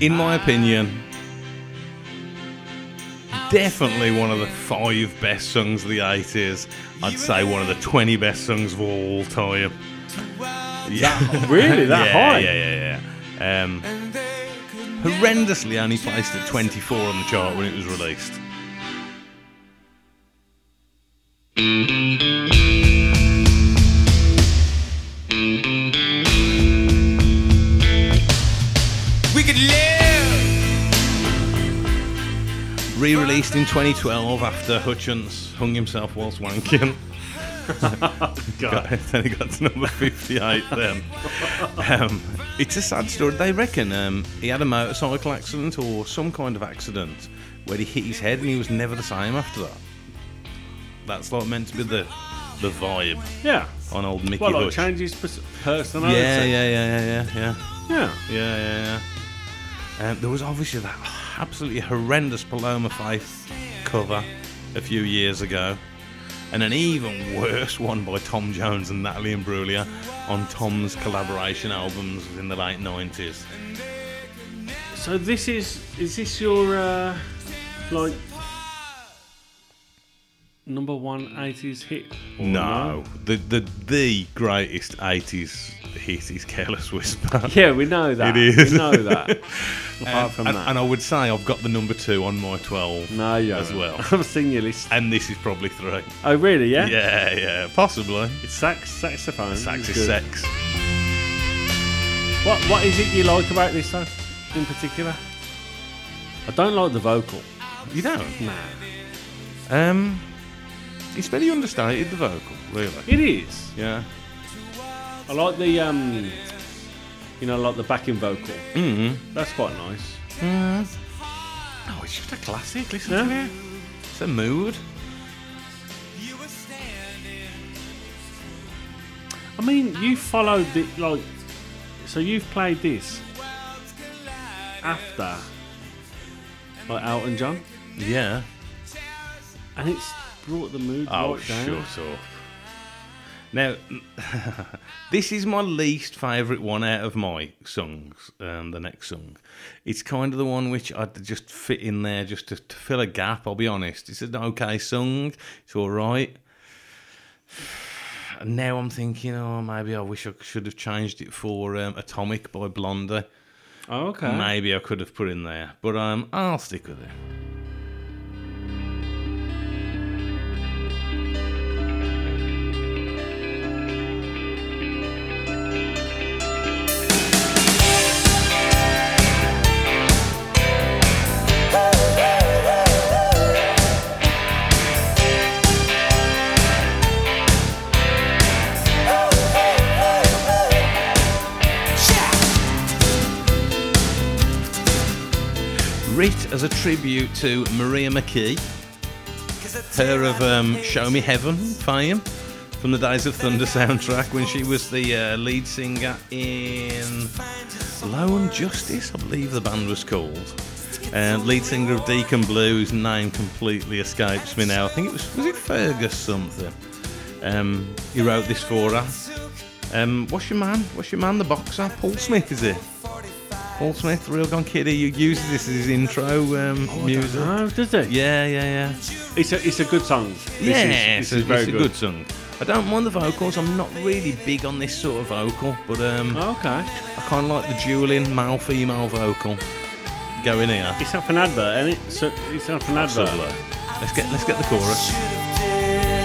Speaker 1: In my opinion, definitely one of the five best songs of the 80s. I'd say one of the 20 best songs of all time. Yeah.
Speaker 2: [LAUGHS] really? That
Speaker 1: Yeah,
Speaker 2: high?
Speaker 1: Yeah, yeah, yeah. Um, horrendously only placed at 24 on the chart when it was released.
Speaker 11: We could live.
Speaker 1: Re-released in 2012 after Hutchins hung himself whilst wanking. Got- [LAUGHS] then he got to number 58 then. Um, it's a sad story. They reckon um, he had a motorcycle accident or some kind of accident where he hit his head and he was never the same after that. That's like meant to be the the vibe
Speaker 2: [LAUGHS] Yeah.
Speaker 1: on old Mickey
Speaker 2: Well, like
Speaker 1: Hutch.
Speaker 2: changes pers- personality.
Speaker 1: yeah, yeah, yeah, yeah, yeah,
Speaker 2: Yeah.
Speaker 1: yeah, yeah, yeah, yeah. Um, there was obviously that absolutely horrendous Paloma Faith cover a few years ago, and an even worse one by Tom Jones and Natalie Imbruglia on Tom's collaboration albums in the late nineties.
Speaker 2: So this is is this your uh, like number one 80s hit? or
Speaker 1: No, the the the greatest '80s hit is "Careless Whisper." [LAUGHS]
Speaker 2: Yeah, we know that.
Speaker 1: It is.
Speaker 2: We know
Speaker 1: [LAUGHS]
Speaker 2: that. Apart
Speaker 1: and,
Speaker 2: from
Speaker 1: and-
Speaker 2: that.
Speaker 1: and I would say I've got the number two on my twelve.
Speaker 2: No, you
Speaker 1: as
Speaker 2: haven't. [LAUGHS]
Speaker 1: well.
Speaker 2: I've seen your list.
Speaker 1: And this is probably three.
Speaker 2: Oh, really? Yeah.
Speaker 1: Yeah, yeah, possibly.
Speaker 2: It's sax, saxophone.
Speaker 1: Sax is
Speaker 2: It's good.
Speaker 1: sex.
Speaker 2: What What is it you like about this song in particular? I don't like the vocal.
Speaker 1: You don't? Nah. Um, it's very understated the vocal, really.
Speaker 2: It is.
Speaker 1: Yeah.
Speaker 2: I like the um, you know, like the backing vocal.
Speaker 1: Mm.
Speaker 2: That's quite nice.
Speaker 1: Oh, it's just a classic. Listen to it. It's a mood.
Speaker 2: I mean, you followed the like, so you've played this after like Elton John,
Speaker 1: Yeah.
Speaker 2: and it's brought the mood
Speaker 1: Oh,
Speaker 2: right down.
Speaker 1: shut up. Now, [LAUGHS] this is my least favourite one out of my songs, um, the next song. It's kind of the one which I just fit in there just to, to fill a gap, I'll be honest. It's an okay song, it's all right. [SIGHS] And now I'm thinking, oh, maybe I wish I should have changed it for um, Atomic by Blondie.
Speaker 2: Oh, okay.
Speaker 1: Maybe I could have put in there, but um, I'll stick with it. Writ as a tribute to Maria McKee, her of um, Show Me Heaven fame from the Days of Thunder soundtrack when she was the uh, lead singer in Lone Justice, I believe the band was called. Um, lead singer of Deacon Blue, whose name completely escapes me now. I think it was, was it Fergus something? Um, he wrote this for her. Um, what's your man? What's your man, the boxer? Paul Smith, is it? Paul Smith, Real Gone Kiddy, who uses this as his intro um, music.
Speaker 2: Oh, does it?
Speaker 1: Yeah, yeah, yeah.
Speaker 2: It's a it's a good song. This
Speaker 1: yeah, it's,
Speaker 2: is, this is
Speaker 1: a,
Speaker 2: very
Speaker 1: it's a
Speaker 2: good.
Speaker 1: good song. I don't mind the vocals. I'm not really big on this sort of vocal, but um,
Speaker 2: Oh, okay.
Speaker 1: I kind of like the dueling male-female vocal going here.
Speaker 2: It's up an advert, isn't it? So it's up an advert.
Speaker 1: Absolutely. Let's get let's get the chorus.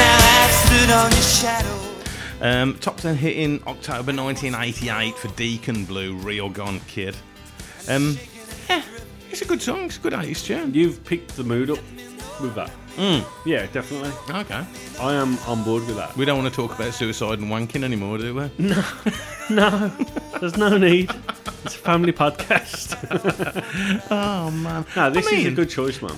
Speaker 11: Now I've stood on your shadow.
Speaker 1: Um, top 10 hit in October 1988 for Deacon Blue, Real Gone Kid. Um, yeah, it's a good song, it's a good 80s tune.
Speaker 2: You've picked the mood up with that.
Speaker 1: Mm.
Speaker 2: Yeah, definitely.
Speaker 1: Okay.
Speaker 2: I am on board with that.
Speaker 1: We don't want to talk about suicide and wanking anymore, do we?
Speaker 2: No, no, [LAUGHS] there's no need. It's a family [LAUGHS] podcast.
Speaker 1: oh man,
Speaker 2: no, this
Speaker 1: I
Speaker 2: is a
Speaker 1: mean-
Speaker 2: good choice, man.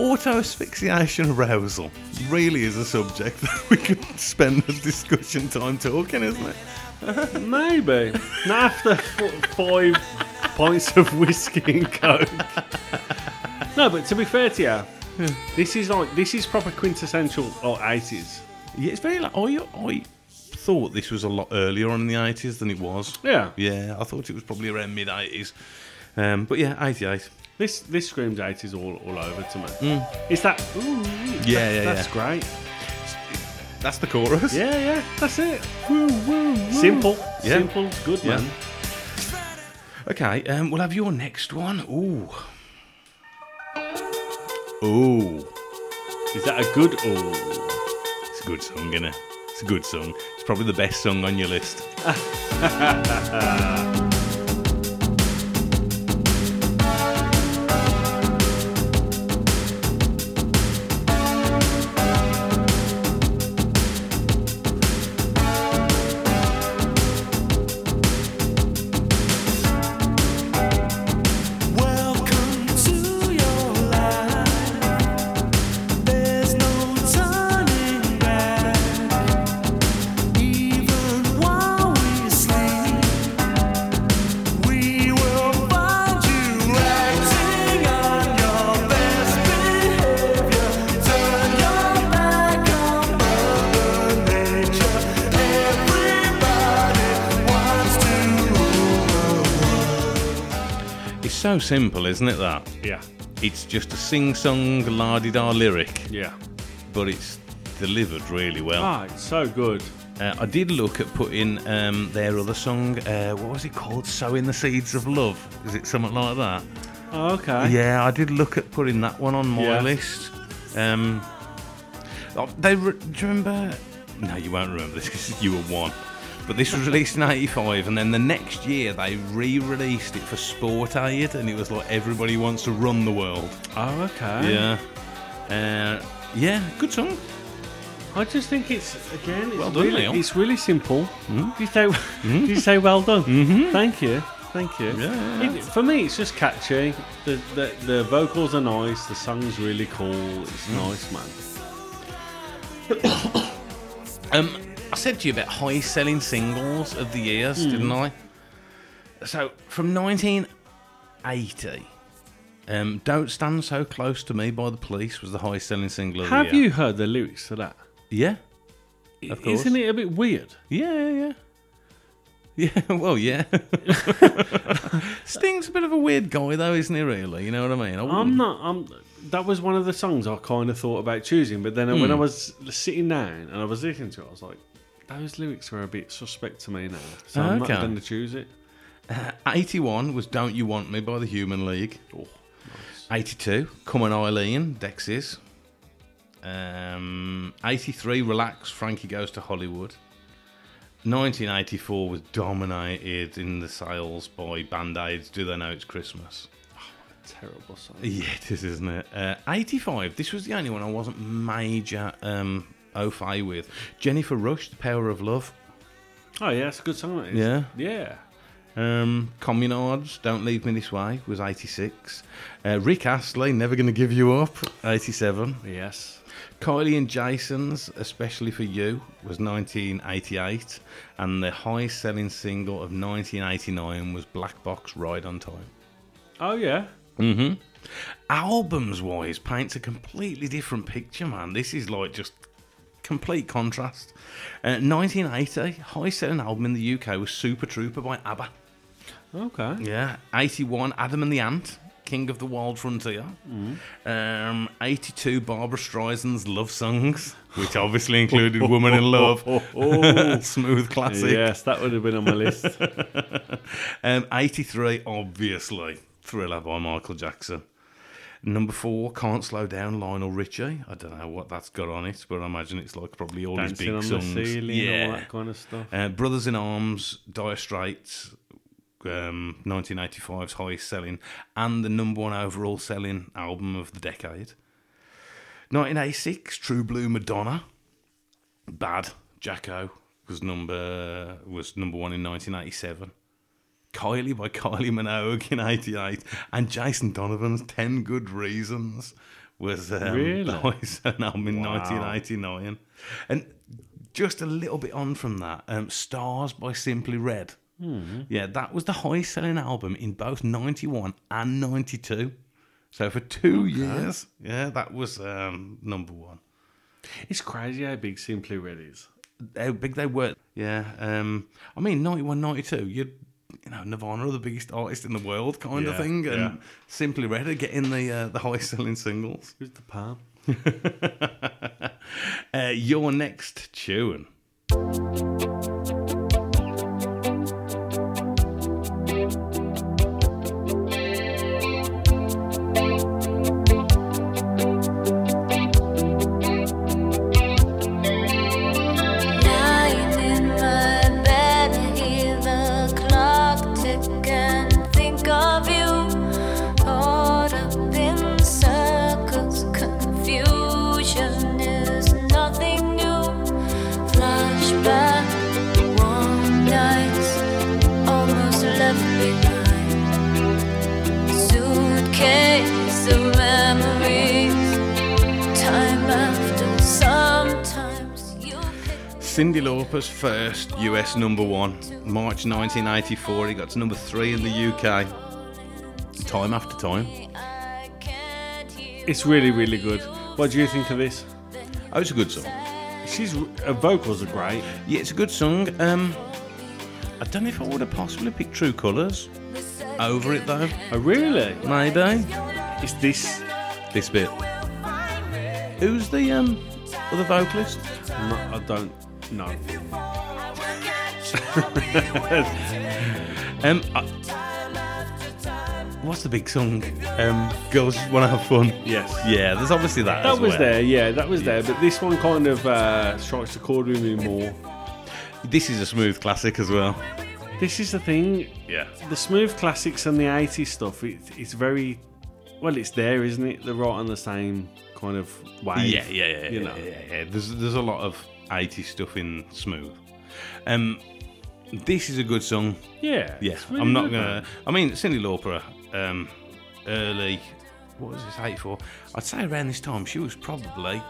Speaker 1: Auto asphyxiation arousal really is a subject [LAUGHS] that we could spend the discussion time talking, isn't it?
Speaker 2: Maybe not after f- five pints of whiskey and coke. No, but to be fair to you, this is like this is proper quintessential or eighties.
Speaker 1: Yeah, it's very like I, I thought this was a lot earlier on in the 80s than it was.
Speaker 2: Yeah.
Speaker 1: Yeah, I thought it was probably around mid 80s. Um, but yeah, 88.
Speaker 2: This this screams eighties all, all over to me.
Speaker 1: Mm.
Speaker 2: It's that. Ooh, yeah,
Speaker 1: Yeah, yeah,
Speaker 2: That's
Speaker 1: yeah.
Speaker 2: great.
Speaker 1: That's the chorus.
Speaker 2: Yeah, yeah, that's it.
Speaker 1: Woo, woo, woo.
Speaker 2: Simple,
Speaker 1: Yeah.
Speaker 2: simple, good
Speaker 1: Yeah.
Speaker 2: man.
Speaker 1: Okay, um, we'll have your next one. Ooh. Ooh.
Speaker 2: Is that a good ooh?
Speaker 1: It's a good song, innit? It's a good song. It's probably the best song on your list.
Speaker 11: Welcome to your life. There's no turning back. Even while we sleep,
Speaker 1: so simple, isn't it? That
Speaker 2: yeah,
Speaker 1: it's just a sing-song, la-di-da lyric.
Speaker 2: Yeah,
Speaker 1: but it's delivered really well.
Speaker 2: Ah, it's so good.
Speaker 1: Uh, I did look at putting um, their other song. Uh, what was it called? "Sowing the Seeds of Love." Is it something like that?
Speaker 2: Oh, okay.
Speaker 1: Yeah, I did look at putting that one on my
Speaker 2: Yeah.
Speaker 1: list. Um, oh, they re- do you remember? No, you won't remember this because you were one. But this was released in '85, and then the next year they re-released it for Sport Aid, and it was like everybody wants to run the world.
Speaker 2: Oh, okay.
Speaker 1: Yeah, uh, yeah, good song.
Speaker 2: I just think it's again. It's
Speaker 1: Well done,
Speaker 2: really,
Speaker 1: Leon.
Speaker 2: It's really simple.
Speaker 1: Hmm?
Speaker 2: Do you say? [LAUGHS] Do you say well done? Mm-hmm. Thank you. Thank you.
Speaker 1: Yeah, yeah,
Speaker 2: It- for me, it's just catchy. The, the the vocals are nice. The song's really cool. It's
Speaker 1: Hmm.
Speaker 2: nice, man.
Speaker 1: Um, I said to you about high selling singles of the years,
Speaker 2: Hmm.
Speaker 1: didn't I? So from 1980, um, "Don't Stand So Close to Me" by the Police was the highest selling single of
Speaker 2: Have
Speaker 1: the year.
Speaker 2: you heard the lyrics to that?
Speaker 1: Yeah, of course.
Speaker 2: Isn't it a bit weird?
Speaker 1: Yeah, yeah, yeah. Yeah, [LAUGHS] well, yeah. Sting's a bit of a weird guy, though, isn't he? Really, you know what I mean? I
Speaker 2: I'm
Speaker 1: wouldn't-
Speaker 2: not. I'm. That was one of the songs I kind of thought about choosing, but then when
Speaker 1: Hmm.
Speaker 2: I was sitting down and I was listening to it, I was like, those lyrics were a bit suspect to me now, so I'm
Speaker 1: Okay.
Speaker 2: not going to choose it.
Speaker 1: Uh, 81 was Don't You Want Me by the Human League. 82, Come on Eileen, Dexys. Um, 83, Relax, Frankie Goes to Hollywood. 1984 was dominated in the sales by Band Aids, Do They Know It's Christmas?
Speaker 2: Terrible song.
Speaker 1: Yeah, it is, isn't it? Uh, 85, this was the only one I wasn't major um, au fait with. Jennifer Rush, The Power of Love.
Speaker 2: Oh yeah, it's a good song. That is.
Speaker 1: Yeah.
Speaker 2: Yeah.
Speaker 1: Um, Communards, Don't Leave Me This Way was 86. Uh, Rick Astley, Never Gonna Give You Up, 87.
Speaker 2: Yes.
Speaker 1: Kylie and Jason's, Especially for You, was 1988. And the highest selling single of 1989 was Black Box Ride on Time.
Speaker 2: Oh yeah.
Speaker 1: Mm hmm. Albums wise, paints a completely different picture, man. This is like just complete contrast. Uh, 1980, highest selling album in the UK was Super Trooper by ABBA.
Speaker 2: Okay.
Speaker 1: Yeah, 81, Adam and the Ant, King of the Wild Frontier.
Speaker 2: Mm.
Speaker 1: Um, 82, Barbara Streisand's Love Songs,
Speaker 2: [LAUGHS]
Speaker 1: which obviously included Woman in Love.
Speaker 2: Oh.
Speaker 1: [LAUGHS] Smooth classic.
Speaker 2: Yes, that would have been on
Speaker 1: [LAUGHS]
Speaker 2: my list.
Speaker 1: um, 83, obviously, Thriller by Michael Jackson. Number four, Can't Slow Down, Lionel Richie. I don't know what that's got on it, but I imagine it's like probably all
Speaker 2: Dancing on
Speaker 1: his big songs.
Speaker 2: the ceiling,
Speaker 1: yeah.
Speaker 2: all that kind of stuff.
Speaker 1: Uh, Brothers in Arms, Dire Straits, um, 1985's highest selling and the number one overall selling album of the decade. 1986, True Blue Madonna. Bad Jacko was number was number one in 1987. Kylie by Kylie Minogue in 88 and Jason Donovan's 10 Good Reasons was um,
Speaker 2: Really?
Speaker 1: the highest selling album in
Speaker 2: Wow.
Speaker 1: 1989. And just a little bit on from that, um, Stars by Simply Red.
Speaker 2: Hmm.
Speaker 1: Yeah, that was the highest selling album in both 91 and 92. So for two years, yeah, that was um, number one.
Speaker 2: It's crazy how big Simply Red is.
Speaker 1: How big they were. Yeah. Um, I mean, 91, 92, you you know, Nirvana are the biggest artist in the world kind of
Speaker 2: Yeah,
Speaker 1: thing. And
Speaker 2: yeah.
Speaker 1: Simply Red are getting the, uh, the highest selling singles. [LAUGHS]
Speaker 2: Who's the palm?
Speaker 1: Uh, your next tune.
Speaker 3: Lying in my bed, I hear the clock tick and think of you. Caught up in circles, confusion is nothing new. Flashback, warm nights, almost left behind. Suitcase of memories, time after sometimes you.
Speaker 1: Cindy Lauper's first US number one, March 1984. It got to number three in the UK. Time after time.
Speaker 2: It's really, really good. What do you think of this?
Speaker 1: Oh, it's a good song.
Speaker 2: She's her vocals are great.
Speaker 1: Yeah, it's a good song. Um, I don't know if I would have possibly picked True Colours. over it though.
Speaker 2: Oh, really?
Speaker 1: Maybe.
Speaker 2: It's this.
Speaker 1: This bit. Who's the um other vocalist?
Speaker 2: No, I don't know.
Speaker 1: um, I- what's the big song? Um, girls want to have fun.
Speaker 2: Yes.
Speaker 1: Yeah. There's obviously that.
Speaker 2: That
Speaker 1: as
Speaker 2: was
Speaker 1: well.
Speaker 2: there, yeah, that was there. But this one kind of uh, strikes a chord with me more.
Speaker 1: This is a smooth classic as well.
Speaker 2: This is the thing.
Speaker 1: Yeah.
Speaker 2: The smooth classics and the 80s stuff, it, it's very. Well, it's there, isn't it? They're right on the same kind of wave.
Speaker 1: Yeah, yeah, yeah.
Speaker 2: You
Speaker 1: yeah,
Speaker 2: know.
Speaker 1: yeah, yeah. There's there's a lot of 80s stuff in Smooth. Um, this is a good song.
Speaker 2: Yeah,
Speaker 1: yeah.
Speaker 2: it's really
Speaker 1: I'm not
Speaker 2: good,
Speaker 1: gonna.
Speaker 2: man.
Speaker 1: I mean, Cindy Lauper, um, early. What was this? 84. I'd say around this time she was probably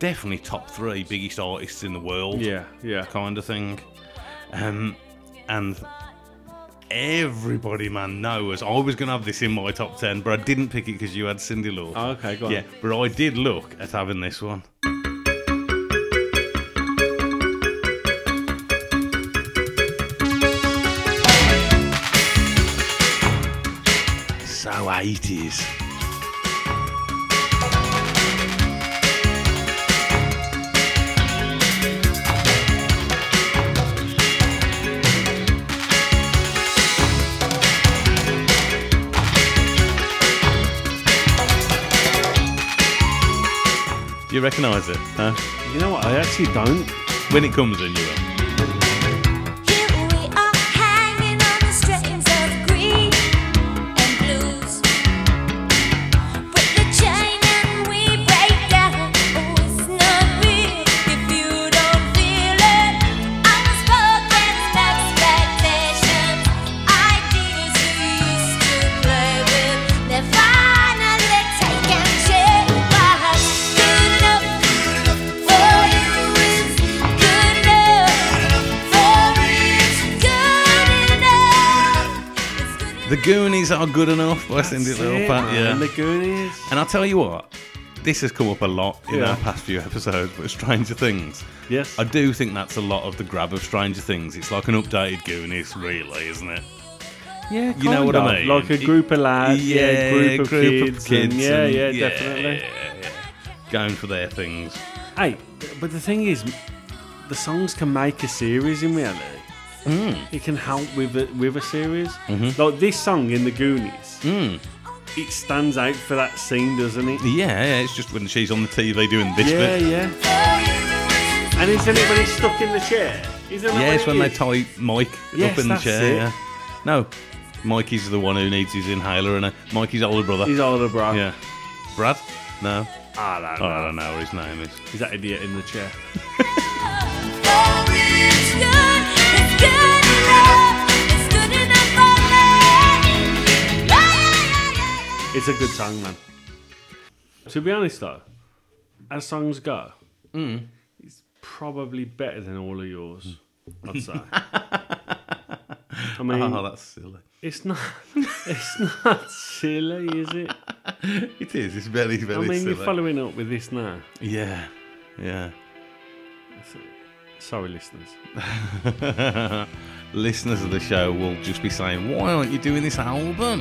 Speaker 1: definitely top three biggest artists in the world.
Speaker 2: Yeah, yeah.
Speaker 1: Kind of thing. Um, and everybody, man, knows I was going to have this in my top 10, but I didn't pick it because you had Cindy Lauper.
Speaker 2: Oh, okay, go on.
Speaker 1: Yeah, but I did look at having this one. So 80s. Do you recognise it? Huh?
Speaker 2: You know what? I actually don't.
Speaker 1: When it comes in, you will.
Speaker 3: Oh,
Speaker 1: The Goonies are good enough by Cindy
Speaker 2: That's it,
Speaker 1: Lauper.
Speaker 2: man,
Speaker 1: Yeah.
Speaker 2: The Goonies.
Speaker 1: And I'll tell you what, this has come up a lot in
Speaker 2: Yeah.
Speaker 1: our past few episodes with Stranger Things.
Speaker 2: Yes.
Speaker 1: I do think that's a lot of the grab of Stranger Things. It's like an updated Goonies, really, isn't it?
Speaker 2: Yeah,
Speaker 1: You know
Speaker 2: kind
Speaker 1: what I
Speaker 2: of.
Speaker 1: mean?
Speaker 2: Like a group of lads, yeah, group of kids and- yeah,
Speaker 1: and-
Speaker 2: yeah, definitely.
Speaker 1: yeah, Going for their things.
Speaker 2: Hey, but the thing is, the songs can make a series in reality.
Speaker 1: Hmm.
Speaker 2: It can help with a, with a series.
Speaker 1: Mhm.
Speaker 2: Like this song in the Goonies,
Speaker 1: Hmm.
Speaker 2: it stands out for that scene, doesn't it?
Speaker 1: Yeah, yeah, it's just when she's on the TV doing this
Speaker 2: yeah,
Speaker 1: bit.
Speaker 2: yeah. And is anybody stuck in the chair? Isn't that
Speaker 1: Yeah,
Speaker 2: what
Speaker 1: it's
Speaker 2: it
Speaker 1: when they
Speaker 2: is?
Speaker 1: tie Mike
Speaker 2: Yes,
Speaker 1: up in the
Speaker 2: that's
Speaker 1: chair.
Speaker 2: it.
Speaker 1: Yeah. No, Mikey's the one who needs his inhaler, and uh, Mikey's older brother.
Speaker 2: His older brother.
Speaker 1: Yeah. Brad? No. Oh,
Speaker 2: I don't know.
Speaker 1: I don't know what his name is.
Speaker 2: Is Ah, that idiot in the chair? It's a good song, man. To be honest, though, as songs go,
Speaker 1: Hmm.
Speaker 2: it's probably better than all of yours. I'd say.
Speaker 1: [LAUGHS]
Speaker 2: I mean,
Speaker 1: oh, that's silly.
Speaker 2: it's not. [LAUGHS] It's not silly, is it?
Speaker 1: [LAUGHS] It is. It's very, very
Speaker 2: I mean,
Speaker 1: silly.
Speaker 2: you're following up with this now.
Speaker 1: Yeah. Yeah.
Speaker 2: Sorry, listeners.
Speaker 1: Listeners of the show will just be saying, why aren't you doing this album?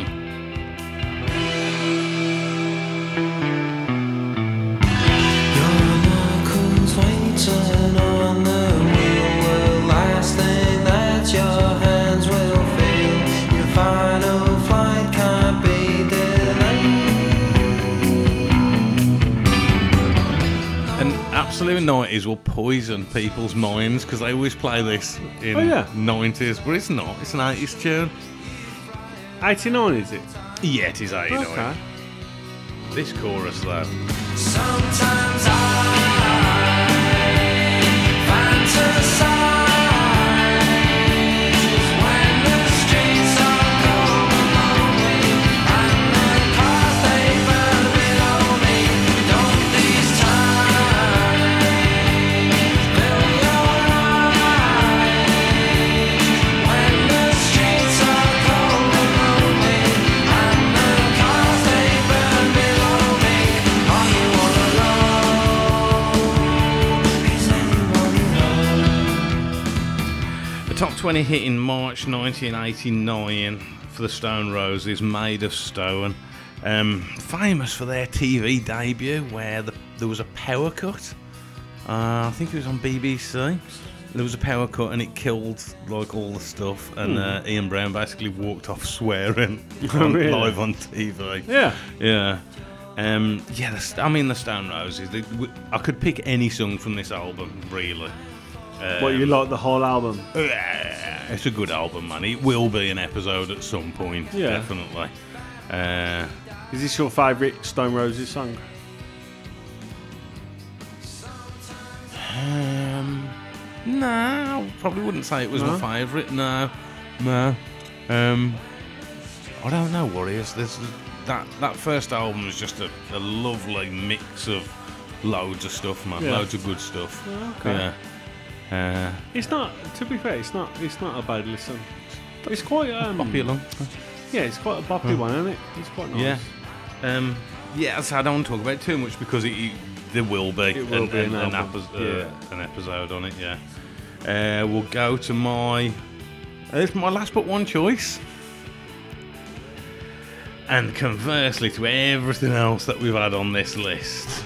Speaker 1: And Absolute 90s will poison people's minds because they always play this in
Speaker 2: Oh, yeah.
Speaker 1: 90s, but it's not. It's an 80s tune.
Speaker 2: 89, is it?
Speaker 1: Yeah, it is 89.
Speaker 2: Okay.
Speaker 1: This chorus, though.
Speaker 11: Sometimes I fantasize when the streets are cold and lonely and the cars they burn below me. Don't these times fill your eyes when the streets are cold and lonely and the cars they burn below me? Are you all alone?
Speaker 1: 20 hit in March 1989 for the Stone Roses, Made of Stone. Um, famous for their TV debut, where the, there was a power cut. Uh, I think it was on BBC. There was a power cut and it killed like all the stuff, and
Speaker 2: Hmm.
Speaker 1: uh, Ian Brown basically walked off swearing
Speaker 2: [LAUGHS] Oh,
Speaker 1: on-
Speaker 2: really?
Speaker 1: live on TV.
Speaker 2: Yeah.
Speaker 1: yeah, um, yeah. The, St- I mean, the Stone Roses. They, w I I could pick any song from this album, really.
Speaker 2: what you
Speaker 1: Um,
Speaker 2: like the whole album?
Speaker 1: it's a good album, man. It will be an episode at some point,
Speaker 2: Yeah.
Speaker 1: definitely. Uh,
Speaker 2: Is this your favourite Stone Roses song?
Speaker 1: um, no, I probably wouldn't say it was
Speaker 2: No?
Speaker 1: my favourite. No, no. Um, I don't know, Warriors. There's that that first album is just a, a lovely mix of loads of stuff, man.
Speaker 2: Yeah.
Speaker 1: Loads of good stuff.
Speaker 2: Oh, okay.
Speaker 1: Yeah. Uh,
Speaker 2: It's not. To be fair, it's not. It's not a bad listen. It's quite um,
Speaker 1: Boppy along.
Speaker 2: Yeah, it's quite a boppy
Speaker 1: Yeah.
Speaker 2: one, isn't it? It's quite nice.
Speaker 1: Yeah. Um, yeah, so I don't want to talk about it too much because it, it- there will be,
Speaker 2: It will
Speaker 1: an,
Speaker 2: be an
Speaker 1: an, an,
Speaker 2: album.
Speaker 1: epis- uh, an episode on it, yeah. Uh, we'll go to my. uh, It's my last but one choice. And conversely to everything else that we've had on this list.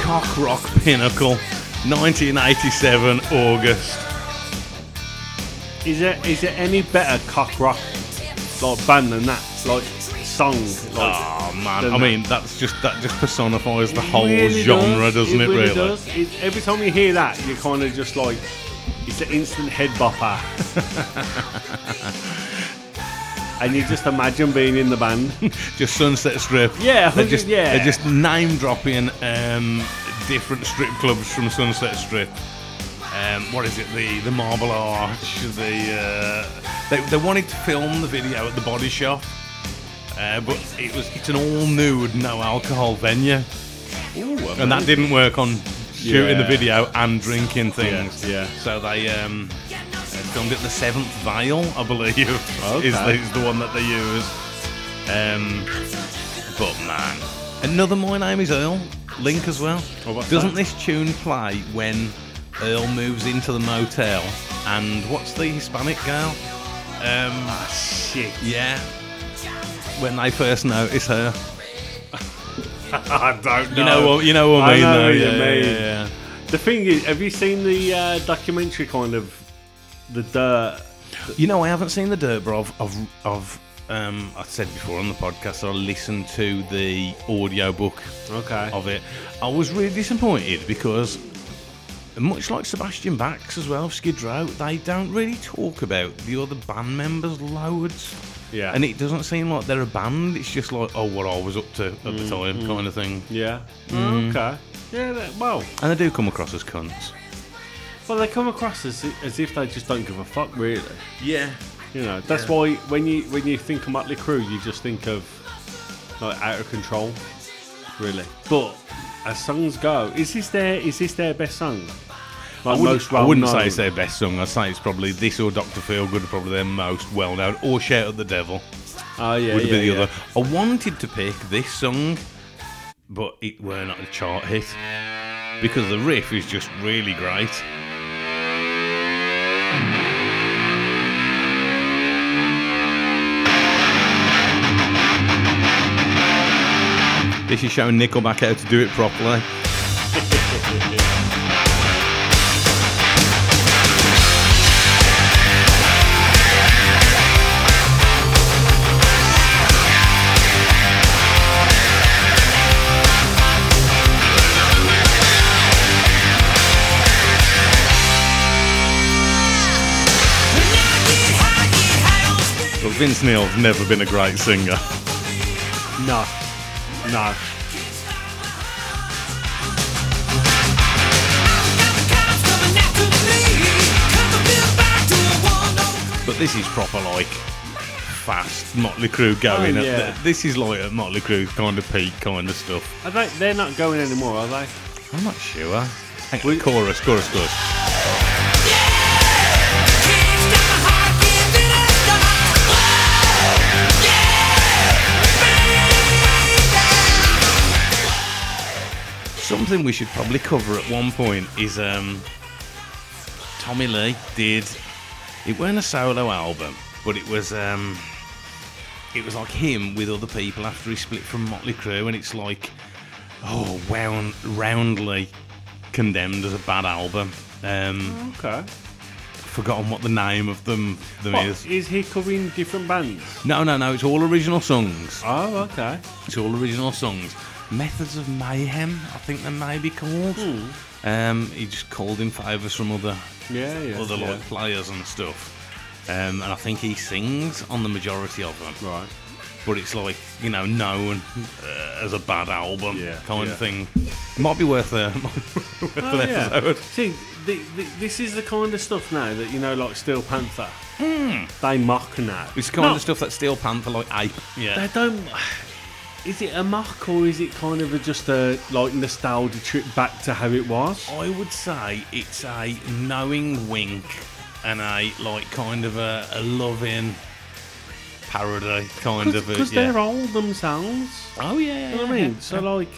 Speaker 1: Cock Rock Pinnacle, 1987, August.
Speaker 2: Is there is there any better cock rock like band than that? Like song? Like,
Speaker 1: oh man,
Speaker 2: than
Speaker 1: I
Speaker 2: that?
Speaker 1: mean, that's just that just personifies the whole
Speaker 2: really
Speaker 1: genre,
Speaker 2: does.
Speaker 1: doesn't it?
Speaker 2: really,
Speaker 1: really?
Speaker 2: does. It, every time you hear that, you're kind of just like, it's an instant head
Speaker 1: [LAUGHS]
Speaker 2: bopper. and you just imagine being in
Speaker 1: [LAUGHS]
Speaker 2: the band.
Speaker 1: just Sunset Strip.
Speaker 2: Yeah,
Speaker 1: they're just
Speaker 2: yeah.
Speaker 1: they're just name dropping um, different strip clubs from Sunset Strip. Um, what is it? The the Marble Arch. The uh, they they wanted to film the video at the Body Shop, uh, but it was it's an all nude, no alcohol venue, and that didn't work on shooting the
Speaker 2: Yeah.
Speaker 1: video and drinking things.
Speaker 2: Yeah, yeah.
Speaker 1: So they um, uh, filmed it the Seventh Veil, I believe, is, the,
Speaker 2: Okay.
Speaker 1: is the one that they use. Um, but man, another My Name Is Earl link as well.
Speaker 2: Oh, what's
Speaker 1: Doesn't
Speaker 2: that?
Speaker 1: this tune play when Earl moves into the motel? And what's the Hispanic girl? Um,
Speaker 2: shit.
Speaker 1: Yeah. When they first notice her.
Speaker 2: I don't
Speaker 1: You know what- you know what I mean,
Speaker 2: know
Speaker 1: though.
Speaker 2: what you
Speaker 1: Yeah, yeah,
Speaker 2: mean.
Speaker 1: yeah.
Speaker 2: The thing is, have you seen the uh, documentary kind of the dirt?
Speaker 1: You know, I haven't seen the dirt, bro. I've, I've, I've um, I said before on the podcast that I listened to the audio book
Speaker 2: Okay.
Speaker 1: of it. I was really disappointed because, much like Sebastian Bax as well, Skid Row, they don't really talk about the other band members loads.
Speaker 2: Yeah.
Speaker 1: And it doesn't seem like they're a band. It's just like, oh, what I was up to at
Speaker 2: Mm,
Speaker 1: the time, kind of thing.
Speaker 2: Yeah.
Speaker 1: Mm.
Speaker 2: Okay. Yeah. That, well,
Speaker 1: And they do come across as cunts.
Speaker 2: well, they come across as, as if they just don't give a fuck, really.
Speaker 1: Yeah.
Speaker 2: You know, that's
Speaker 1: Yeah.
Speaker 2: why when you when you think of Motley Crue, you just think of like out of control, really. But as songs go, is this their is this their best song?
Speaker 1: I wouldn't, I wouldn't say
Speaker 2: well-known?
Speaker 1: it's their best song. I'd say it's probably this or Doctor Feelgood are probably their most well known. Or Shout at the Devil.
Speaker 2: Oh yeah,
Speaker 1: would have
Speaker 2: yeah,
Speaker 1: been the
Speaker 2: yeah.
Speaker 1: other. I wanted to pick this song, but it were not a chart hit because the riff is just really great. This is showing Nickelback how to do it properly. Vince Neil's never been a great singer.
Speaker 2: No. No.
Speaker 1: But this is proper like fast Motley Crue going.
Speaker 2: Oh,
Speaker 1: at-
Speaker 2: yeah.
Speaker 1: this is like a Motley Crue kind of peak kind of stuff.
Speaker 2: Are they, they're not going anymore, are they?
Speaker 1: I'm not sure. Hang on, chorus, chorus, chorus. Something we should probably cover at one point is um, Tommy Lee did. It weren't a solo album, but it was um, it was like him with other people after he split from Motley Crue, and it's like, oh, wound, roundly condemned as a bad album. Um,
Speaker 2: okay.
Speaker 1: Forgotten what the name of them them
Speaker 2: What,
Speaker 1: is.
Speaker 2: is he covering different bands?
Speaker 1: No, no, no. It's all original songs.
Speaker 2: Oh, okay.
Speaker 1: It's all original songs. Methods of Mayhem, I think they may be called.
Speaker 2: Hmm.
Speaker 1: Um, he just called in favours from other,
Speaker 2: Yeah, yeah,
Speaker 1: other
Speaker 2: yeah.
Speaker 1: like players and stuff. Um, and I think he sings on the majority of them.
Speaker 2: Right.
Speaker 1: But it's like you know known uh, as a bad album kind
Speaker 2: yeah.
Speaker 1: of thing. Might be worth a [LAUGHS] might be worth
Speaker 2: Oh,
Speaker 1: an
Speaker 2: yeah.
Speaker 1: episode.
Speaker 2: See, the, the, this is the kind of stuff now that you know, like Steel Panther.
Speaker 1: Hmm.
Speaker 2: They mock now.
Speaker 1: It's kind
Speaker 2: No.
Speaker 1: of stuff that Steel Panther like ape. Yeah.
Speaker 2: They don't. Is it a mock or is it kind of a, just a like nostalgia trip back to how it was?
Speaker 1: I would say it's a knowing wink and a like kind of a, a loving parody kind of a
Speaker 2: Because
Speaker 1: yeah.
Speaker 2: they're old themselves.
Speaker 1: Oh yeah,
Speaker 2: you know what I mean. So like,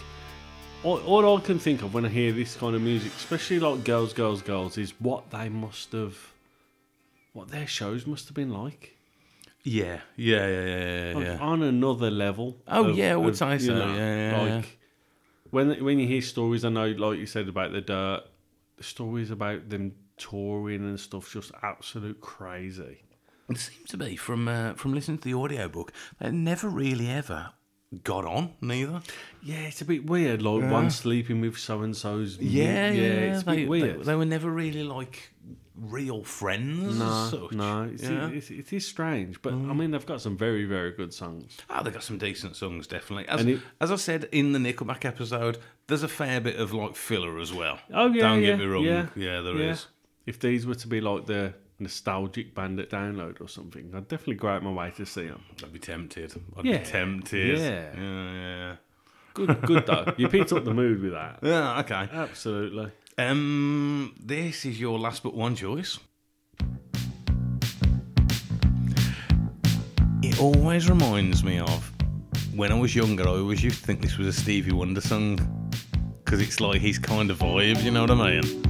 Speaker 2: all, all I can think of when I hear this kind of music, especially like girls, girls, girls, is what they must have, what their shows must have been like.
Speaker 1: yeah, yeah, yeah, yeah, yeah,
Speaker 2: Like,
Speaker 1: yeah.
Speaker 2: on another level.
Speaker 1: Oh, yeah, I would say
Speaker 2: you
Speaker 1: so. Yeah, yeah,
Speaker 2: like when when you hear stories, I know, like you said about the dirt, the stories about them touring and stuff, just absolute crazy.
Speaker 1: It seemed to be from uh, from listening to the audiobook, they never really ever got on, neither.
Speaker 2: Yeah, it's a bit weird. Like
Speaker 1: Yeah.
Speaker 2: one sleeping with so and so's.
Speaker 1: Yeah, yeah,
Speaker 2: it's a bit
Speaker 1: they, they-
Speaker 2: weird.
Speaker 1: They, were never really like real friends.
Speaker 2: No,
Speaker 1: as such,
Speaker 2: no, it's,
Speaker 1: yeah. Mm.
Speaker 2: it's, it is strange, but I mean, they've got some very, very good songs.
Speaker 1: Oh, they got some decent songs, definitely. As,
Speaker 2: And it-
Speaker 1: as I said in the Nickelback episode, there's a fair bit of like filler as well.
Speaker 2: Oh yeah,
Speaker 1: don't
Speaker 2: yeah,
Speaker 1: get me wrong.
Speaker 2: Yeah,
Speaker 1: there is.
Speaker 2: If these were to be like the nostalgic bandit download or something, I'd definitely go out my way to see them.
Speaker 1: I'd be tempted. I'd
Speaker 2: Yeah,
Speaker 1: be tempted.
Speaker 2: yeah.
Speaker 1: yeah, yeah.
Speaker 2: Good, [LAUGHS] good though. You picked up the mood with that.
Speaker 1: Yeah, Ah, okay.
Speaker 2: Absolutely.
Speaker 1: Um, this is your last but one choice. It always reminds me of when I was younger. I always used to think this was a Stevie Wonder song because it's like his kind of vibe. You know what I mean?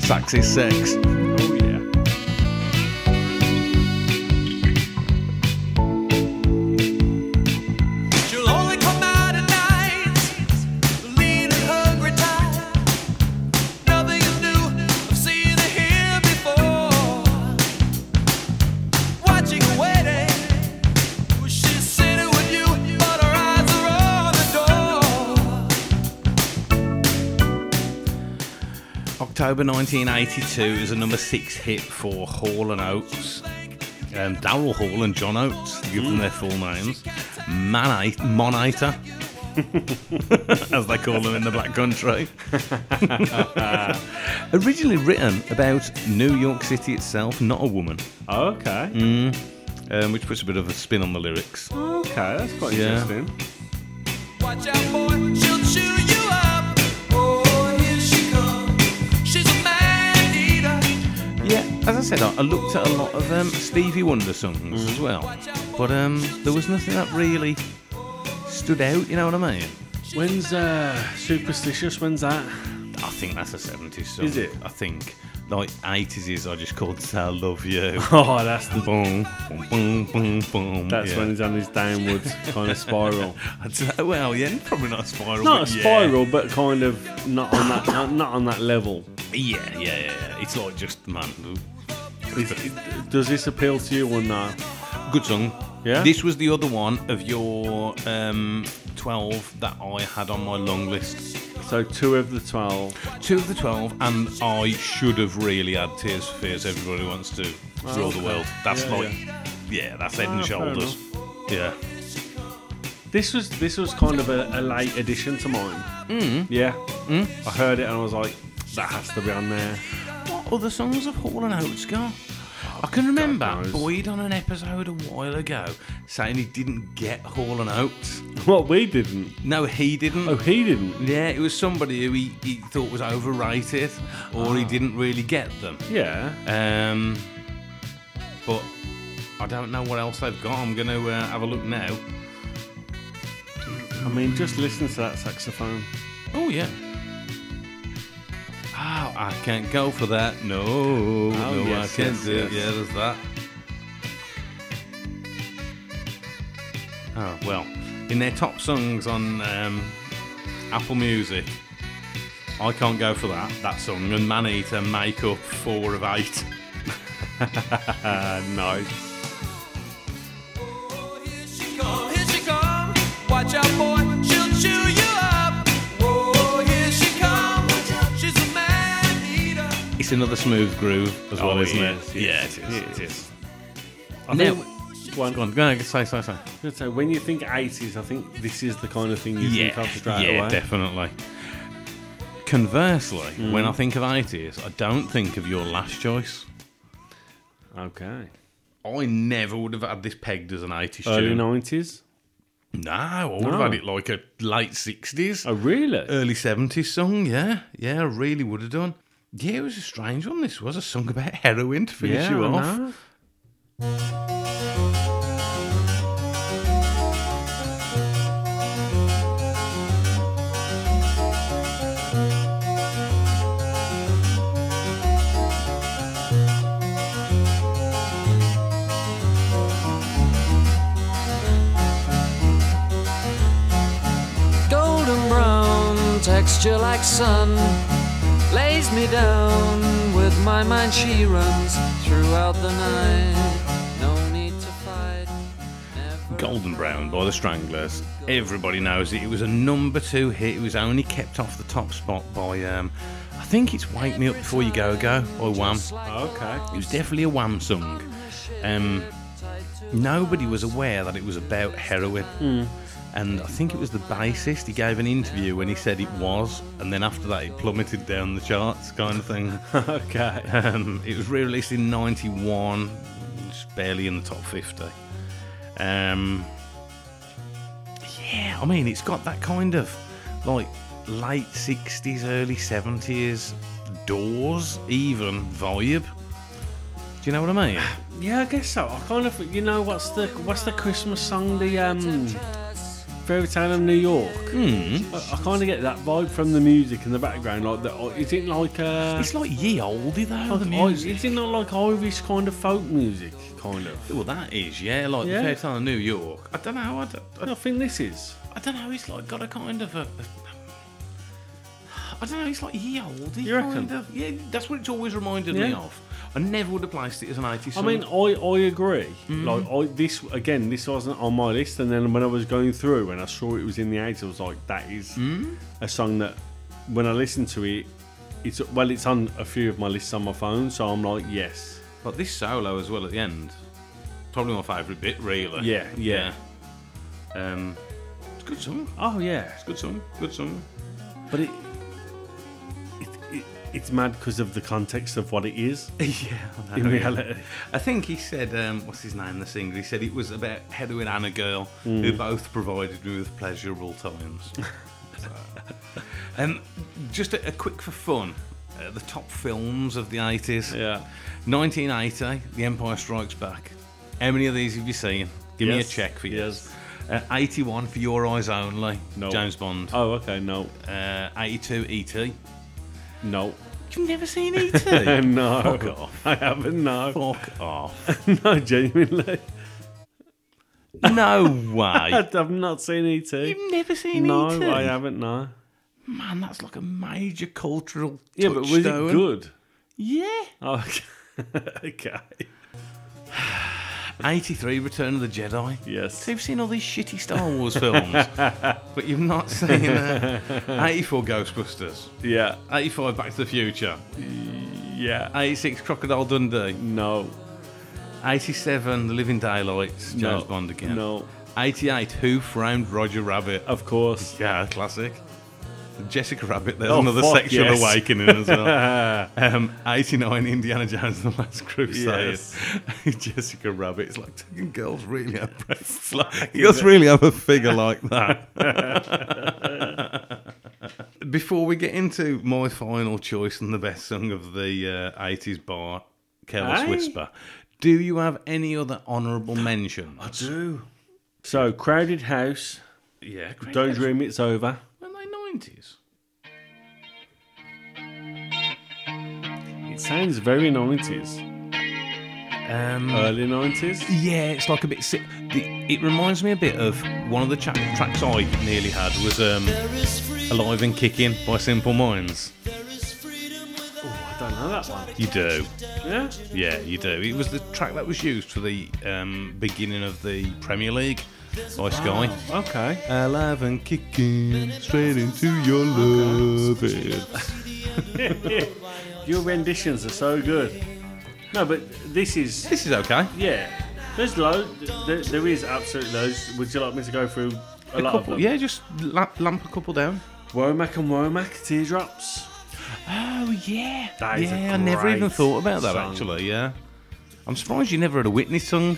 Speaker 1: Sax is sex.
Speaker 2: Oh yeah.
Speaker 11: She'll only come out at night, lean and hungry tight. Nothing is new, I've seen it here before. Watching, waiting, she's sitting with you, but her eyes are on the door.
Speaker 1: October 1982 is a number six hit for Hall and Oates. Um, Daryl Hall and John Oates, to give them their full names. Manite, Monator, [LAUGHS] as they call them in the Black Country. [LAUGHS] Originally written about New York City itself, not a woman.
Speaker 2: Okay.
Speaker 1: Mm, um, which puts a bit of a spin on the lyrics.
Speaker 2: Okay, that's quite
Speaker 1: Yeah.
Speaker 2: interesting.
Speaker 11: Watch out, boy, she'll chew you up. Oh, here she comes, she's a man eater.
Speaker 1: Yeah, as I said, I, I looked at a lot of um, Stevie Wonder songs as well, but um, there was nothing that really stood out. You know what I mean?
Speaker 2: When's uh, Superstitious? When's that?
Speaker 1: I think that's a seventies song.
Speaker 2: Is it?
Speaker 1: I think. like 80s is, I just called Say I Love
Speaker 2: [LAUGHS]
Speaker 1: You.
Speaker 2: [LAUGHS] Oh, that's the
Speaker 1: boom, boom, boom, boom.
Speaker 2: That's
Speaker 1: [LAUGHS]
Speaker 2: when he's on his downwards kind of spiral.
Speaker 1: I'd say, well, yeah, probably not a spiral.
Speaker 2: [LAUGHS] Not a
Speaker 1: but yeah.
Speaker 2: spiral, but kind of not on that not, not on that level.
Speaker 1: Yeah, yeah, yeah. yeah. It's like just, man.
Speaker 2: Is- [LAUGHS] it- does this appeal to you or not?
Speaker 1: Good song.
Speaker 2: Yeah?
Speaker 1: This was the other one of your um, 12 that I had on my long list.
Speaker 2: So two of the 12.
Speaker 1: Two of the 12, and I should have really had Tears for Fears Everybody Wants to
Speaker 2: Oh,
Speaker 1: Rule
Speaker 2: okay.
Speaker 1: the World. That's
Speaker 2: Yeah,
Speaker 1: like, yeah, that's head and
Speaker 2: Ah, fair
Speaker 1: shoulders. Yeah.
Speaker 2: This was this was kind of a, a late addition to mine.
Speaker 1: Mm.
Speaker 2: Yeah,
Speaker 1: Mm.
Speaker 2: I heard it and I was like, that has to be on there.
Speaker 1: What other songs have Hall and Oates got? I can remember
Speaker 2: knows.
Speaker 1: Boyd on an episode a while ago saying he didn't get Hall and Oates.
Speaker 2: Well, we didn't.
Speaker 1: No, he didn't.
Speaker 2: Oh, he didn't.
Speaker 1: Yeah, it was somebody who he, he thought was overrated or he didn't really get them.
Speaker 2: Yeah.
Speaker 1: Um, but I don't know what else they've got. I'm going to uh, have a look now.
Speaker 2: I mean, just listen to that saxophone.
Speaker 1: Oh, yeah. Oh, I can't go for that. No, no,
Speaker 2: yes,
Speaker 1: I can't
Speaker 2: yes,
Speaker 1: do it.
Speaker 2: yes.
Speaker 1: Yeah, there's that. Oh, well, in their top songs on um, Apple Music, I Can't Go For That, that song, and Man Eater make up four of eight. [LAUGHS]
Speaker 2: nice.
Speaker 11: come, here she come. Watch out, boy, she'll chew you up.
Speaker 15: Oh,
Speaker 11: Whoa, here she come. She's a man eater.
Speaker 1: It's another smooth groove as well,
Speaker 2: it
Speaker 1: isn't
Speaker 2: is,
Speaker 1: Oh, it?
Speaker 2: yes,
Speaker 1: yeah, it is. It is.
Speaker 2: I
Speaker 1: Now-
Speaker 2: think one.
Speaker 1: Go on, go on, say, say, say.
Speaker 2: So when you think 80s, I think this is the kind of thing you
Speaker 1: yeah,
Speaker 2: think of straight
Speaker 1: yeah,
Speaker 2: away.
Speaker 1: definitely. Conversely,
Speaker 2: Mm.
Speaker 1: when I think of 80s, I don't think of your last choice.
Speaker 2: Okay.
Speaker 1: I never would have had this pegged as an 80s
Speaker 2: Early
Speaker 1: tune.
Speaker 2: 90s.
Speaker 1: No, I would
Speaker 2: No.
Speaker 1: have had it like a late 60s.
Speaker 2: Oh, really?
Speaker 1: Early 70s song, yeah. Yeah, I really would have done. Yeah, it was a strange one, this was. A song about heroin to finish
Speaker 2: Yeah,
Speaker 1: you
Speaker 2: I
Speaker 1: off.
Speaker 2: know.
Speaker 15: golden brown texture like sun lays me down with my mind she runs throughout the night no need to fight
Speaker 1: Golden Brown by the Stranglers. Everybody knows it. It was a number two hit. It was only kept off the top spot by, um, I think it's Wake Me Up Before You Go Go by Wham.
Speaker 2: Okay.
Speaker 1: It was definitely a Wham song. Um, nobody was aware that it was about heroin.
Speaker 2: Mm.
Speaker 1: And I think it was the bassist. He gave an interview when he said it was, and then after that, it plummeted down the charts, kind of thing.
Speaker 2: okay.
Speaker 1: Um, it was re released in 91, just barely in the top 50. Um, yeah, I mean, it's got that kind of like late 60s, early 70s doors, even vibe. Do you know what I mean?
Speaker 2: Yeah, I guess so. I kind of, you know, what's the what's the Christmas song? The um, Fairy Tale of New York.
Speaker 1: Hmm.
Speaker 2: I, I kind of get that vibe from the music in the background. Like the, oh, is it like uh,
Speaker 1: [SIGHS] It's like ye olde though.
Speaker 2: like
Speaker 1: Oh, the
Speaker 2: I-
Speaker 1: music.
Speaker 2: is it not like Irish kind of folk music? Kind of.
Speaker 1: Well, that is, yeah, like
Speaker 2: Yeah.
Speaker 1: the Fair Town of New York. I don't know. I don't, I,
Speaker 2: I think this is.
Speaker 1: I don't know. It's like got a kind of a. I don't know. It's like ye olde.
Speaker 2: You reckon?
Speaker 1: Kind of. Yeah, that's what it's always reminded me
Speaker 2: Yeah.
Speaker 1: of. I never would have placed it as an 80s
Speaker 2: I
Speaker 1: song.
Speaker 2: mean, I, I agree.
Speaker 1: Mm-hmm.
Speaker 2: Like I, this again, this wasn't on my list, and then when I was going through and I saw it was in the eighties, I was like, that is
Speaker 1: Mm-hmm.
Speaker 2: a song that when I listen to it, it's well, it's on a few of my lists on my phone, so I'm like, yes,
Speaker 1: but this solo as well at the end, probably my favourite bit, really.
Speaker 2: Yeah, yeah.
Speaker 1: Yeah. Um, it's a good song.
Speaker 2: oh yeah,
Speaker 1: It's a good song. Good song.
Speaker 2: but it. it, it it's mad because of the context of what it
Speaker 1: [LAUGHS]
Speaker 2: is.
Speaker 1: [LAUGHS] yeah, I
Speaker 2: in
Speaker 1: know, Oh, yeah.
Speaker 2: reality.
Speaker 1: I think he said, um, what's his name, the singer? He said it was about heroin and a girl
Speaker 2: Mm.
Speaker 1: who both provided me with pleasurable
Speaker 2: [LAUGHS]
Speaker 1: times. So, um, just a, a quick for fun. Uh, the top films of the 80s.
Speaker 2: Yeah.
Speaker 1: 1980, The Empire Strikes Back. How many of these have you seen? Give me a
Speaker 2: Yes,
Speaker 1: check for you.
Speaker 2: yes.
Speaker 1: Uh, 81, For Your Eyes Only.
Speaker 2: No.
Speaker 1: James Bond.
Speaker 2: Oh, okay, no,
Speaker 1: Uh, 82, E.T.
Speaker 2: no, [LAUGHS]
Speaker 1: You've never seen E.T.?
Speaker 2: no,
Speaker 1: Fuck off.
Speaker 2: [LAUGHS] I haven't. No,
Speaker 1: fuck off.
Speaker 2: [LAUGHS] no, genuinely,
Speaker 1: no way.
Speaker 2: [LAUGHS] I've not seen ET.
Speaker 1: You've never seen E
Speaker 2: no,
Speaker 1: E.T.?
Speaker 2: No, I haven't. No.
Speaker 1: Man, that's like a major cultural
Speaker 2: Yeah, but was it
Speaker 1: touchstone.
Speaker 2: good?
Speaker 1: Yeah.
Speaker 2: Oh, [LAUGHS] okay.
Speaker 1: 83 Return of the Jedi.
Speaker 2: Yes.
Speaker 1: So you've seen all these shitty [LAUGHS] Star Wars films, but you've not seen uh, 84 Ghostbusters.
Speaker 2: Yeah.
Speaker 1: 85 Back to the Future.
Speaker 2: Yeah.
Speaker 1: 86 Crocodile Dundee.
Speaker 2: No.
Speaker 1: 87 The Living Daylights. James
Speaker 2: No.
Speaker 1: Bond again.
Speaker 2: No.
Speaker 1: 88 Who Framed Roger Rabbit.
Speaker 2: Of course.
Speaker 1: Yeah, classic. Jessica Rabbit, there's
Speaker 2: Oh,
Speaker 1: another
Speaker 2: fuck,
Speaker 1: sexual
Speaker 2: yes.
Speaker 1: awakening as [LAUGHS] well. um, 89 Indiana Jones and the Last Crusade.
Speaker 2: Yes.
Speaker 1: [LAUGHS] Jessica Rabbit. It's like taking girls really [LAUGHS] have
Speaker 2: [LAUGHS]
Speaker 1: breasts. Like, girls really have a figure like that. [LAUGHS] Before we get into my final choice and the best song of the uh, 80s bar, Careless
Speaker 2: Aye.
Speaker 1: Whisper, do you have any other honourable mention?
Speaker 2: I do. So, Crowded House.
Speaker 1: Yeah, Crowded
Speaker 2: Don't
Speaker 1: House.
Speaker 2: Dream It's Over.
Speaker 1: Were they 90s?
Speaker 2: It sounds very 90s.
Speaker 1: Um,
Speaker 2: Early 90s?
Speaker 1: Yeah, it's like a bit. si- the- It reminds me a bit of one of the cha- tracks I nearly had was um, "Alive and Kicking" by Simple Minds. Oh,
Speaker 2: I don't know that one.
Speaker 1: You do,
Speaker 2: Yeah?
Speaker 1: yeah, you do. It was the track that was used for the um, beginning of the Premier League by Sky.
Speaker 2: Okay.
Speaker 1: Alive and kicking straight into your love. it.
Speaker 2: Your renditions are so good. No, but this is.
Speaker 1: This is okay.
Speaker 2: Yeah. There's loads. There, there is absolute loads. Would you like me to go through
Speaker 1: A
Speaker 2: a, lot
Speaker 1: couple,
Speaker 2: of them?
Speaker 1: yeah, just la- lamp a couple down.
Speaker 2: Womack and Womack, Teardrops.
Speaker 1: Oh yeah,
Speaker 2: That is a
Speaker 1: yeah. I never even
Speaker 2: great
Speaker 1: thought about that
Speaker 2: song.
Speaker 1: actually. Yeah, I'm surprised you never had a Whitney song.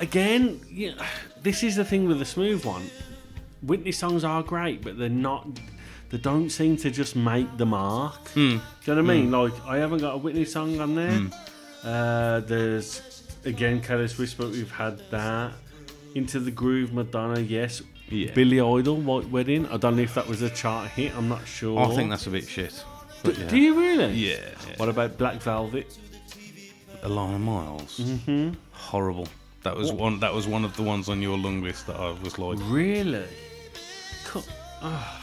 Speaker 2: Again, you this is the thing with the smooth one. Whitney songs are great, but they're not. They don't seem to just make the mark.
Speaker 1: Hmm.
Speaker 2: Do you know what I mean? Like, I haven't got a Whitney song on there.
Speaker 1: Hmm.
Speaker 2: Uh, there's, again, Careless Whisper, we've had that. Into the Groove, Madonna, yes.
Speaker 1: Yeah.
Speaker 2: Billy Idol, White Wedding. I don't know if that was a chart hit, I'm not sure.
Speaker 1: I think that's a bit shit. But yeah.
Speaker 2: Do you really?
Speaker 1: Yeah.
Speaker 2: What about Black Velvet?
Speaker 1: Alana Miles. Mm-hmm. Horrible. That was one. That was one of the ones on your long list that I was like.
Speaker 2: Really? Co- ah.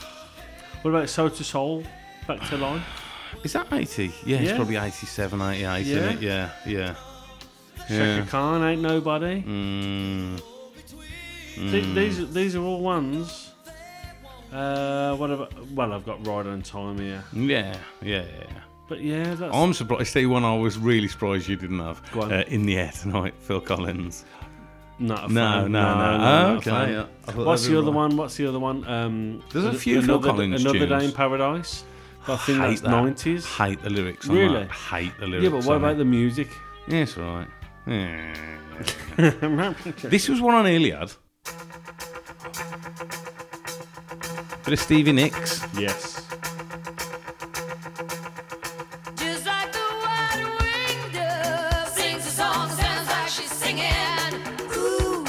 Speaker 2: What about Soul to Soul? Back to Life?
Speaker 1: [SIGHS] Is that eighty? Yeah, it's
Speaker 2: Yeah.
Speaker 1: probably 87, 88,
Speaker 2: Yeah.
Speaker 1: isn't it? Yeah, yeah.
Speaker 2: Shaka Khan ain't nobody.
Speaker 1: Mm.
Speaker 2: Th- These these are all ones. Uh, what about? Well, I've got Ride on Time here,
Speaker 1: Yeah, yeah, yeah.
Speaker 2: but yeah, that's.
Speaker 1: I'm surprised. See, one I was really surprised you didn't have.
Speaker 2: Go on.
Speaker 1: Uh, in the air tonight, Phil Collins.
Speaker 2: not a
Speaker 1: No,
Speaker 2: fan.
Speaker 1: no, no.
Speaker 2: not a
Speaker 1: Okay,
Speaker 2: fan.
Speaker 1: yeah. I thought
Speaker 2: What's the
Speaker 1: everyone-
Speaker 2: other one? What's the other one? Um,
Speaker 1: There's a
Speaker 2: an-
Speaker 1: few Phil
Speaker 2: another,
Speaker 1: Collins
Speaker 2: Another
Speaker 1: tunes.
Speaker 2: Day in Paradise. I think
Speaker 1: Hate
Speaker 2: that's
Speaker 1: that.
Speaker 2: nineties.
Speaker 1: Hate the lyrics. On
Speaker 2: Really?
Speaker 1: That. Hate the lyrics.
Speaker 2: Yeah, but what
Speaker 1: on
Speaker 2: about
Speaker 1: it.
Speaker 2: the music? [LAUGHS]
Speaker 1: Yeah, it's all right. Yeah. this was one on Iliad. Bit of Stevie Nicks.
Speaker 2: yes.
Speaker 3: Just like the white winged dove sings a song, sounds like she's singing. Ooh,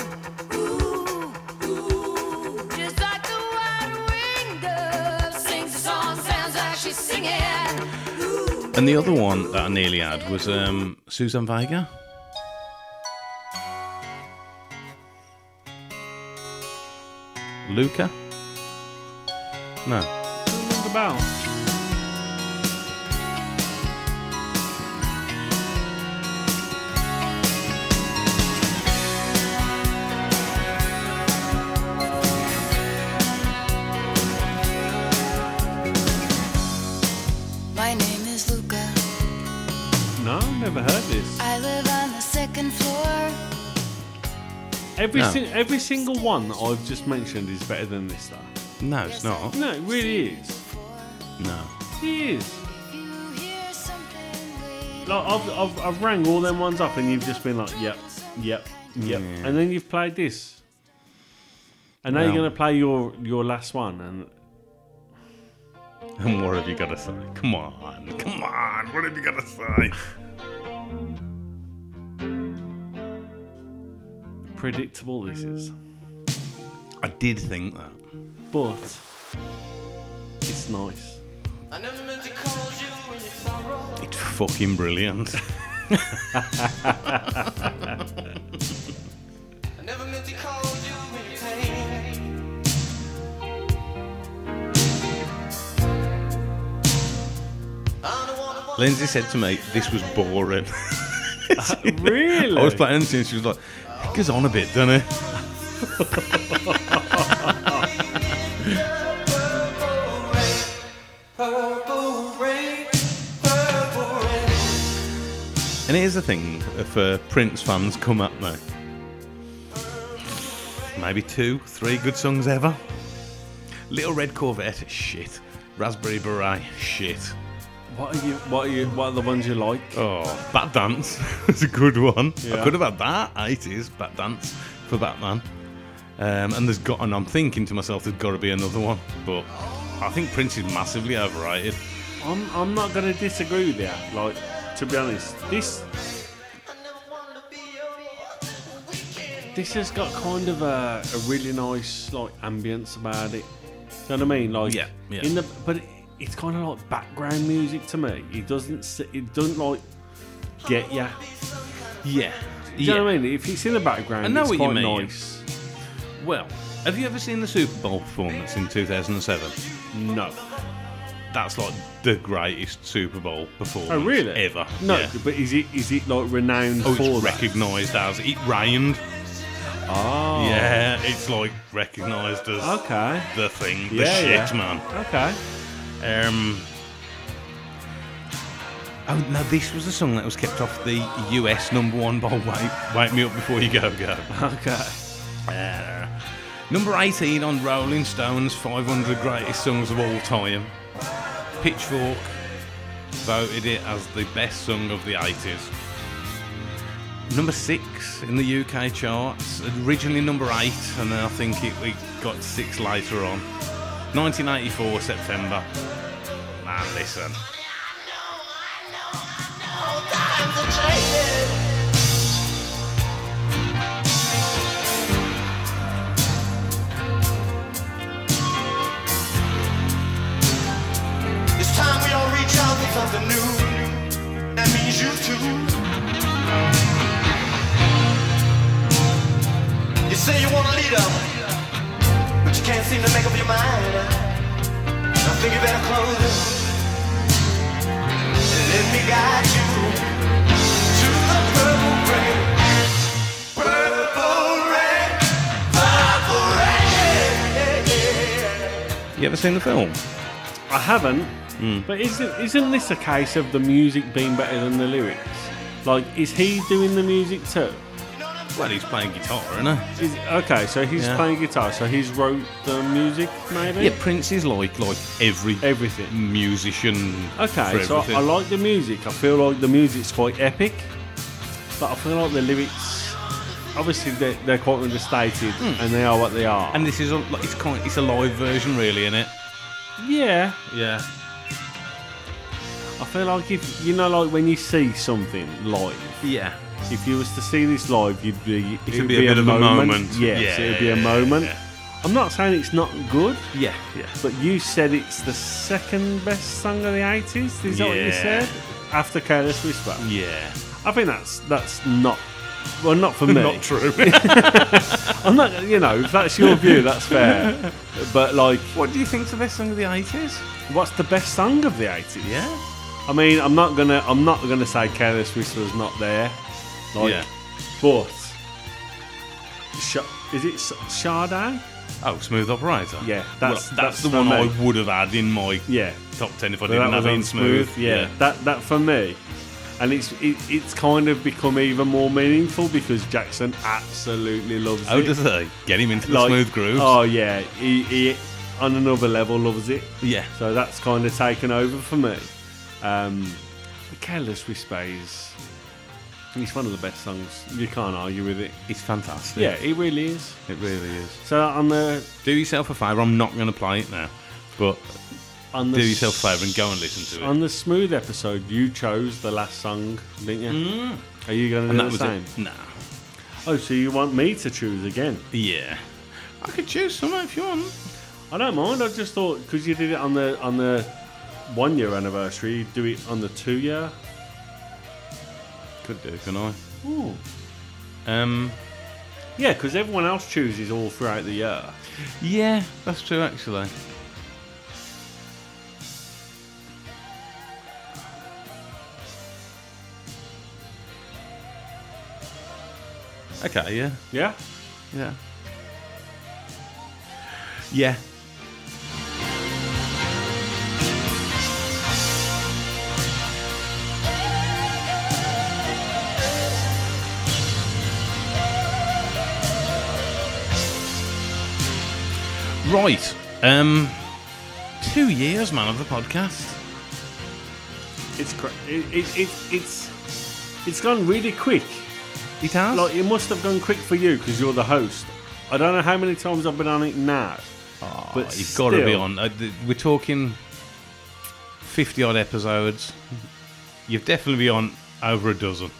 Speaker 3: ooh, ooh. Just like the white winged dove sings a song, sounds like she's singing. Ooh.
Speaker 1: And the other one that I nearly had was um, Susan Vega. Luca? No.
Speaker 2: What about?
Speaker 16: My name is Luca.
Speaker 2: No, never heard this.
Speaker 16: I live on the second floor.
Speaker 2: Every
Speaker 1: No.
Speaker 2: sin- every single one that I've just mentioned is better than this. Though.
Speaker 1: No, it's not.
Speaker 2: No, it really is.
Speaker 1: No.
Speaker 2: It is. Like, I've, I've, I've rang all them ones up and you've just been like, yep, yep, yep.
Speaker 1: Yeah.
Speaker 2: And then you've played this. And now
Speaker 1: Well.
Speaker 2: you're going to play your, your last one. And
Speaker 1: And what have you got to say? Come on. Come on. What have you got to say?
Speaker 2: predictable this is.
Speaker 1: I did think that.
Speaker 2: But it's nice.
Speaker 11: I never meant to call you when you borrowed
Speaker 1: fucking brilliant. Lindsay said to me, "This was boring." [LAUGHS]
Speaker 2: really?
Speaker 1: I was playing it and she was like, "It goes on a bit, doesn't it?"
Speaker 11: Purple rain, purple rain.
Speaker 1: And here's the thing: if uh, Prince fans come at me, maybe two, three good songs ever. Little Red Corvette, shit. Raspberry Beret, shit.
Speaker 2: What are you? What are you? What are the ones you like?
Speaker 1: Oh, Bat Dance [LAUGHS] was a good one.
Speaker 2: Yeah.
Speaker 1: I could have had that. 80s Bat Dance for Batman. Um, and there's got, and I'm thinking to myself, there's got to be another one. But I think Prince is massively overrated.
Speaker 2: I'm, I'm not going to disagree with that. Like, to be honest, this this has got kind of a, a really nice like ambience about it. Do you know what I mean? Like,
Speaker 1: Yeah, yeah.
Speaker 2: In the but it, it's kind of like background music to me. It doesn't s- it doesn't like get ya.
Speaker 1: Yeah.
Speaker 2: Do you know what I mean? If it's in the background,
Speaker 1: I know
Speaker 2: it's
Speaker 1: what you
Speaker 2: quite
Speaker 1: mean.
Speaker 2: nice.
Speaker 1: Well, have you ever seen the Super Bowl performance in 2007?
Speaker 2: No.
Speaker 1: That's like the greatest Super Bowl performance
Speaker 2: Oh really?
Speaker 1: ever.
Speaker 2: No,
Speaker 1: Yeah.
Speaker 2: but is it is it like renowned
Speaker 1: Oh,
Speaker 2: for
Speaker 1: it's
Speaker 2: that?
Speaker 1: recognised as it rained.
Speaker 2: Oh.
Speaker 1: Yeah, it's like recognised as
Speaker 2: Okay.
Speaker 1: the thing, the
Speaker 2: Yeah,
Speaker 1: shit, [LAUGHS]
Speaker 2: yeah.
Speaker 1: man. Okay. Um. Oh no, this was the song that was kept off the US number one by Wake, Wake Me Up Before You Go Go.
Speaker 2: Okay.
Speaker 1: Uh, number 18 on Rolling Stone's 500 Greatest Songs of All Time. Pitchfork voted it as the best song of the 80s. Number six in the UK charts, originally number eight, and then I think it, it got six later on. 1984 September. Man, listen.
Speaker 11: It's time we all reach out for something new. That means you too. You say you want to lead up, but you can't seem to make up your mind. I think you better close it. And let me guide you to the purple rain. Purple rain, purple rain.
Speaker 1: You ever seen the film?
Speaker 2: I haven't.
Speaker 1: Hmm.
Speaker 2: But isn't isn't this a case of the music being better than the lyrics? Like, is he doing the music too?
Speaker 1: Well, he's playing guitar, isn't he?
Speaker 2: Is, okay, so he's
Speaker 1: Yeah.
Speaker 2: playing guitar. So he's wrote the music, maybe.
Speaker 1: Yeah, Prince is like like every everything musician.
Speaker 2: Okay,
Speaker 1: for
Speaker 2: so I,
Speaker 1: everything.
Speaker 2: I like the music. I feel like the music's quite epic, but I feel like the lyrics, obviously, they're, they're quite understated and they are what they are.
Speaker 1: Hmm. And this is a, like, it's kind it's a live version, really, isn't it?
Speaker 2: Yeah,
Speaker 1: Yeah.
Speaker 2: I feel like if you know, like when you see something live.
Speaker 1: Yeah.
Speaker 2: If you was to see this live, you'd be. It would
Speaker 1: be a bit of a moment.
Speaker 2: Yes,
Speaker 1: Yeah,
Speaker 2: it would be a
Speaker 1: yeah,
Speaker 2: moment.
Speaker 1: yeah.
Speaker 2: I'm not saying it's not good.
Speaker 1: Yeah, yeah.
Speaker 2: But you said it's the second best song of the 80s. Is that what you
Speaker 1: Yeah.
Speaker 2: said? After Careless Whisper.
Speaker 1: Yeah.
Speaker 2: I think that's that's not. Well, not
Speaker 1: [LAUGHS]
Speaker 2: for me.
Speaker 1: Not true.
Speaker 2: [LAUGHS] I'm not. You know, if that's your
Speaker 1: [LAUGHS]
Speaker 2: view, that's fair. But like,
Speaker 1: What do you think's the best song of the eighties?
Speaker 2: what's the best song of the 80s?
Speaker 1: Yeah.
Speaker 2: I mean, I'm not gonna, I'm not gonna say Careless Whisper's not there. Like,
Speaker 1: Yeah.
Speaker 2: But Sh- is it S- Sade?
Speaker 1: Oh, Smooth Operator.
Speaker 2: Yeah,
Speaker 1: Well,
Speaker 2: that's-
Speaker 1: that's,
Speaker 2: that's
Speaker 1: the
Speaker 2: for
Speaker 1: one
Speaker 2: me.
Speaker 1: I would have had in my
Speaker 2: Yeah.
Speaker 1: top ten if I
Speaker 2: But that
Speaker 1: didn't
Speaker 2: was
Speaker 1: have it in
Speaker 2: on
Speaker 1: Smooth.
Speaker 2: Yeah, that that for me, and it's it, it's kind of become even more meaningful because Jackson absolutely loves
Speaker 1: How
Speaker 2: it.
Speaker 1: Oh, does they get him into the smooth grooves?
Speaker 2: Oh yeah, he, he on another level loves it.
Speaker 1: Yeah.
Speaker 2: So that's kind of taken over for me. Um, but Careless Whisper is it's one of the best songs. You can't argue with it.
Speaker 1: It's fantastic.
Speaker 2: Yeah, it really is.
Speaker 1: It really is.
Speaker 2: So on the
Speaker 1: Do yourself a favour. I'm not going to play it now, but
Speaker 2: on the
Speaker 1: do yourself a favour and go and listen to it.
Speaker 2: On the smooth episode, you chose the last song, didn't you? Are you going to
Speaker 1: Mm. And
Speaker 2: do
Speaker 1: that
Speaker 2: the
Speaker 1: was
Speaker 2: same?
Speaker 1: it. Nah.
Speaker 2: Oh, so you want me to choose again?
Speaker 1: Yeah. I could choose some if you want.
Speaker 2: I don't mind. I just thought because you did it on the on the one year anniversary, you do it on the two year
Speaker 1: Could do, can I?
Speaker 2: Ooh.
Speaker 1: Um,
Speaker 2: yeah, because everyone else chooses all throughout the year.
Speaker 1: Yeah, that's true actually. Okay, yeah.
Speaker 2: Yeah?
Speaker 1: Yeah. Yeah. Right. Um two years, man, of the podcast.
Speaker 2: It's cra- it, it, it, it's it's gone really quick.
Speaker 1: It has.
Speaker 2: Like it must have gone quick for you because you're the host. I don't know how many times I've been on it now.
Speaker 1: but
Speaker 2: but
Speaker 1: Ah, you've got to be
Speaker 2: still-
Speaker 1: on. Uh, th- We're talking fifty odd episodes. You've definitely been on over a dozen.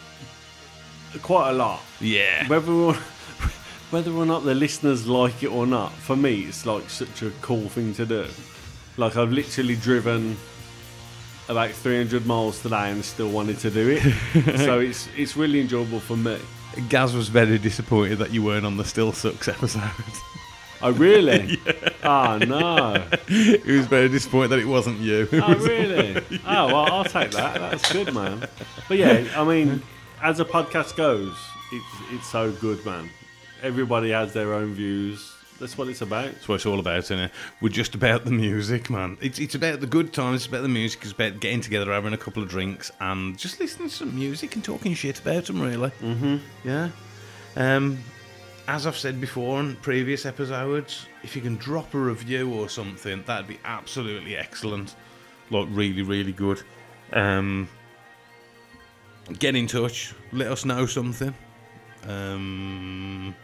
Speaker 2: Quite a lot.
Speaker 1: Yeah.
Speaker 2: Whether or [LAUGHS] whether or not the listeners like it or not, for me, it's like such a cool thing to do. Like I've literally driven about 300 miles today and still wanted to do it. so it's it's really enjoyable for me.
Speaker 1: Gaz was very disappointed that you weren't on the Still Sucks episode. [LAUGHS]
Speaker 2: Oh really? Oh no.
Speaker 1: he was very disappointed that it wasn't you. [LAUGHS]
Speaker 2: Oh really? Oh well, I'll take that. That's good, man. But yeah, I mean, as a podcast goes, it's it's so good, man. Everybody has their own views. That's what it's about.
Speaker 1: That's what it's all about, isn't it? We're just about the music, man. It's, it's about the good times, it's about the music, it's about getting together, having a couple of drinks, and just listening to some music and talking shit about them, really. Mm-hmm. Yeah. Um, as I've said before on previous episodes, if you can drop a review or something, that'd be absolutely excellent. Like, really, really good. Um, get in touch, let us know something. Um,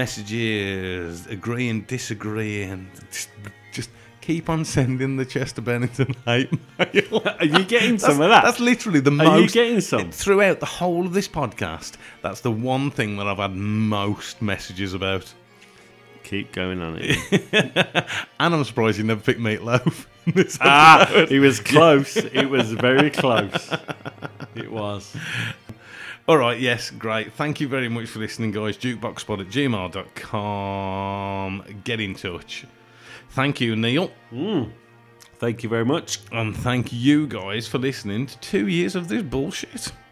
Speaker 1: messages, agreeing, disagreeing. Just, just keep on sending the Chester Bennington [LAUGHS] hate mail.
Speaker 2: Are you getting some of
Speaker 1: That's-
Speaker 2: that?
Speaker 1: That's literally the
Speaker 2: Are
Speaker 1: most.
Speaker 2: you getting some?
Speaker 1: Throughout the whole of this podcast, that's the one thing that I've had most messages about.
Speaker 2: Keep going on [LAUGHS] it.
Speaker 1: and I'm surprised you never picked Meatloaf. [LAUGHS] in this
Speaker 2: Ah,
Speaker 1: episode.
Speaker 2: it was close. It was very close. It was.
Speaker 1: [LAUGHS] All right, yes, great. Thank you very much for listening, guys. Jukeboxpod at gmail.com. Get in touch. Thank you, Neil.
Speaker 2: Thank you very much.
Speaker 1: And thank you guys for listening to two years of this bullshit.
Speaker 5: Oh,